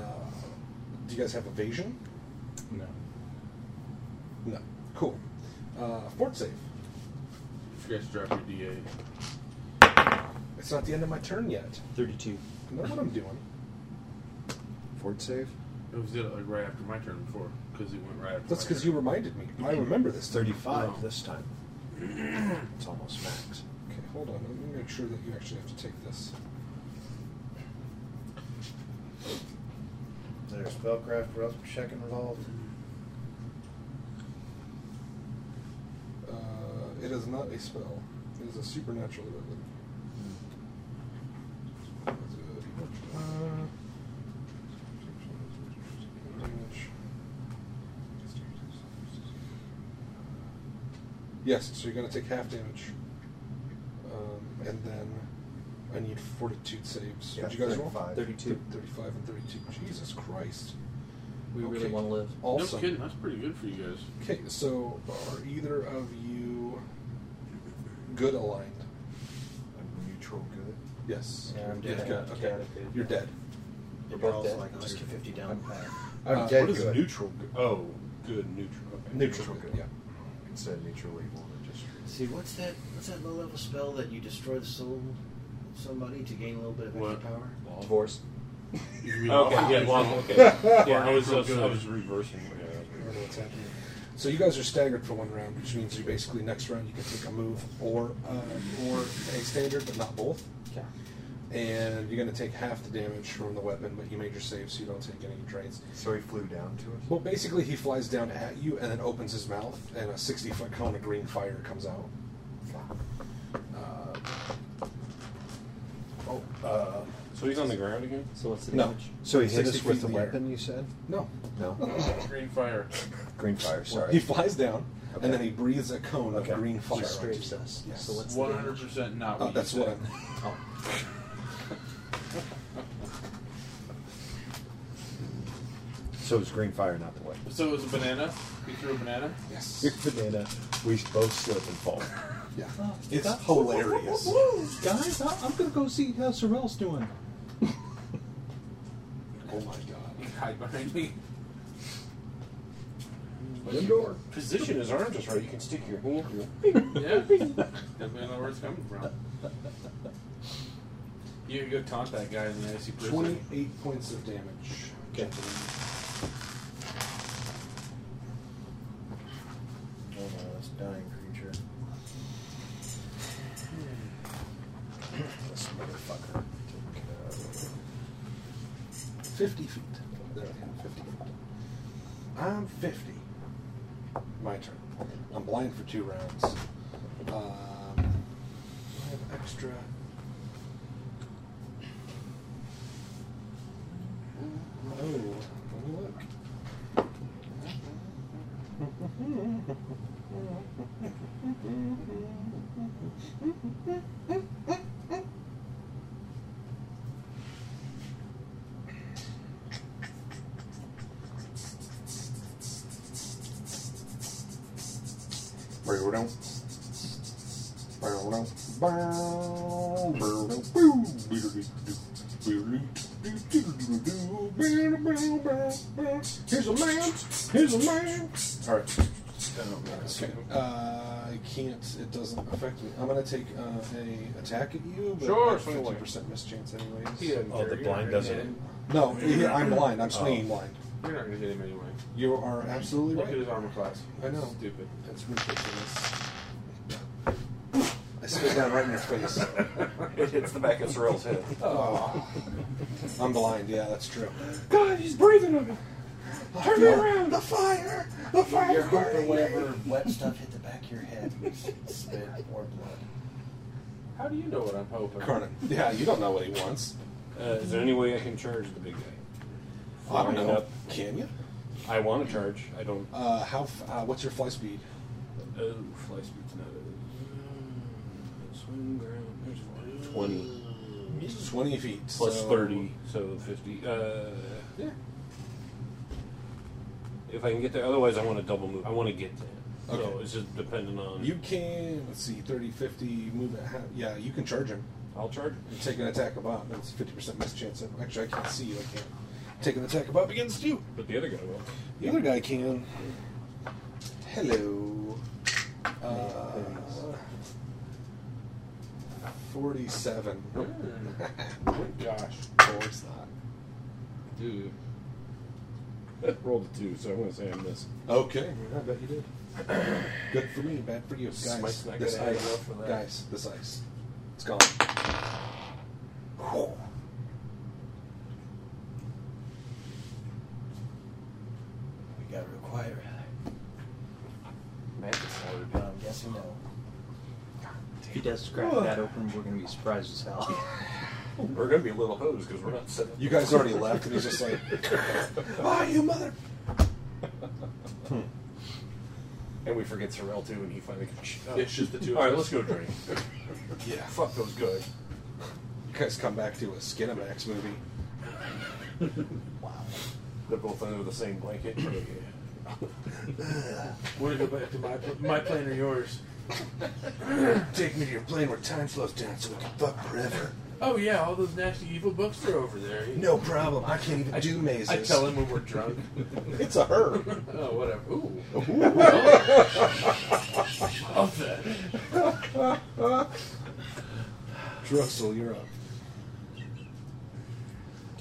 Speaker 6: do you guys have evasion?
Speaker 5: No.
Speaker 6: No. Cool. Uh, fort save.
Speaker 5: You guys drop your DA.
Speaker 6: It's not the end of my turn yet.
Speaker 2: Thirty-two.
Speaker 6: I know what I'm doing.
Speaker 10: Fort save?
Speaker 5: It was did it like right after my turn before because it went right after.
Speaker 6: That's
Speaker 5: my
Speaker 6: because
Speaker 5: turn.
Speaker 6: you reminded me. I remember this.
Speaker 10: 35
Speaker 6: No.
Speaker 10: this time. it's almost max.
Speaker 6: Okay, hold on. Let me make sure that you actually have to take this.
Speaker 19: Is there spellcraft or else check involved?
Speaker 6: Uh, it is not a spell. It is a supernatural ability. Yes, so you're going to take half damage. Um, and then I need fortitude saves.
Speaker 10: Yeah,
Speaker 6: Would you guys roll?
Speaker 10: 35.
Speaker 6: 32. 35 and 32. Jesus Christ.
Speaker 37: We really
Speaker 6: Okay.
Speaker 37: wanna live.
Speaker 6: Awesome.
Speaker 5: No kidding, that's pretty good for you guys.
Speaker 6: Okay, so are either of you good aligned?
Speaker 10: I'm neutral good.
Speaker 6: Yes.
Speaker 19: Yeah, I'm
Speaker 6: You're
Speaker 19: dead.
Speaker 6: good,
Speaker 19: I'm
Speaker 6: Okay.
Speaker 19: dead, okay.
Speaker 6: You're dead.
Speaker 19: You're
Speaker 6: We're
Speaker 19: both
Speaker 6: all
Speaker 19: dead.
Speaker 6: like,
Speaker 19: Just get 50 down the path.
Speaker 6: I'm
Speaker 1: Uh,
Speaker 6: dead
Speaker 1: What is
Speaker 6: good.
Speaker 1: neutral? go- Oh, good neutral. Mm-hmm. Okay.
Speaker 6: Neutral good, yeah.
Speaker 10: Instead of neutral evil, it just
Speaker 19: See, what's that? What's that low-level spell that you destroy the soul of somebody to gain a little bit of
Speaker 5: What?
Speaker 19: extra power?
Speaker 10: Force.
Speaker 1: Okay, yeah, well, okay. Yeah, I was,
Speaker 6: Neutral
Speaker 1: just, I
Speaker 6: good.
Speaker 1: was reversing. Yeah,
Speaker 6: I don't know what's happening. So you guys are staggered for one round, which means you basically next round you can take a move or uh, or a standard, but not both.
Speaker 2: Okay.
Speaker 6: And you're going to take half the damage from the weapon, but you made your save, so you don't take any drains.
Speaker 10: So he flew down to us?
Speaker 6: Well, basically, he flies down at you and then opens his mouth, and a 60 foot cone of green fire comes out. Uh, oh, uh,
Speaker 1: So he's on the ground again?
Speaker 2: So what's
Speaker 6: no.
Speaker 10: So he hit
Speaker 6: 60
Speaker 10: us with
Speaker 6: feet
Speaker 10: a
Speaker 6: in the air.
Speaker 10: weapon, you said?
Speaker 6: No.
Speaker 10: No?
Speaker 1: Green fire.
Speaker 10: Green fire, sorry.
Speaker 6: He flies down,
Speaker 10: Okay.
Speaker 6: and then he breathes a cone
Speaker 10: Okay.
Speaker 6: of green fire.
Speaker 10: Just
Speaker 6: onto
Speaker 10: strafes
Speaker 6: you.
Speaker 10: us.
Speaker 6: Yes.
Speaker 10: So what's
Speaker 5: One hundred percent not.
Speaker 6: Oh,
Speaker 5: What
Speaker 6: that's
Speaker 5: you
Speaker 6: what
Speaker 5: said.
Speaker 6: I'm.
Speaker 7: Oh.
Speaker 10: So it's green fire, not the weapon.
Speaker 5: So it was a banana. He threw a banana.
Speaker 6: Yes.
Speaker 10: Banana, we both slip and fall.
Speaker 6: Yeah.
Speaker 10: It's hilarious.
Speaker 7: Guys, I- I'm gonna go see how Sorrell's doing.
Speaker 6: Oh my
Speaker 5: He hide behind me.
Speaker 1: But you position his arm just right. You can stick your hand through.
Speaker 5: yeah. Definitely know where it's coming from. You can go taunt that guy in the icy prison.
Speaker 6: 28 points of damage.
Speaker 10: Okay.
Speaker 19: Oh no, that's dying creature.
Speaker 10: This motherfucker. Take, uh,
Speaker 6: 50 feet. There, yeah, 50 feet. I'm 50. My turn. I'm blind for two rounds. Um, I have extra. Oh, let me look.
Speaker 12: Here's a man. Here's a man.
Speaker 6: All right. Okay. Uh, I can't. It doesn't affect me. I'm gonna take uh, a attack at you. But
Speaker 5: Sure, swing away.
Speaker 6: Fifty percent miss chance, anyways.
Speaker 5: He doesn't
Speaker 10: Oh,
Speaker 5: care.
Speaker 10: the
Speaker 5: You're
Speaker 10: blind
Speaker 5: not gonna
Speaker 10: doesn't-
Speaker 5: hit him.
Speaker 6: No, he- I'm blind. I'm swinging
Speaker 5: Oh.
Speaker 6: blind.
Speaker 5: You're not going to hit him anyway.
Speaker 6: You are absolutely
Speaker 5: Look
Speaker 6: right.
Speaker 5: at his armor class.
Speaker 6: I know.
Speaker 5: Stupid.
Speaker 6: That's ridiculous. I spit down right in your face.
Speaker 1: it hits the back of Sorrell's head.
Speaker 6: Oh. I'm blind. Yeah, that's true.
Speaker 1: God, he's breathing on me. Turn
Speaker 6: No.
Speaker 1: around. The fire. The fire.
Speaker 19: You're hoping whatever wet stuff hit the back of your head makes spit or blood.
Speaker 5: How do you know what I'm hoping?
Speaker 6: Carnan. Yeah, you don't know what he wants.
Speaker 1: Uh, is there any way I can charge the big guy?
Speaker 6: I don't
Speaker 1: Line
Speaker 6: know.
Speaker 1: up.
Speaker 6: Can you?
Speaker 1: I want to charge. I don't.
Speaker 6: Uh, how? f- Uh, what's your fly speed?
Speaker 1: Oh, fly speed's not a. Swing ground. There's 20.
Speaker 6: Twenty feet.
Speaker 1: Plus
Speaker 6: so-
Speaker 1: 30, so 50. Uh,
Speaker 6: Yeah.
Speaker 1: if I can get there, otherwise I want to double move. I want to get there. So
Speaker 6: Okay.
Speaker 1: it's just dependent on.
Speaker 6: You can, let's see, 30, 50, move it. ha- Yeah, you can charge him.
Speaker 1: I'll charge.
Speaker 6: You take an attack of up. That's 50% miss chance. of- Actually, I can't see you. I can't take an attack of up against you.
Speaker 1: But the other guy will.
Speaker 6: The other guy can. Hello. Uh, 47.
Speaker 5: Mm.
Speaker 6: Oh. Gosh. Of course not.
Speaker 5: Dude.
Speaker 1: Rolled a two, so I'm gonna say I missed.
Speaker 6: Okay, yeah, I bet you did. Good for me, bad for you.
Speaker 1: Smite's
Speaker 6: Guys,
Speaker 1: not
Speaker 6: this
Speaker 1: gonna add
Speaker 6: ice.
Speaker 1: enough for that.
Speaker 6: Guys, this ice. It's gone.
Speaker 19: We got real quiet, right? Magic started. I'm guessing no.
Speaker 2: If he does scrap that open, we're going to be surprised as hell.
Speaker 1: We're gonna be a little hosed because we're not set up.
Speaker 6: You guys already left, and he's just like, "Ah, you mother!"
Speaker 1: And we forget Sorrel too, and he finally gets shut up.
Speaker 6: It's just the two of
Speaker 1: All right,
Speaker 6: us.
Speaker 1: let's go drink.
Speaker 6: yeah, fuck those good. You guys come back to a Skinamax movie.
Speaker 1: wow. They're both under the same blanket.
Speaker 5: We're gonna go back to my my plane or yours.
Speaker 6: Take me to your plane where time slows down so we can fuck forever.
Speaker 5: Oh yeah, all those nasty evil books are over there.
Speaker 6: No problem. I can't even
Speaker 5: I-
Speaker 6: do mazes.
Speaker 5: I tell him when we're drunk.
Speaker 6: It's a her.
Speaker 5: oh whatever. Ooh. Love that.
Speaker 6: Russell, you're up.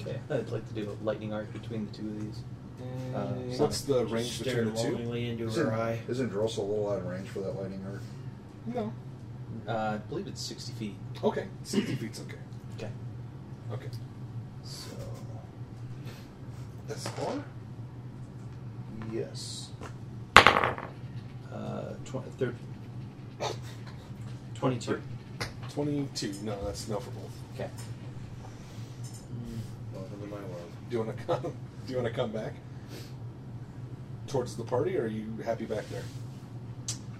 Speaker 2: Okay, Eh, I'd like to do a lightning arc between the two of these. Uh,
Speaker 6: Mm, what's the range between the two?
Speaker 11: isn't, Isn't Dross a little out of range for that lightning arc?
Speaker 6: No.
Speaker 2: Uh, I believe it's 60 feet.
Speaker 6: Okay, 60 feet's okay.
Speaker 2: Okay.
Speaker 6: Okay.
Speaker 2: So.
Speaker 6: That's four?
Speaker 2: Yes. Uh, tw- thir- 22.
Speaker 6: 22. No, that's no for both.
Speaker 2: Okay.
Speaker 6: Welcome to my world. Do you want to come? Do you want to come back towards the party, or are you happy back there?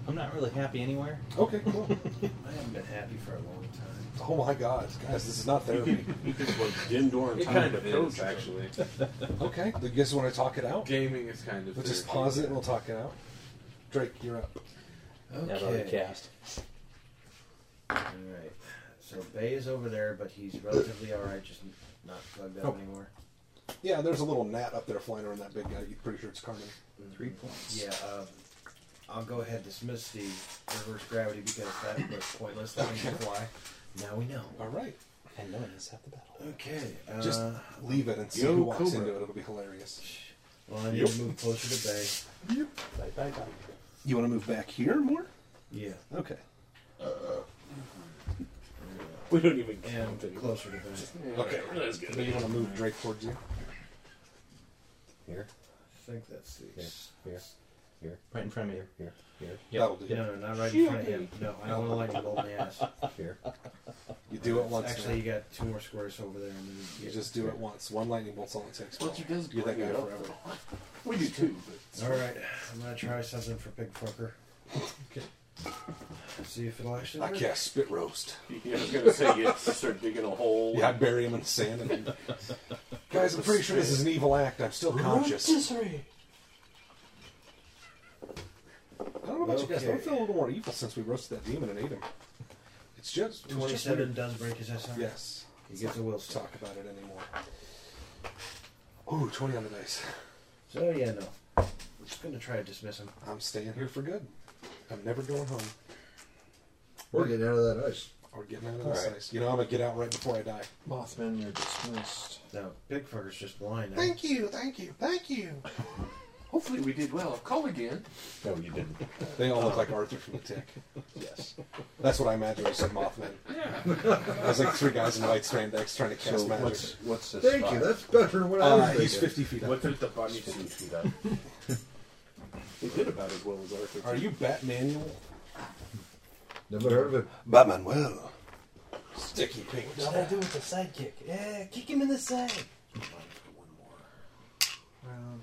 Speaker 2: I'm not really happy anywhere.
Speaker 6: Okay, cool.
Speaker 19: I haven't been happy for a long time.
Speaker 6: oh my God, guys, this is not therapy.
Speaker 19: It kind of is, actually.
Speaker 6: okay, do you guys want to talk it out?
Speaker 5: Gaming is kind of.
Speaker 6: We'll just
Speaker 5: therapy.
Speaker 6: pause it and we'll talk it out. Drake, you're up.
Speaker 19: Okay.
Speaker 2: cast.
Speaker 19: Alright. So Bay is over there, but he's relatively alright, just not plugged up
Speaker 6: Oh.
Speaker 19: anymore.
Speaker 6: Yeah, there's a little gnat up there flying around that big guy. You're pretty sure it's Carmen.
Speaker 19: Three points. Yeah, um, I'll go ahead and dismiss the reverse gravity because that was pointless. That didn't fly. Now we know.
Speaker 6: All right.
Speaker 2: And knowing is half the battle.
Speaker 19: Okay. Uh,
Speaker 6: Just leave it and see
Speaker 19: Yo,
Speaker 6: who walks
Speaker 19: Cobra.
Speaker 6: into it. It'll be hilarious.
Speaker 19: Well, I need
Speaker 6: Yep.
Speaker 19: to move closer to Bay. Yep. Bye, bye, bye.
Speaker 6: You want to move back here more?
Speaker 19: Yeah.
Speaker 6: Okay.
Speaker 1: We don't even
Speaker 19: count it. Closer to Bay.
Speaker 6: Okay.
Speaker 1: That's good.
Speaker 6: Then you want to move Drake towards you?
Speaker 10: Here,
Speaker 19: I think that's the.
Speaker 10: here, here, here.
Speaker 2: Right in front of me.
Speaker 10: Here, here.
Speaker 6: That'll do.
Speaker 19: No, no, not right in front of him. No, I don't like the golden ass.
Speaker 10: Here.
Speaker 6: You do it once.
Speaker 19: Actually, you got two more squares over there. And then
Speaker 6: You just do it once. One lightning bolt's all it takes.
Speaker 19: Well, he does
Speaker 6: You're that
Speaker 19: great,
Speaker 6: guy
Speaker 19: you know.
Speaker 6: forever.
Speaker 19: We do too. All right, I'm gonna try something for Big Fucker. Okay. See if it'll actually.
Speaker 6: I
Speaker 19: work.
Speaker 6: cast spit roast.
Speaker 1: Yeah, I was gonna say you start digging a hole.
Speaker 6: Yeah, I bury him in the sand. And guys, I'm pretty sure this is an evil act. I'm still conscious.
Speaker 19: Rotisserie.
Speaker 6: I don't know about you guys, but I
Speaker 19: Okay.
Speaker 6: feel a little more evil since we roasted that demon and ate him. It's just it was just
Speaker 19: Twenty-seven
Speaker 6: weird.
Speaker 19: does break his SR.
Speaker 6: Yes.
Speaker 19: He gets a will
Speaker 6: Let's talk about it anymore. Ooh, 20 on the dice.
Speaker 19: So yeah, no. We're just gonna try to dismiss him.
Speaker 6: I'm staying here for good. I'm never going home.
Speaker 11: We're getting out of that ice.
Speaker 6: Or getting out of
Speaker 11: All
Speaker 6: this
Speaker 11: right.
Speaker 6: ice. You know, I'm going to get out right before I die.
Speaker 10: Mothman, you're dismissed.
Speaker 19: No, Big Fucker's just blind. eh?
Speaker 6: Thank you, thank you, thank you.
Speaker 36: Hopefully we did well. Call again.
Speaker 6: No, you didn't. They all look like Arthur from the Tick.
Speaker 10: Yes.
Speaker 6: Um, That's what I imagined when I said Mothman. I was like three guys in white spandex trying to cast
Speaker 10: So
Speaker 6: magic.
Speaker 10: what's- what's this
Speaker 11: Thank you. That's better than what I was
Speaker 6: Uh, he's
Speaker 11: thinking.
Speaker 6: 50 feet up.
Speaker 1: What's with the bunny suit feet up? He did about as well as Arthur.
Speaker 6: Are you Batmanual?
Speaker 11: Never heard of it.
Speaker 6: Batman well. Sticky pink.
Speaker 2: What'd I do with the sidekick? Yeah, kick him in the side.
Speaker 10: Round.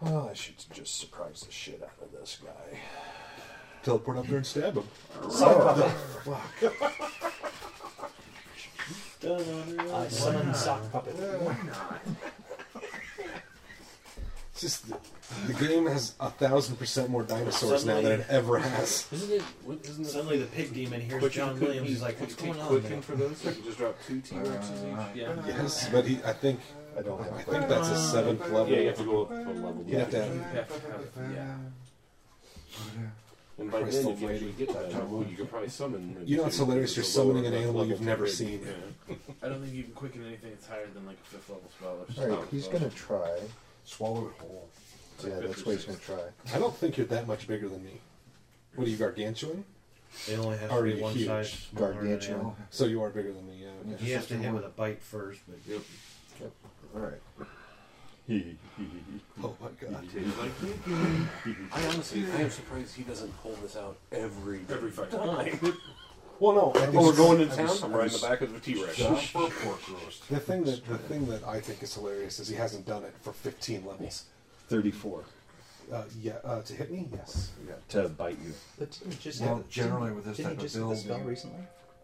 Speaker 10: Well, I should just surprise the shit out of this guy.
Speaker 6: Teleport up there and stab him.
Speaker 10: Son of a- Fuck.
Speaker 2: I summon the sock puppet.
Speaker 6: It's just the, the game has a thousand percent more dinosaurs now than it ever has.
Speaker 19: Isn't it? Isn't Suddenly the pig demon hears John Williams. He's like, "What's going on?" man?"
Speaker 1: those? You could just drop two T Rexes each.
Speaker 6: Yes, but he, I think I don't. Have I think that's a seventh level.
Speaker 1: Yeah, you have to go up a level.
Speaker 6: You'd have to
Speaker 1: You
Speaker 6: have-
Speaker 1: have to have it, Yeah. And by
Speaker 6: Crystal
Speaker 1: then, if you actually
Speaker 6: lady.
Speaker 1: get to that taboo, you could probably summon.
Speaker 6: You know, it's hilarious. You're
Speaker 1: the
Speaker 6: summoning
Speaker 1: lower
Speaker 6: an animal
Speaker 1: level
Speaker 6: you've never
Speaker 1: breed.
Speaker 6: seen.
Speaker 1: Yeah.
Speaker 5: I don't think you can quicken anything that's higher than like a fifth level spell or
Speaker 6: All
Speaker 5: something.
Speaker 6: right,
Speaker 10: He's gonna try.
Speaker 6: Swallow it whole.
Speaker 10: Yeah, that's what he's gonna try.
Speaker 6: I don't think you're that much bigger than me. What are you, gargantuan?
Speaker 19: It only has to
Speaker 6: Already
Speaker 19: be one
Speaker 6: huge.
Speaker 19: size smaller than Gargantuan. animal.
Speaker 6: So you are bigger than me. Yeah.
Speaker 19: He has to hit with a bite first, but
Speaker 6: All right.
Speaker 19: Oh my god.
Speaker 1: He's like, I honestly, I am surprised he doesn't hold this out every every fight.
Speaker 6: Well, no. I
Speaker 1: Oh,
Speaker 6: think
Speaker 1: we're going
Speaker 6: it's-
Speaker 1: into town? I'm riding
Speaker 6: just-
Speaker 1: the back of the T-Rex.
Speaker 6: Shut
Speaker 1: For
Speaker 6: up.
Speaker 1: pork roast.
Speaker 6: The thing that the thing that I think is hilarious is he hasn't done it for 15 levels.
Speaker 10: Thirty-four.
Speaker 6: Uh, yeah, uh, to hit me, yes.
Speaker 10: Yeah. To bite you.
Speaker 2: But didn't he just
Speaker 6: Well,
Speaker 2: get,
Speaker 6: generally
Speaker 2: didn't-
Speaker 6: with this
Speaker 2: didn't he
Speaker 6: type of
Speaker 2: just get the
Speaker 6: build,
Speaker 2: spell
Speaker 6: you-
Speaker 2: recently?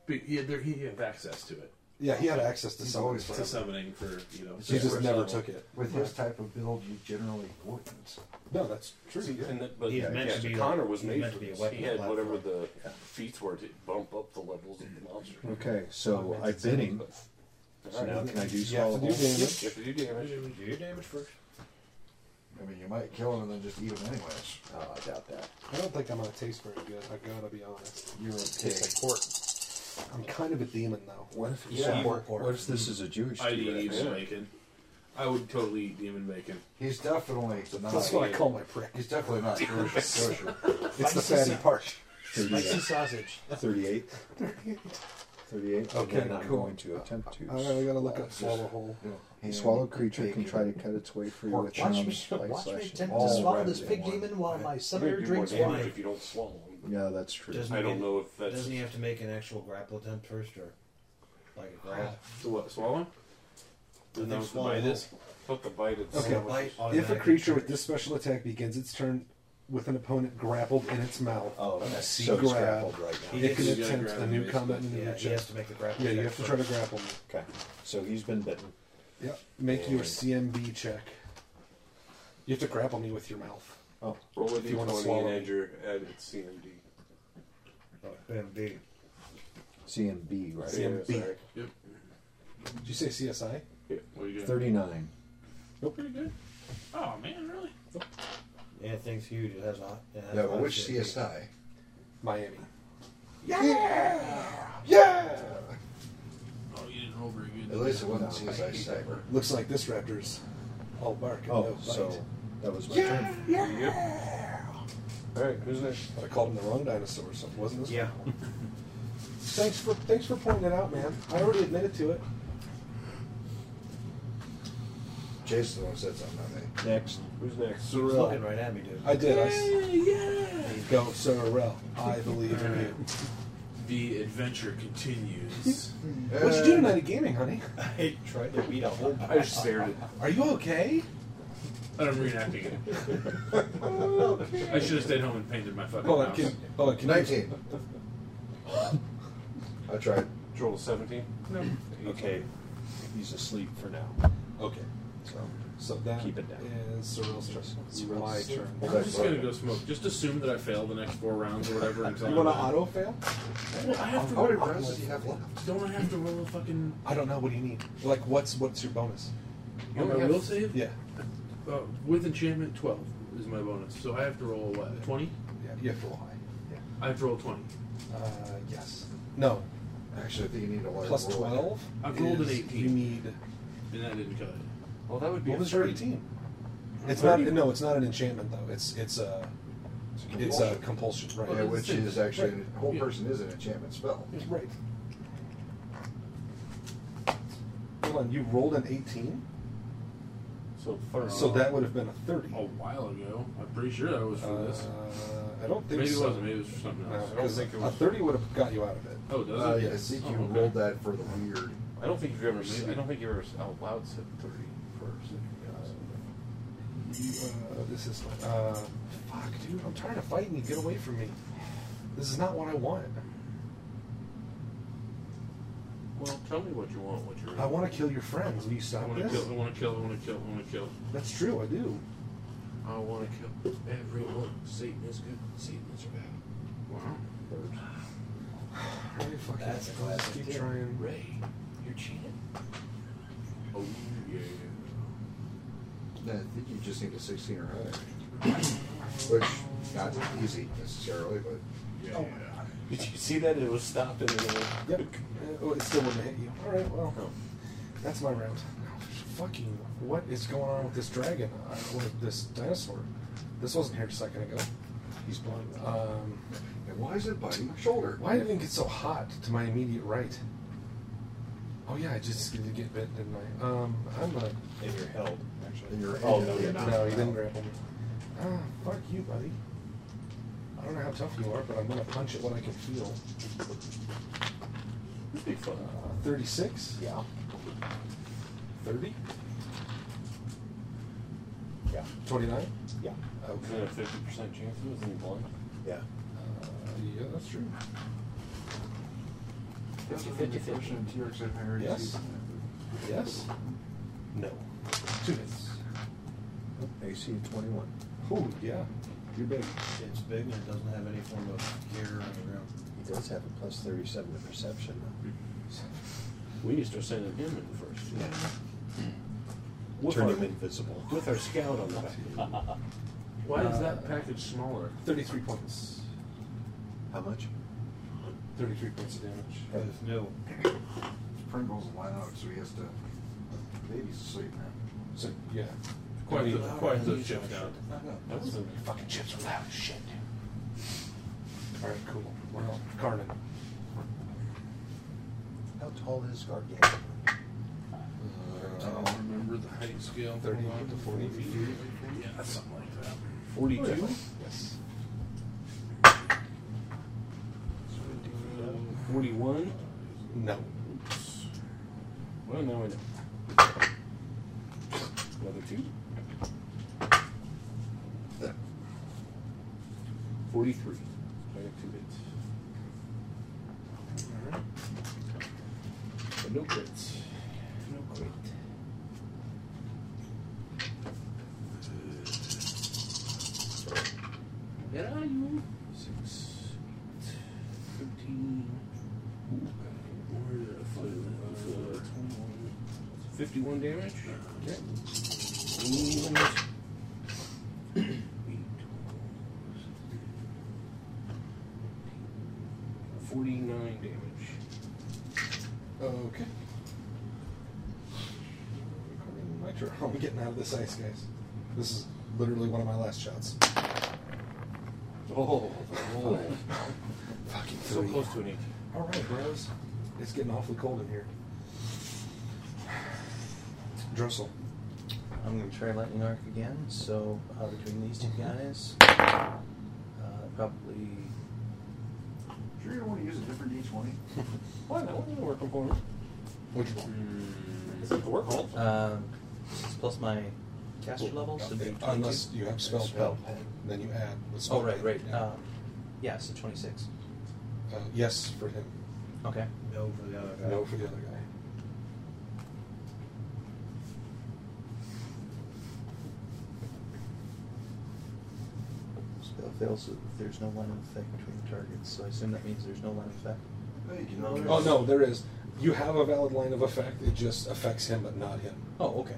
Speaker 5: But he had, there, he had access to it.
Speaker 6: Yeah, he had access to
Speaker 5: He's
Speaker 6: summoning
Speaker 5: always
Speaker 6: forever.
Speaker 5: to summoning for you know.
Speaker 6: He just
Speaker 5: for
Speaker 6: never
Speaker 5: summoning.
Speaker 6: took it.
Speaker 11: With his type of build, you generally wouldn't.
Speaker 6: No, that's true.
Speaker 1: See,
Speaker 6: yeah.
Speaker 1: and that, but
Speaker 6: He's
Speaker 1: yeah,
Speaker 6: meant to be
Speaker 1: Connor
Speaker 6: a-
Speaker 1: was
Speaker 6: he's
Speaker 1: made
Speaker 6: meant
Speaker 1: for
Speaker 6: to be a
Speaker 1: this.
Speaker 6: weapon
Speaker 1: He had
Speaker 6: platform.
Speaker 1: whatever the feats were to bump up the levels of the monster.
Speaker 6: Hmm.
Speaker 10: Okay, so I'm bidding. So now can I do swallow
Speaker 1: You
Speaker 10: whole?
Speaker 1: have to do damage. You have to do damage.
Speaker 19: Do your damage first.
Speaker 11: I mean, you might kill him and then just eat him anyways.
Speaker 10: Oh, I doubt that.
Speaker 6: I don't think I'm gonna taste very good. I gotta be honest. You're a pig.
Speaker 10: Tastes like
Speaker 6: I'm kind of a demon though.
Speaker 10: What if
Speaker 6: it's a pork?
Speaker 10: What if this is a Jewish
Speaker 5: I'd
Speaker 10: T-Rex?
Speaker 5: eat
Speaker 10: Yeah.
Speaker 5: demon bacon. I would totally eat demon bacon.
Speaker 11: He's definitely not.
Speaker 6: That's what I call my prick.
Speaker 11: He's definitely not kosher. kosher.
Speaker 6: It's the fatty part.
Speaker 10: Thirty-eight.
Speaker 19: sausage.
Speaker 10: Thirty-eight. Thirty-eight.
Speaker 6: Okay,
Speaker 10: Again, I'm
Speaker 6: cool.
Speaker 10: going to attempt to.
Speaker 6: All right, we gotta look
Speaker 10: swallow
Speaker 6: up swallow hole.
Speaker 10: A swallowed creature can try to cut its way free with charms, bite,
Speaker 2: Watch me
Speaker 10: slashing.
Speaker 2: attempt to swallow this pig demon while my summoner
Speaker 1: You do more
Speaker 2: drinks
Speaker 1: damage
Speaker 2: wine.
Speaker 1: if you don't swallow them.
Speaker 10: Yeah, that's true.
Speaker 19: Doesn't
Speaker 1: I
Speaker 19: he
Speaker 1: don't
Speaker 19: get-
Speaker 1: know if that's-
Speaker 19: Doesn't he have to make an actual grapple attempt first, or like a grab?
Speaker 5: So what? Swallow?
Speaker 19: I
Speaker 5: Then
Speaker 19: think
Speaker 5: that's the
Speaker 19: swallow
Speaker 5: bite is.
Speaker 1: Fuck the bite. It's
Speaker 6: Okay.
Speaker 1: so much-
Speaker 6: if a creature with this special attack begins its turn with an opponent grappled in its mouth,
Speaker 10: Oh,
Speaker 6: you
Speaker 10: okay.
Speaker 6: see
Speaker 10: So it's
Speaker 6: grab,
Speaker 10: grappled right now.
Speaker 6: It can
Speaker 10: He gets-
Speaker 6: attempt a new combat
Speaker 19: Yeah, he
Speaker 6: maneuver
Speaker 19: has
Speaker 6: check.
Speaker 19: to make the grapple
Speaker 6: Yeah, you
Speaker 19: check
Speaker 6: have to try to
Speaker 19: first.
Speaker 6: grapple me.
Speaker 10: Okay, so he's been bitten.
Speaker 6: Yep. Make your
Speaker 10: And-
Speaker 6: CMB check. You have to grapple me with your mouth.
Speaker 10: Oh,
Speaker 1: Roll a
Speaker 6: if you want to
Speaker 1: d20
Speaker 6: swallow.
Speaker 1: and add your add its CMD.
Speaker 19: CMD.
Speaker 10: CMB, right?
Speaker 6: CMB.
Speaker 1: sorry.
Speaker 5: Yep.
Speaker 6: Did you say CSI?
Speaker 1: Yeah.
Speaker 5: What are you doing?
Speaker 10: Thirty-nine.
Speaker 6: Nope.
Speaker 5: Pretty good. Oh man, really?
Speaker 19: Yeah, thing's huge. It has a. It has
Speaker 11: Yeah,
Speaker 19: a
Speaker 11: but
Speaker 19: lot
Speaker 11: which
Speaker 19: of shit.
Speaker 11: CSI?
Speaker 6: Miami.
Speaker 11: Yeah!
Speaker 6: Yeah!
Speaker 5: Oh, you didn't roll very good.
Speaker 11: At least it wasn't CSI Cyber.
Speaker 6: Looks like this raptor's all bark and no
Speaker 10: Oh,
Speaker 6: bite.
Speaker 10: so that was my turn.
Speaker 6: All right, who's next? I called him the wrong dinosaur, so it wasn't this.
Speaker 19: Yeah.
Speaker 6: one. thanks for thanks for pointing it out, man. I already admitted to it.
Speaker 11: Jason's the one who said something, not me.
Speaker 10: Next.
Speaker 1: Who's next?
Speaker 19: He's looking right at me, dude.
Speaker 6: I did. I s- Go, Sorrel. I believe in you.
Speaker 5: The adventure continues.
Speaker 6: What you do tonight at gaming, honey?
Speaker 19: I tried to beat a whole.
Speaker 5: I just stared
Speaker 6: Are you okay?
Speaker 5: at. I'm reenacting it. I should have stayed home and painted my fucking
Speaker 6: Hold on,
Speaker 5: house.
Speaker 6: can, hold on, can you-
Speaker 11: 19. I tried.
Speaker 1: Roll a 17. No.
Speaker 10: Okay, he's asleep for now.
Speaker 6: Okay.
Speaker 10: So
Speaker 6: So that
Speaker 10: Keep it down.
Speaker 6: is Sorrel's turn. It's my turn.
Speaker 5: I'm just gonna go smoke. Just assume that I fail the next four rounds or whatever. Until
Speaker 6: You want to
Speaker 5: I'm-
Speaker 6: auto fail?
Speaker 5: Well, I have to
Speaker 11: How many
Speaker 5: roll-
Speaker 11: rounds do you have left?
Speaker 5: Don't I have to roll a fucking?
Speaker 6: I don't know. What do you need? Like, what's what's your bonus?
Speaker 5: On my oh, will save?
Speaker 6: Yeah.
Speaker 5: Uh, with enchantment, 12 is my bonus. So I have to roll what? 20?
Speaker 6: Yeah. You have to roll high.
Speaker 5: I have to roll 20.
Speaker 6: Uh, yes. No.
Speaker 11: Actually, I think you need a large
Speaker 6: Plus
Speaker 11: roll.
Speaker 6: twelve.
Speaker 5: I've rolled an
Speaker 6: is
Speaker 5: 18.
Speaker 6: You need.
Speaker 5: And that didn't cut it.
Speaker 1: Well, that would be.
Speaker 6: What
Speaker 1: a
Speaker 6: was your
Speaker 1: 30.
Speaker 6: eighteen? It's not.
Speaker 1: Thirty.
Speaker 6: No, it's not an enchantment though. It's it's a. It's a compulsion, right?
Speaker 11: Yeah, which is actually,
Speaker 6: Right.
Speaker 11: a whole person is an enchantment spell.
Speaker 6: Right. Hold on. You rolled an eighteen.
Speaker 1: So 30.
Speaker 5: Uh,
Speaker 6: So that would have been a thirty.
Speaker 5: A while ago. I'm pretty sure that was for oh,
Speaker 11: Uh,
Speaker 5: this.
Speaker 6: Uh, I don't think
Speaker 5: Maybe
Speaker 6: so.
Speaker 5: it wasn't. Maybe it was for something
Speaker 6: No,
Speaker 5: else.
Speaker 6: 'cause A thirty would have got you out of it.
Speaker 5: Oh, does
Speaker 11: Uh,
Speaker 5: it?
Speaker 11: yeah, I think you
Speaker 5: Oh, okay.
Speaker 11: rolled that for the weird.
Speaker 1: I don't think you've ever. s- I don't think you ever s- out loud said 30 first.
Speaker 6: You, uh, this is like, uh, fuck, dude. I'm tired of fighting you. Get away from me. This is not what I want.
Speaker 1: Well, tell me what you want. What you're.
Speaker 6: I want to kill your friends. Will you
Speaker 5: I
Speaker 6: stop
Speaker 5: want to
Speaker 6: this?
Speaker 5: kill, I want to kill, I want to kill, I want to kill.
Speaker 6: That's true. I do.
Speaker 1: I want to kill everyone. Satan is good. Satan is bad.
Speaker 5: Wow.
Speaker 6: Really fucking
Speaker 19: That's a classic
Speaker 6: keep
Speaker 19: too.
Speaker 6: trying.
Speaker 1: Ray, you're cheating. Oh yeah.
Speaker 11: No, I think you just need a 16 or higher. Which
Speaker 10: Not easy necessarily, but.
Speaker 6: Oh.
Speaker 5: Did you see that? It was stopped in the middle.
Speaker 6: Yep. Oh, it still wouldn't hit you. All right. Well,
Speaker 10: Oh.
Speaker 6: that's my round. Fucking, what is going on with this dragon uh, or this dinosaur? This wasn't here a second ago. He's blind. Um,
Speaker 10: why is it biting my shoulder?
Speaker 6: Why did it get so hot to my immediate right? Oh yeah, I just did get bit, didn't I? Um, I'm a.
Speaker 38: And you're held, actually.
Speaker 6: And you're
Speaker 38: Oh, no, you're not.
Speaker 6: No, you didn't grapple me. Ah, fuck you, buddy. I don't know how tough you are, but I'm gonna punch at what I can feel. Uh, Thirty-six. Yeah. Thirty. Yeah. Twenty-nine. Yeah.
Speaker 5: Is that a fifty percent chance it was in blind?
Speaker 38: Yeah.
Speaker 6: Uh, yeah, that's true.
Speaker 10: 50 50 50.
Speaker 6: Yes. Yes. No. Two minutes.
Speaker 38: AC 21.
Speaker 6: Oh, yeah. You're big.
Speaker 39: It's big and it doesn't have any form of gear on the ground.
Speaker 38: He does have a plus 37 to perception.
Speaker 5: We used to send him in first.
Speaker 38: Turn him invisible.
Speaker 5: With our scout on the back.
Speaker 40: Why is
Speaker 5: Uh,
Speaker 40: that package smaller?
Speaker 6: 33 points.
Speaker 38: How much?
Speaker 6: 33 points of damage.
Speaker 10: That is new. Pringles line out, so he has to. Baby's asleep now.
Speaker 6: So, yeah.
Speaker 40: Quite the- quite the shift down.
Speaker 6: That was fucking chips were loud as shit. Alright, cool. Well, Carnan.
Speaker 38: How tall is Gargantua?
Speaker 40: I don't remember the height scale.
Speaker 6: 30
Speaker 40: Hold on.
Speaker 6: to 40 feet.
Speaker 40: Yeah, something like that.
Speaker 6: 42? Yes.
Speaker 5: 41?
Speaker 6: No.
Speaker 5: Well, now I know. Another two. 43. I got two hits. But no crits. No crit. Where are you? Six, eight, thirteen. Where did I put it? Uh, 51 damage. Okay. And Forty-nine damage.
Speaker 6: Okay. Carnan, my turn. I'm getting out of this ice, guys. This is literally one of my last shots.
Speaker 5: Oh,
Speaker 6: Fucking
Speaker 5: so
Speaker 6: three.
Speaker 5: close to an eight.
Speaker 6: All right, bros. It's getting awfully cold in here. Drossel.
Speaker 2: I'm going to try lightning arc again. So uh, between these two guys, uh, probably
Speaker 10: Sure, you don't want to use a different D20?
Speaker 5: Why not? We're working for him.
Speaker 6: Which
Speaker 5: It's like the work hole.
Speaker 2: um, this is plus my caster level. So it'd be 22.
Speaker 6: Unless you have spell
Speaker 2: Spell
Speaker 6: pen, then you add. With spell
Speaker 2: Oh right,
Speaker 6: pen,
Speaker 2: right.
Speaker 6: yeah.
Speaker 2: Um, yeah, so 26.
Speaker 6: Uh, yes for him.
Speaker 2: Okay.
Speaker 39: No for the other guy.
Speaker 6: No for the other guy.
Speaker 2: Spell fails. So there's no line of effect between the targets. So I assume that means there's no line of effect.
Speaker 6: Oh no, there is. You have a valid line of effect. It just affects him, but not him.
Speaker 2: Oh, okay.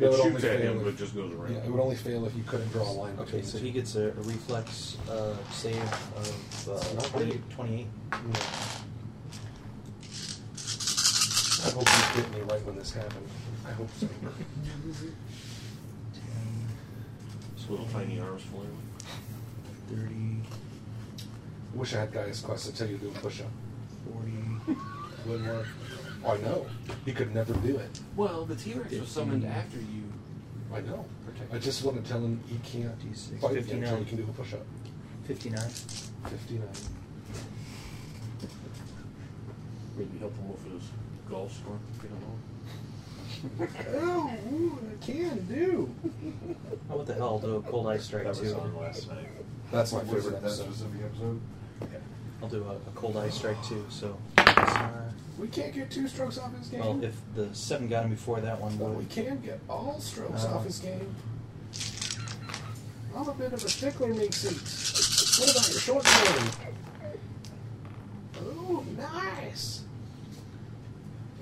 Speaker 6: It
Speaker 5: It
Speaker 6: would
Speaker 5: shoots
Speaker 6: only
Speaker 5: at him,
Speaker 6: fail
Speaker 5: but
Speaker 6: if-
Speaker 5: it just goes around.
Speaker 6: Yeah, it would only fail if you couldn't draw a line.
Speaker 2: Okay,
Speaker 6: between
Speaker 2: so
Speaker 6: the
Speaker 2: he
Speaker 6: two.
Speaker 2: gets a, a reflex uh, save of uh, 20, 28.
Speaker 6: I hope you hit me right when this happened. I hope so.
Speaker 5: His little tiny arms flailing.
Speaker 2: 30,
Speaker 6: Wish I had Gaius Quest to tell you to do a push up.
Speaker 2: 40.
Speaker 6: Wouldn't work. I know. He could never do it.
Speaker 41: Well, the T Rex was summoned after you.
Speaker 6: I know. I just want to tell him he can't fight it until he can do a push up.
Speaker 2: 59.
Speaker 6: 59.
Speaker 5: Maybe help him with his golf score. Get him on.
Speaker 6: Oh, I can do.
Speaker 2: Oh, what the hell? Do a cold ice strike
Speaker 38: That was
Speaker 2: too.
Speaker 38: on last night.
Speaker 6: That's my
Speaker 10: What was
Speaker 6: favorite
Speaker 10: it, that
Speaker 6: episode.
Speaker 10: specific episode?
Speaker 2: I'll do a, a cold ice strike too. So, uh,
Speaker 6: We can't get two strokes off his game.
Speaker 2: well, if the seven got him before that one,
Speaker 6: But we
Speaker 2: would
Speaker 6: can get all strokes
Speaker 2: Uh,
Speaker 6: off his game. I'm a bit of a tickler, Minxie. What about your short game? Oh, nice.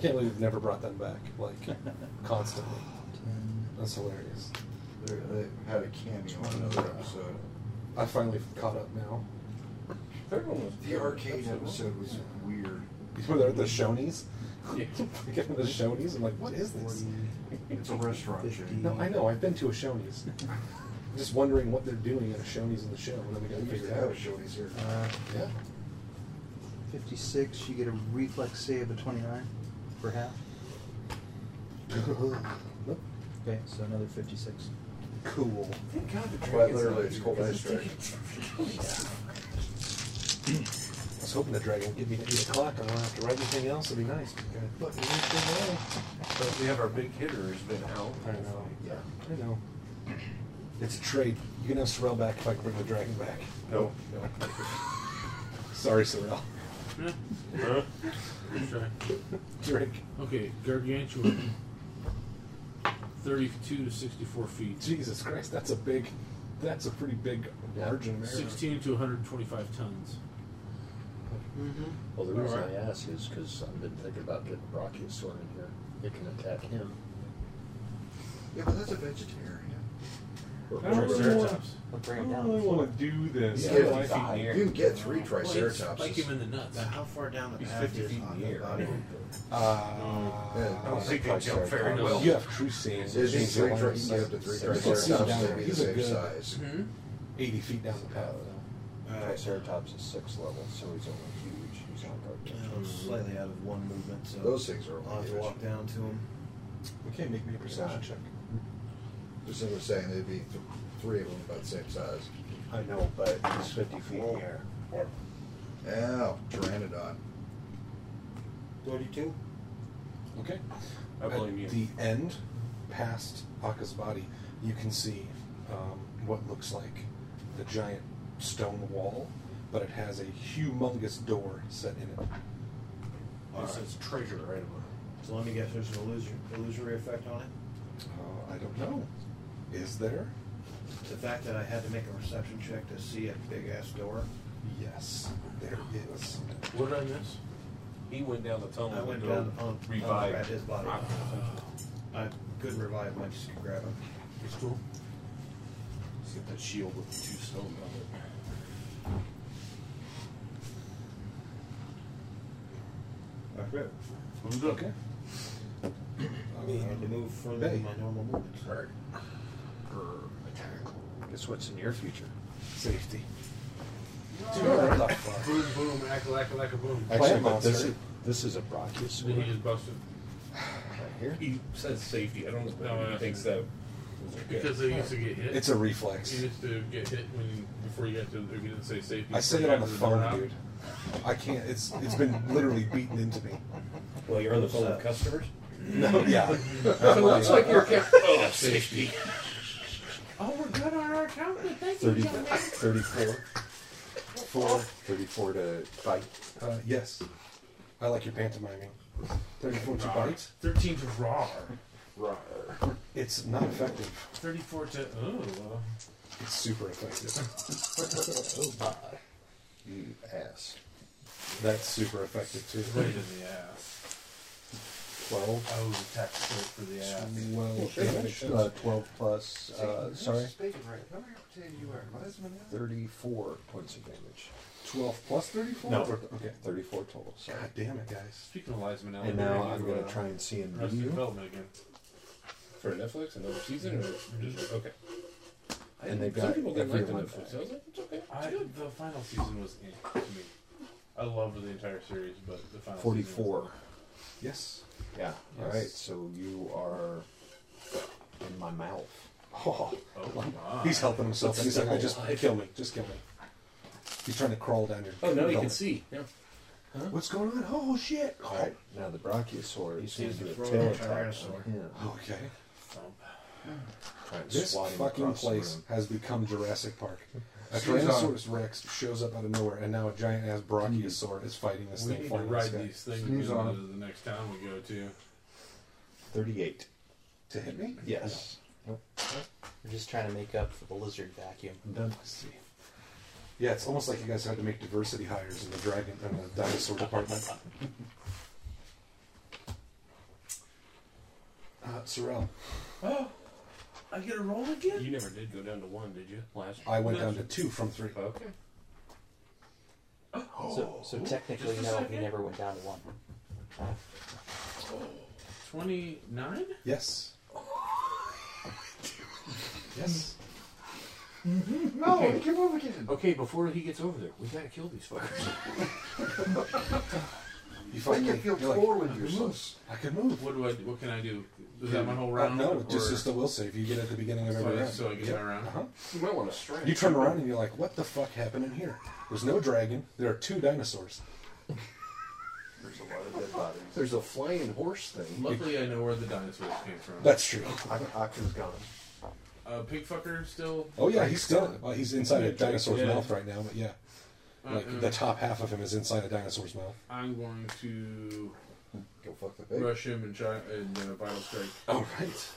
Speaker 6: Can't believe we've never brought them back, like, constantly. That's hilarious.
Speaker 10: They, they had a cameo on another episode.
Speaker 6: I finally caught up now.
Speaker 11: Third one was the arcade episode was weird.
Speaker 6: Where they're at the Shoney's. Get to the Shoney's. I'm like, what is this?
Speaker 11: It's a restaurant chain.
Speaker 6: No, I know. I've been to a Shoney's. Just wondering what they're doing at a Shoney's in the show, and then we got to
Speaker 11: We used
Speaker 6: figure
Speaker 11: to
Speaker 6: it out.
Speaker 11: have a Shoney's here.
Speaker 6: Uh, yeah.
Speaker 2: 56, you get a reflex save of 29 for half. okay, so another 56.
Speaker 6: Cool.
Speaker 19: Thank God the
Speaker 11: Quite
Speaker 19: dragon's
Speaker 11: literally,
Speaker 19: not
Speaker 11: it's
Speaker 19: here,
Speaker 11: called
Speaker 19: 'cause
Speaker 11: Ice
Speaker 19: the
Speaker 11: Dragon.
Speaker 6: I was hoping the dragon would give me the eight o'clock. I don't have to write anything else. It'd be nice. But
Speaker 19: But we have our big hitter has been out.
Speaker 6: I know. Yeah. I know. It's a trade. You can have Sorrel back if I can bring the dragon back.
Speaker 1: No.
Speaker 6: No. Sorry, Sorrel.
Speaker 5: Huh?
Speaker 6: Drink.
Speaker 5: Okay, gargantuan. Thirty-two to sixty-four feet.
Speaker 6: Jesus Christ, that's a big. That's a pretty big margin there.
Speaker 5: Sixteen to one hundred and twenty-five tons.
Speaker 10: Well, the reason
Speaker 5: Alright.
Speaker 10: I ask is because I've been thinking about getting Brachiosaur in here. It can attack him.
Speaker 11: Yeah, but that's a vegetarian.
Speaker 10: Or-
Speaker 6: I don't
Speaker 10: or-
Speaker 6: really
Speaker 10: or-
Speaker 6: wanna- I don't really want to do this.
Speaker 11: You
Speaker 6: I
Speaker 11: can
Speaker 6: think
Speaker 11: get,
Speaker 6: near-
Speaker 11: you can get three
Speaker 19: Well, he'd
Speaker 11: triceratops.
Speaker 19: spike him in the nuts. Now, how far down the
Speaker 11: He's
Speaker 19: path
Speaker 11: 50
Speaker 19: is
Speaker 11: feet
Speaker 19: on
Speaker 11: in the
Speaker 19: the
Speaker 11: air.
Speaker 19: body?
Speaker 11: Yeah,
Speaker 6: Uh,
Speaker 11: I don't think he'll jump very
Speaker 6: You
Speaker 11: well.
Speaker 6: have true scenes.
Speaker 11: There's
Speaker 6: He's
Speaker 11: three
Speaker 6: a
Speaker 11: tri- you
Speaker 6: lion
Speaker 11: can get
Speaker 6: size.
Speaker 11: up to three
Speaker 6: You can see him
Speaker 11: triceratops,
Speaker 6: down
Speaker 11: they'll
Speaker 6: there.
Speaker 11: be the
Speaker 6: He's a
Speaker 11: same
Speaker 6: good
Speaker 11: size. Mhm.
Speaker 19: Mm-hmm.
Speaker 6: 80 feet down the path.
Speaker 10: Triceratops is six level, so he's only huge. He's not
Speaker 19: I'm slightly out of one movement, so
Speaker 11: Those things are
Speaker 19: I'll have to
Speaker 11: huge.
Speaker 19: walk down to him.
Speaker 6: Okay, make me a
Speaker 11: perception
Speaker 6: check.
Speaker 11: Just as we're saying, they'd be th- three of them about the same size.
Speaker 10: I know, but he's 50 feet in the air.
Speaker 11: Ow, Pteranodon.
Speaker 19: 32?
Speaker 6: Okay.
Speaker 1: I blame you.
Speaker 6: At the end, past Aka's body, you can see um, what looks like the giant stone wall, but it has a humongous door set in it.
Speaker 19: It says treasure right above it. So let me guess, there's an illusory, illusory effect on it?
Speaker 6: Uh, I don't know. Is there?
Speaker 19: The fact that I had to make a reception check to see a big ass door.
Speaker 6: Yes, there is.
Speaker 1: What did I miss? He went down the tunnel.
Speaker 19: I
Speaker 1: to
Speaker 19: went
Speaker 1: go
Speaker 19: down the pump,
Speaker 1: Revive.
Speaker 19: grabbed his body.
Speaker 1: Ah.
Speaker 19: I couldn't revive him, I just could grab him.
Speaker 1: It's cool. He's got that shield with the two stones on it.
Speaker 19: That's it.
Speaker 1: Who's up? Okay.
Speaker 19: Me, I had to move further than my normal movement.
Speaker 10: Right. Or attack. Guess what's in your future?
Speaker 6: Safety.
Speaker 5: Boom, boom, act like a like a boom.
Speaker 10: Actually, but this is, this is a Brachiosaur.
Speaker 5: Did he just bust it?
Speaker 1: He says safety. I don't know
Speaker 5: No,
Speaker 1: if he
Speaker 5: I-
Speaker 1: thinks that.
Speaker 5: Because they used to get hit.
Speaker 6: It's a reflex.
Speaker 5: You used to get hit when you, before you got to. If you didn't say safety.
Speaker 6: I say it
Speaker 5: before
Speaker 6: on the
Speaker 5: you got to
Speaker 6: phone,
Speaker 5: doorknob.
Speaker 6: dude. I can't. It's it's been literally beaten into me.
Speaker 1: Well, you're on the phone with customers.
Speaker 6: No, yeah.
Speaker 1: it looks like you're. Oh, safety.
Speaker 4: Oh, we're good on our account. Thank you,
Speaker 10: 30,
Speaker 4: young man.
Speaker 10: 34. 4, 34 to fight.
Speaker 6: Uh, yes. I like your pantomiming. 34 to
Speaker 5: Rawr.
Speaker 6: bite.
Speaker 5: Thirteen to raw.
Speaker 6: It's not effective.
Speaker 5: Thirty-four to. Oh.
Speaker 6: It's super effective.
Speaker 10: You ass.
Speaker 6: That's super effective too.
Speaker 5: Right in the ass.
Speaker 10: 12.
Speaker 5: I was attacked straight for the ass.
Speaker 10: Well, damage, uh, 12 plus, uh, sorry,
Speaker 11: Speaking right, how many potato you are? Why is my name-
Speaker 10: 34 points of damage.
Speaker 6: 12 plus 34?
Speaker 10: No,
Speaker 6: Or- okay.
Speaker 10: 34 total. Sorry.
Speaker 6: God damn it, guys.
Speaker 5: Speaking of Liza Minnelli,
Speaker 10: And
Speaker 5: we're
Speaker 10: now
Speaker 5: gonna
Speaker 10: I'm
Speaker 5: do,
Speaker 10: going
Speaker 5: uh,
Speaker 10: to try and see and beat
Speaker 5: Arrested
Speaker 10: you.
Speaker 5: Development again.
Speaker 1: For Netflix, another season, or just okay. I
Speaker 10: And
Speaker 1: didn't-
Speaker 10: they've
Speaker 1: some
Speaker 10: got
Speaker 1: people didn't like the
Speaker 10: everyone
Speaker 1: Netflix. I was like, it's okay.
Speaker 5: I, the final season was eh to me. I loved the entire series, but the final season.
Speaker 10: 44.
Speaker 6: Yes.
Speaker 10: Yeah. All
Speaker 6: Yes.
Speaker 10: right. So you are in my mouth.
Speaker 6: Oh,
Speaker 5: my.
Speaker 6: he's helping himself.
Speaker 1: That's
Speaker 6: He's like, I
Speaker 1: still
Speaker 6: just
Speaker 1: alive.
Speaker 6: kill me. Just kill me. He's trying to crawl down your.
Speaker 1: Oh, now you can
Speaker 6: gullet.
Speaker 1: see. Yeah.
Speaker 6: What's going on? Oh shit!
Speaker 10: All right. Now the Brachiosaur is going
Speaker 19: sees
Speaker 10: to do
Speaker 19: the
Speaker 10: a
Speaker 19: throne
Speaker 10: tail
Speaker 19: of
Speaker 10: attack
Speaker 19: Tyrannosaur.
Speaker 10: on him.
Speaker 6: Okay.
Speaker 10: Try and
Speaker 6: This
Speaker 10: swat him
Speaker 6: fucking
Speaker 10: across the
Speaker 6: place
Speaker 10: room.
Speaker 6: has become Jurassic Park. A
Speaker 10: Shows on.
Speaker 6: Tyrannosaurus Rex shows up out of nowhere, and now a giant ass Brachiosaur is fighting this
Speaker 5: We
Speaker 6: thing.
Speaker 5: need to
Speaker 6: flying in
Speaker 5: ride
Speaker 6: the sky.
Speaker 5: these things
Speaker 6: Sneeze
Speaker 5: into
Speaker 6: on him.
Speaker 5: the next town we go to.
Speaker 10: 38.
Speaker 6: to hit me.
Speaker 10: Yes.
Speaker 2: We're just trying to make up for the lizard vacuum.
Speaker 6: I'm done. I see. Yeah, it's almost like you guys had to make diversity hires in the dragon and the dinosaur department. Uh, Sorrel.
Speaker 5: Oh,
Speaker 4: I get a roll again?
Speaker 1: You never did go down to one, did you? Last
Speaker 6: I went down to two from three.
Speaker 1: Okay.
Speaker 2: So, so technically,
Speaker 5: Just a
Speaker 2: no, he
Speaker 5: second.
Speaker 2: never went down to one.
Speaker 5: 29?
Speaker 6: Yes. yes.
Speaker 11: No, come over here.
Speaker 36: Okay, before he gets over there, we gotta kill these fuckers.
Speaker 6: You
Speaker 11: Make
Speaker 6: me.
Speaker 11: it feel
Speaker 6: You're like,
Speaker 11: cool with
Speaker 6: I can
Speaker 11: yourself.
Speaker 6: move. I can move.
Speaker 5: What do I? What can I do? Is
Speaker 6: Yeah.
Speaker 5: that my whole
Speaker 6: Uh,
Speaker 5: round?
Speaker 6: no, just
Speaker 5: or-
Speaker 6: just a will save you get at the beginning of
Speaker 5: So
Speaker 6: every
Speaker 5: I-
Speaker 6: round.
Speaker 5: so I get
Speaker 6: Yep.
Speaker 5: my round?
Speaker 6: Uh-huh.
Speaker 36: You might want to strike.
Speaker 6: You turn around and you're like, what the fuck happened in here? There's no dragon. There are two dinosaurs.
Speaker 36: There's a lot of dead bodies.
Speaker 6: There's a flying horse thing.
Speaker 5: Luckily, I know where the dinosaurs came from.
Speaker 6: That's true.
Speaker 5: Octa's gone. Uh, Pigfucker still.
Speaker 6: Oh yeah, he's still well, he's inside a
Speaker 5: Yeah,
Speaker 6: dinosaur's
Speaker 5: yeah.
Speaker 6: mouth right now, but yeah,
Speaker 5: Uh,
Speaker 6: like
Speaker 5: uh,
Speaker 6: the top half of him is inside a dinosaur's mouth.
Speaker 5: I'm going to
Speaker 6: Go fuck the
Speaker 5: rush him and try and uh, vital strike.
Speaker 6: All right.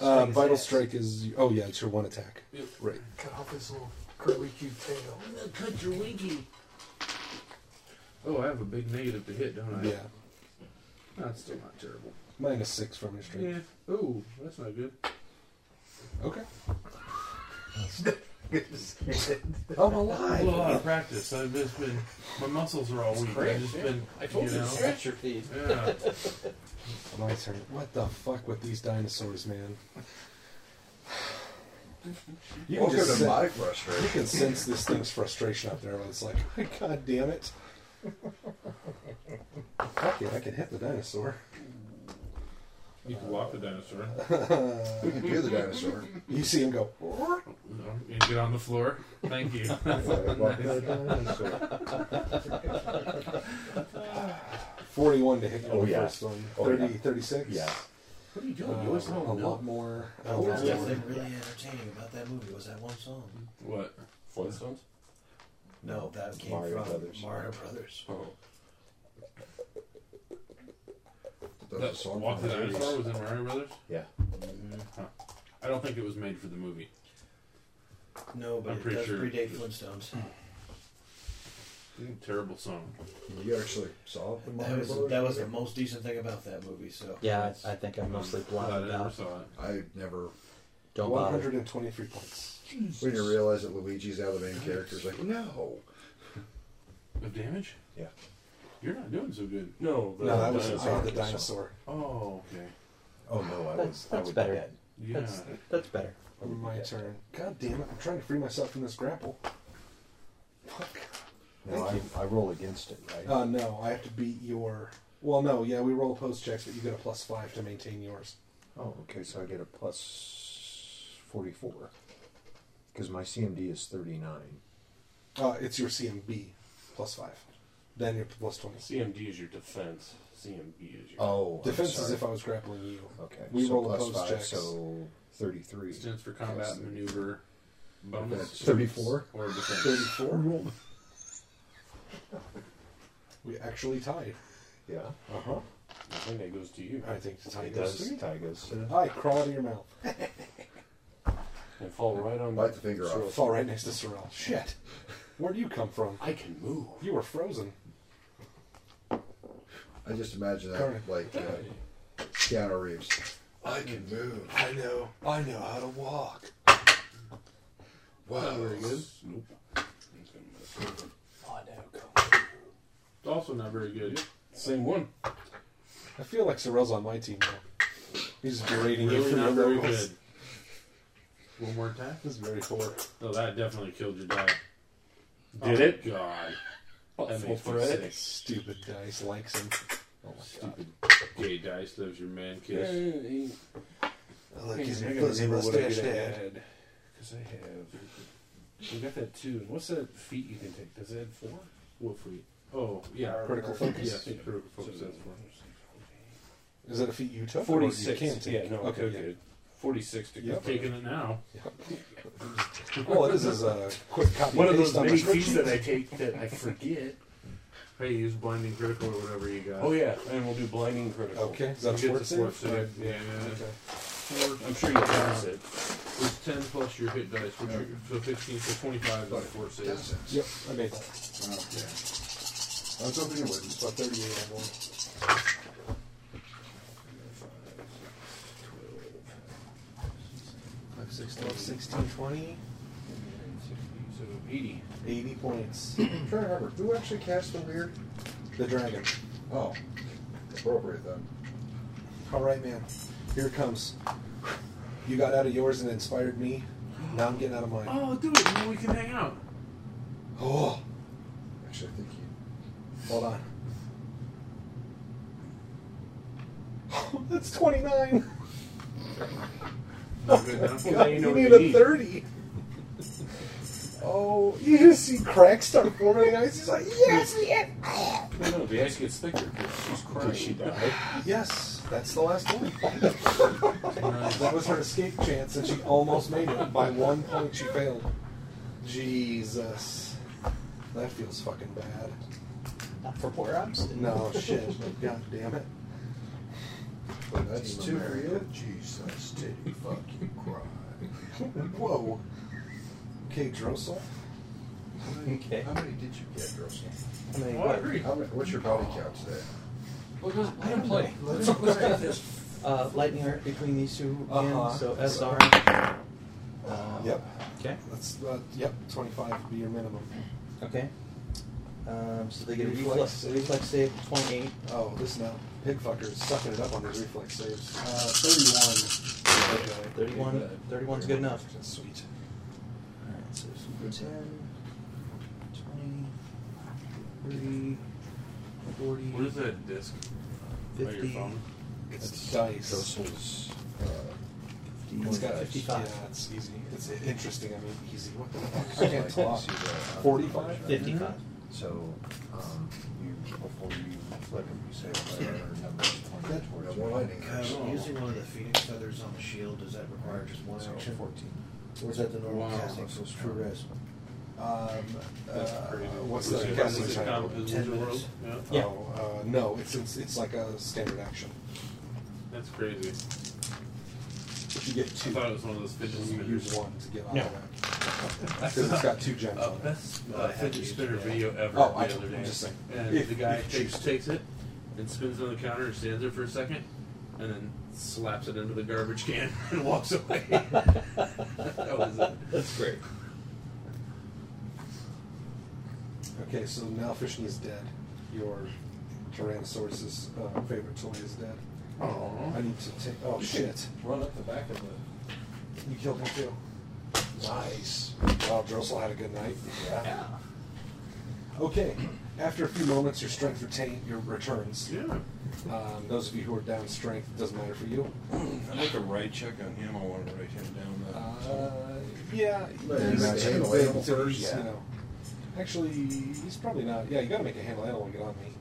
Speaker 6: Uh, vital strike is oh yeah, it's your one attack.
Speaker 5: Yep.
Speaker 6: Right.
Speaker 36: Cut off his little curlicue tail. Cut your winky.
Speaker 5: Oh, I have a big negative to hit, don't I?
Speaker 6: Yeah.
Speaker 5: That's still not terrible.
Speaker 6: Minus six from your strength.
Speaker 5: Yeah. Ooh, that's not good.
Speaker 6: Okay.
Speaker 5: I'm alive. A lot of practice. I've just been. My muscles are all weak. I've just been. you. Know, Yeah.
Speaker 6: My turn. What the fuck with these dinosaurs, man?
Speaker 11: Welcome to
Speaker 6: sen-
Speaker 11: my frustration.
Speaker 6: You can sense this thing's frustration up there. Where it's like, God damn it! Fuck it, I can hit the dinosaur.
Speaker 5: You can walk the dinosaur.
Speaker 6: We
Speaker 11: can do the dinosaur.
Speaker 6: You see him go.
Speaker 5: And get on the floor. Thank you.
Speaker 6: Forty-one to hit you. on
Speaker 10: Oh,
Speaker 6: the
Speaker 10: yeah.
Speaker 6: First one.
Speaker 10: Oh,
Speaker 6: 30,
Speaker 10: yeah.
Speaker 6: 36?
Speaker 10: Yeah. Oh,
Speaker 6: What
Speaker 10: are you doing?
Speaker 6: Uh,
Speaker 10: You always
Speaker 6: a
Speaker 10: know.
Speaker 19: Oh,
Speaker 6: lot more. a
Speaker 19: What was
Speaker 6: lot more.
Speaker 19: that really entertaining about that movie was that one song.
Speaker 5: What?
Speaker 36: Flintstones?
Speaker 19: No, that came
Speaker 36: Mario
Speaker 19: from
Speaker 36: Brothers.
Speaker 19: Mario Brothers.
Speaker 5: Oh, That Walk the Dinosaur was in Mario Brothers?
Speaker 10: Yeah.
Speaker 1: Mm-hmm.
Speaker 5: Huh. I don't think it was made for the movie.
Speaker 19: No, but
Speaker 5: I'm
Speaker 19: it
Speaker 5: pretty
Speaker 19: does
Speaker 5: sure.
Speaker 19: predate Flintstones.
Speaker 2: Hmm.
Speaker 1: Mm.
Speaker 5: Terrible song.
Speaker 11: You actually saw the
Speaker 19: That was that was the most decent thing about that movie. So
Speaker 2: I think I'm mostly
Speaker 5: blinded out. saw it.
Speaker 11: I never.
Speaker 2: Don't
Speaker 6: One
Speaker 11: bother.
Speaker 6: hundred and twenty-three points.
Speaker 11: When you realize that Luigi's out of the main character, it's like, no.
Speaker 5: Of damage?
Speaker 10: Yeah.
Speaker 5: You're not doing so good.
Speaker 10: No, the No, Oh, that was dinosaur. inside the dinosaur.
Speaker 5: Oh, okay.
Speaker 10: Oh no, I
Speaker 5: That's-
Speaker 10: would. I
Speaker 5: that's
Speaker 10: would
Speaker 5: better.
Speaker 10: dead.
Speaker 5: Yeah. That's-
Speaker 2: that's better.
Speaker 6: My turn. God damn it! I'm trying to free myself from this grapple.
Speaker 10: No, I,
Speaker 6: Thank
Speaker 10: I roll against it, right?
Speaker 6: Uh, no, I have to beat your. Well, no, yeah, we roll opposed checks, but you get a plus five to maintain yours.
Speaker 10: Oh, okay, so I get a plus 44. Because my CMD is 39.
Speaker 6: Uh, it's your CMB plus five. Then your plus 20.
Speaker 1: CMD is your defense. CMB is your.
Speaker 10: Oh, I'm
Speaker 6: Defense is
Speaker 10: sorry.
Speaker 6: if I was grappling you.
Speaker 10: Okay,
Speaker 6: We
Speaker 10: so
Speaker 6: roll
Speaker 10: plus
Speaker 6: opposed
Speaker 10: five,
Speaker 6: checks.
Speaker 10: so 33.
Speaker 5: Stands for combat
Speaker 10: Yes.
Speaker 5: maneuver bonus.
Speaker 10: That's 34?
Speaker 5: Or defense.
Speaker 6: 34 roll. we actually tied.
Speaker 10: Yeah.
Speaker 6: Uh huh.
Speaker 1: I think that goes to you.
Speaker 6: I think the tie
Speaker 10: It
Speaker 6: goes
Speaker 10: does.
Speaker 6: to me.
Speaker 10: Tie goes to
Speaker 6: Hi, crawl out of your mouth.
Speaker 1: And fall right on.
Speaker 11: Bite the finger off.
Speaker 1: Sorrel.
Speaker 6: Fall right next to Sorrel. Shit. Where do you come from?
Speaker 1: I can move.
Speaker 6: You were frozen.
Speaker 11: I just imagine that,
Speaker 6: Correct.
Speaker 11: like uh, Keanu Reeves. I can
Speaker 5: Mm.
Speaker 11: move.
Speaker 6: I know. I know how to walk.
Speaker 11: Wow.
Speaker 5: Very good. Nope. It's also not very good.
Speaker 1: Same one.
Speaker 6: I feel like Sorrel's on my team now. He's berating you
Speaker 5: Really
Speaker 6: for your
Speaker 5: not very
Speaker 6: roles.
Speaker 5: good. One more attack?
Speaker 6: This is very poor.
Speaker 5: Oh, that definitely killed your die.
Speaker 1: Did
Speaker 5: Oh,
Speaker 1: it?
Speaker 5: God. That
Speaker 1: Full
Speaker 5: makes me
Speaker 1: threat.
Speaker 5: sick.
Speaker 6: Stupid dice likes him. Oh my
Speaker 5: Stupid gay dice loves your man kiss.
Speaker 1: Hey.
Speaker 6: I like
Speaker 1: Hey,
Speaker 6: his
Speaker 1: I gotta
Speaker 6: fuzzy
Speaker 1: remember what I
Speaker 6: mustache
Speaker 1: did I
Speaker 6: dad.
Speaker 1: had. 'Cause I have. We got that two. And what's that feat you can take? Does it add four? What feat?
Speaker 5: Oh, yeah.
Speaker 6: Critical
Speaker 5: Yeah, I
Speaker 6: focus.
Speaker 5: think critical focus has four.
Speaker 6: Is that a feat you took? or you
Speaker 1: 46.
Speaker 6: can take?
Speaker 1: Yeah, no, I took it. 46 to
Speaker 6: Yep.
Speaker 1: complete.
Speaker 5: Taking it now.
Speaker 6: All it is is a quick copy
Speaker 1: One of
Speaker 6: and paste
Speaker 1: those
Speaker 6: on
Speaker 1: many feats
Speaker 6: descriptions.
Speaker 1: that I take that I forget.
Speaker 5: Hey, use blinding critical or whatever you got.
Speaker 1: Oh yeah, and we'll do blinding critical.
Speaker 6: Okay, is that
Speaker 1: We'll
Speaker 6: a
Speaker 1: get
Speaker 6: sword
Speaker 1: the sword
Speaker 6: save?
Speaker 1: save, Yeah.
Speaker 5: Okay.
Speaker 1: I'm sure you pass it.
Speaker 5: It's 10 plus your hit dice, which are, so 15, so 25 is four saves.
Speaker 6: Yep, I made that.
Speaker 11: I was hoping it wouldn't.
Speaker 6: It's about 38 on one.
Speaker 11: I
Speaker 6: Six, 12, 16, 20.
Speaker 42: So 80.
Speaker 6: 80 points.
Speaker 43: I'm trying to remember who actually cast the weird.
Speaker 6: The dragon.
Speaker 43: Oh, appropriate then.
Speaker 6: All right, man. Here it comes. You got out of yours and inspired me. Now I'm getting out of mine.
Speaker 5: Oh, do it. Then we can hang out.
Speaker 6: Oh,
Speaker 43: Actually, I think you.
Speaker 6: hold on. That's 29.
Speaker 42: Not good enough.
Speaker 6: God,
Speaker 42: Well, now
Speaker 6: you,
Speaker 42: you know what
Speaker 6: need
Speaker 42: you
Speaker 6: a
Speaker 42: need.
Speaker 6: 30. oh, you just see cracks start forming in the ice. He's like, yes, yes.
Speaker 42: No, no, the ice gets thicker. 'cause She's crying. Did she die?
Speaker 6: Yes, that's the last one. uh, that was her escape chance, and she almost made it. By one point, she failed. Jesus. That feels fucking bad.
Speaker 2: Not for poor ops.
Speaker 6: No, shit. God damn it.
Speaker 43: That's
Speaker 6: Team
Speaker 43: two for
Speaker 6: America.
Speaker 43: you. Jesus, did he fucking cry?
Speaker 6: Whoa. Okay, Drossel.
Speaker 43: How many, how many did you get, Drossel?
Speaker 6: How many what?
Speaker 43: How many- what's your body count today?
Speaker 2: I don't play.
Speaker 43: Let's- let's get this.
Speaker 2: Uh, lightning arc between these two
Speaker 6: Uh-huh.
Speaker 2: again. So SR. Uh,
Speaker 6: Yep.
Speaker 2: Okay.
Speaker 6: That's, uh, yep, 25 would be your minimum.
Speaker 2: Okay. Um, so they get a
Speaker 6: Reflex
Speaker 2: reflex,
Speaker 6: save.
Speaker 2: reflex save of 28.
Speaker 6: Oh, this now. Pig fucker is sucking it up on his reflex saves. Uh, 31.
Speaker 2: 31. 31's good enough.
Speaker 6: Sweet.
Speaker 2: Alright, so it's 10, 20, 30, 40.
Speaker 5: Where's that disc? Oh, your
Speaker 2: 50.
Speaker 5: phone?
Speaker 6: It's dice.
Speaker 44: Drossel's, uh,
Speaker 6: It's got
Speaker 2: 55.
Speaker 6: Yeah, it's easy. It's interesting. I mean, easy. What the fuck? I can't talk.
Speaker 44: See the, uh,
Speaker 6: 45?
Speaker 2: 55.
Speaker 44: So, um, you, before you flip it, you say whatever number you want
Speaker 43: Good.
Speaker 44: it towards.
Speaker 43: Got one lightning
Speaker 6: Uh,
Speaker 43: action.
Speaker 6: using one of the phoenix feathers on the shield, does that require just one
Speaker 44: So,
Speaker 6: action?
Speaker 44: 14.
Speaker 6: Or is that the normal
Speaker 44: Wow.
Speaker 6: casting? So it's true risk.
Speaker 44: Um,
Speaker 6: Uh, what's the
Speaker 5: Is it-
Speaker 6: casting
Speaker 5: is it
Speaker 6: time?
Speaker 5: comp- is it
Speaker 6: Ten
Speaker 5: roll?
Speaker 6: minutes.
Speaker 5: Yeah.
Speaker 2: Yeah.
Speaker 6: Oh, uh, no, it's, it's it's like a standard action.
Speaker 5: That's crazy.
Speaker 6: If you get
Speaker 5: I
Speaker 6: two,
Speaker 5: thought it was one of those fidget
Speaker 6: you
Speaker 5: spinners.
Speaker 6: use one to get out
Speaker 2: No.
Speaker 6: of that. Because it's got two gems
Speaker 5: Uh,
Speaker 6: on it.
Speaker 5: best
Speaker 6: No, I
Speaker 5: uh,
Speaker 6: have
Speaker 5: fidget
Speaker 6: used it,
Speaker 5: spinner
Speaker 6: yeah.
Speaker 5: video ever
Speaker 6: Oh,
Speaker 5: the
Speaker 6: I-
Speaker 5: other
Speaker 6: I'm
Speaker 5: day.
Speaker 6: just saying.
Speaker 5: And
Speaker 6: If-
Speaker 5: the guy
Speaker 6: if you
Speaker 5: takes,
Speaker 6: choose.
Speaker 5: takes it and spins it on the counter and stands there for a second and then slaps it into the garbage can and walks away. that was it.
Speaker 2: That's great.
Speaker 5: Oh.
Speaker 6: Okay, so now Fishing is dead. Your Tyrannosaurus's uh, favorite toy is dead.
Speaker 5: Aw.
Speaker 6: I need to take. Oh shit!
Speaker 45: Run up the back of the.
Speaker 6: You killed him too. Nice. Wow, Drossel had a good night. Yeah. Okay. After a few moments, your strength retain your returns.
Speaker 5: Yeah.
Speaker 6: Um, those of you who are down strength doesn't matter for you.
Speaker 46: I'd like a right check on him. I want to write him down. Though.
Speaker 6: Uh, yeah,
Speaker 43: But
Speaker 6: he's
Speaker 43: it's
Speaker 6: too
Speaker 43: handle
Speaker 6: big
Speaker 43: animal
Speaker 6: to,
Speaker 43: first,
Speaker 6: you
Speaker 43: yeah.
Speaker 6: know. Actually, he's probably not. Yeah, you got to make a handle animal and get on me.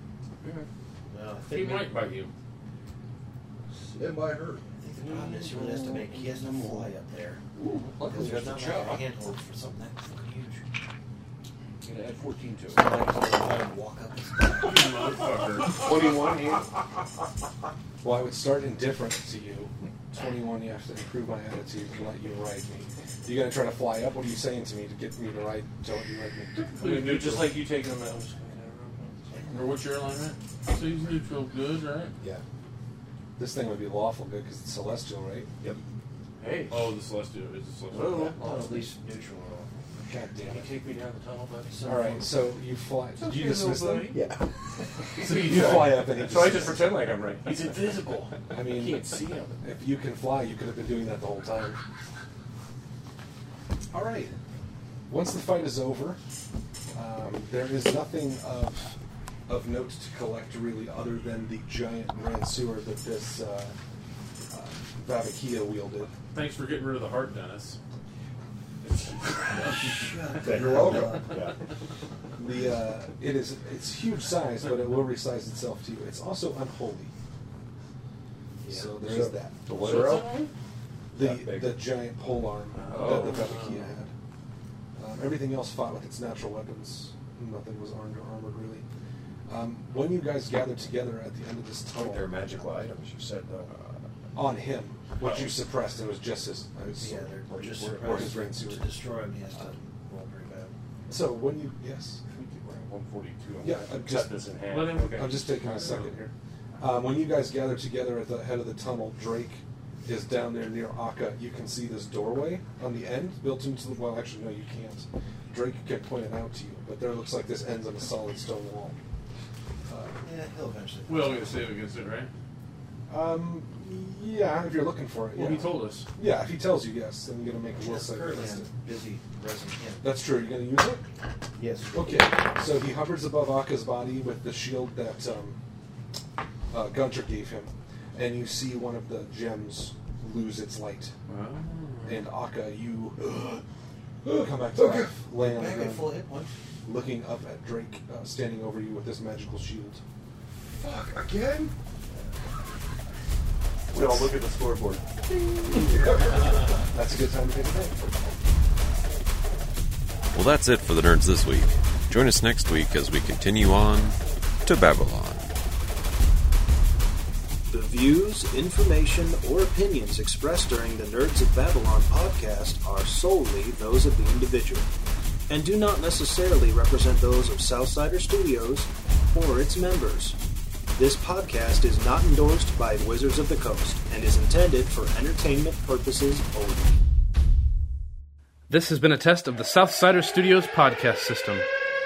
Speaker 6: Yeah.
Speaker 5: He might bite you.
Speaker 43: It might hurt.
Speaker 6: I think the problem is he he would has have to make- he has to fly up there. Luckily, there's not it's a like chop. a handhold for something that fucking huge.
Speaker 42: I'm gonna add 14 to it.
Speaker 6: So I just let him walk up his back.
Speaker 42: Motherfucker.
Speaker 6: 21 here. Well, I would start indifferent to you. 21, you have to improve my attitude and let you ride me. You're going to try to fly up? What are you saying to me to get me to ride, to let you ride
Speaker 5: I'm gonna do just like you taking them out. Or what's your alignment? So he's neutral good, right?
Speaker 6: me? Yeah. This thing would be lawful good because it's celestial, right?
Speaker 46: Yep.
Speaker 42: Hey.
Speaker 5: Oh, the Celestial is the Celestial.
Speaker 42: Oh,
Speaker 6: Well, at least neutral. God damn
Speaker 42: Can you
Speaker 6: it.
Speaker 42: take me down the tunnel by yourself?
Speaker 6: All right, so you fly. Did you dismiss them?
Speaker 46: Yeah.
Speaker 6: So you fly up and he
Speaker 42: So I
Speaker 6: just-
Speaker 42: just pretend like I'm right. He's invisible.
Speaker 6: I mean,
Speaker 42: I can't see him.
Speaker 6: If you can fly, you could have been doing that the whole time. All right. Once the fight is over, um, there is nothing of of note to collect really, other than the giant ransuer that this uh, uh, Babakia wielded.
Speaker 5: Thanks for getting rid of the heart, Dennis.
Speaker 6: You're welcome. The uh, it is it's huge size, but it will resize itself to you. It's also unholy. So there is that.
Speaker 43: The Zero?
Speaker 6: The,
Speaker 46: That big.
Speaker 6: the giant pole arm
Speaker 5: Oh.
Speaker 6: that the Babakia had. Um, everything else fought with its natural weapons. Nothing was armed or armored really. Um, when you guys gathered together at the end of this tunnel
Speaker 46: They're magical items. You said though.
Speaker 6: on him, what you suppressed, Oh. it was just his, his Yeah, sword, they're or, just or- or suppressed. his rain To suit. destroy him, he has to roll pretty bad. So when you yes,
Speaker 42: We do- We're at 142. I'm
Speaker 6: Yeah,
Speaker 42: gonna
Speaker 6: I'm
Speaker 42: cut
Speaker 6: just-
Speaker 42: this in half.
Speaker 5: Let him-
Speaker 6: I'm just taking a second here. Um, when you guys gather together at the head of the tunnel, Drake is down there near Akka. You can see this doorway on the end built into the well. Actually, no, you can't. Drake kept pointing out to you, but there looks like this ends on a solid stone wall. Uh,
Speaker 47: yeah, he'll eventually.
Speaker 48: We all get to save against it, right?
Speaker 6: Um, yeah, if you're looking for it.
Speaker 48: Well,
Speaker 6: yeah.
Speaker 48: he told us.
Speaker 6: Yeah, if he tells you yes, then you're gonna make a will
Speaker 47: Yes,
Speaker 6: save
Speaker 47: currently
Speaker 6: against
Speaker 47: I'm
Speaker 6: it.
Speaker 47: busy resing him.
Speaker 6: That's true. You're gonna use it.
Speaker 47: Yes.
Speaker 6: Okay. So he hovers above Akka's body with the shield that um, uh, Gunter gave him, and you see one of the gems lose its light. And Akka, you come back to
Speaker 47: Okay.
Speaker 6: life, lay on the
Speaker 47: Maybe
Speaker 6: ground,
Speaker 47: full hit once.
Speaker 6: looking up at Drake, uh, standing over you with this magical shield.
Speaker 47: Fuck again.
Speaker 6: We all look at the scoreboard. That's a good time to take a break.
Speaker 49: Well, that's it for the nerds this week. Join us next week as we continue on to Babylon.
Speaker 2: The views, information, or opinions expressed during the Nerds of Babylon podcast are solely those of the individual and do not necessarily represent those of Southsider Studios or its members. This podcast is not endorsed by Wizards of the Coast and is intended for entertainment purposes only.
Speaker 5: This has been a test of the Southsider Studios podcast system.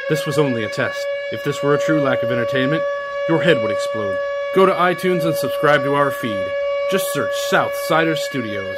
Speaker 5: This was only a test. If this were a true lack of entertainment, your head would explode. Go to iTunes and subscribe to our feed. Just search Southsider Studios.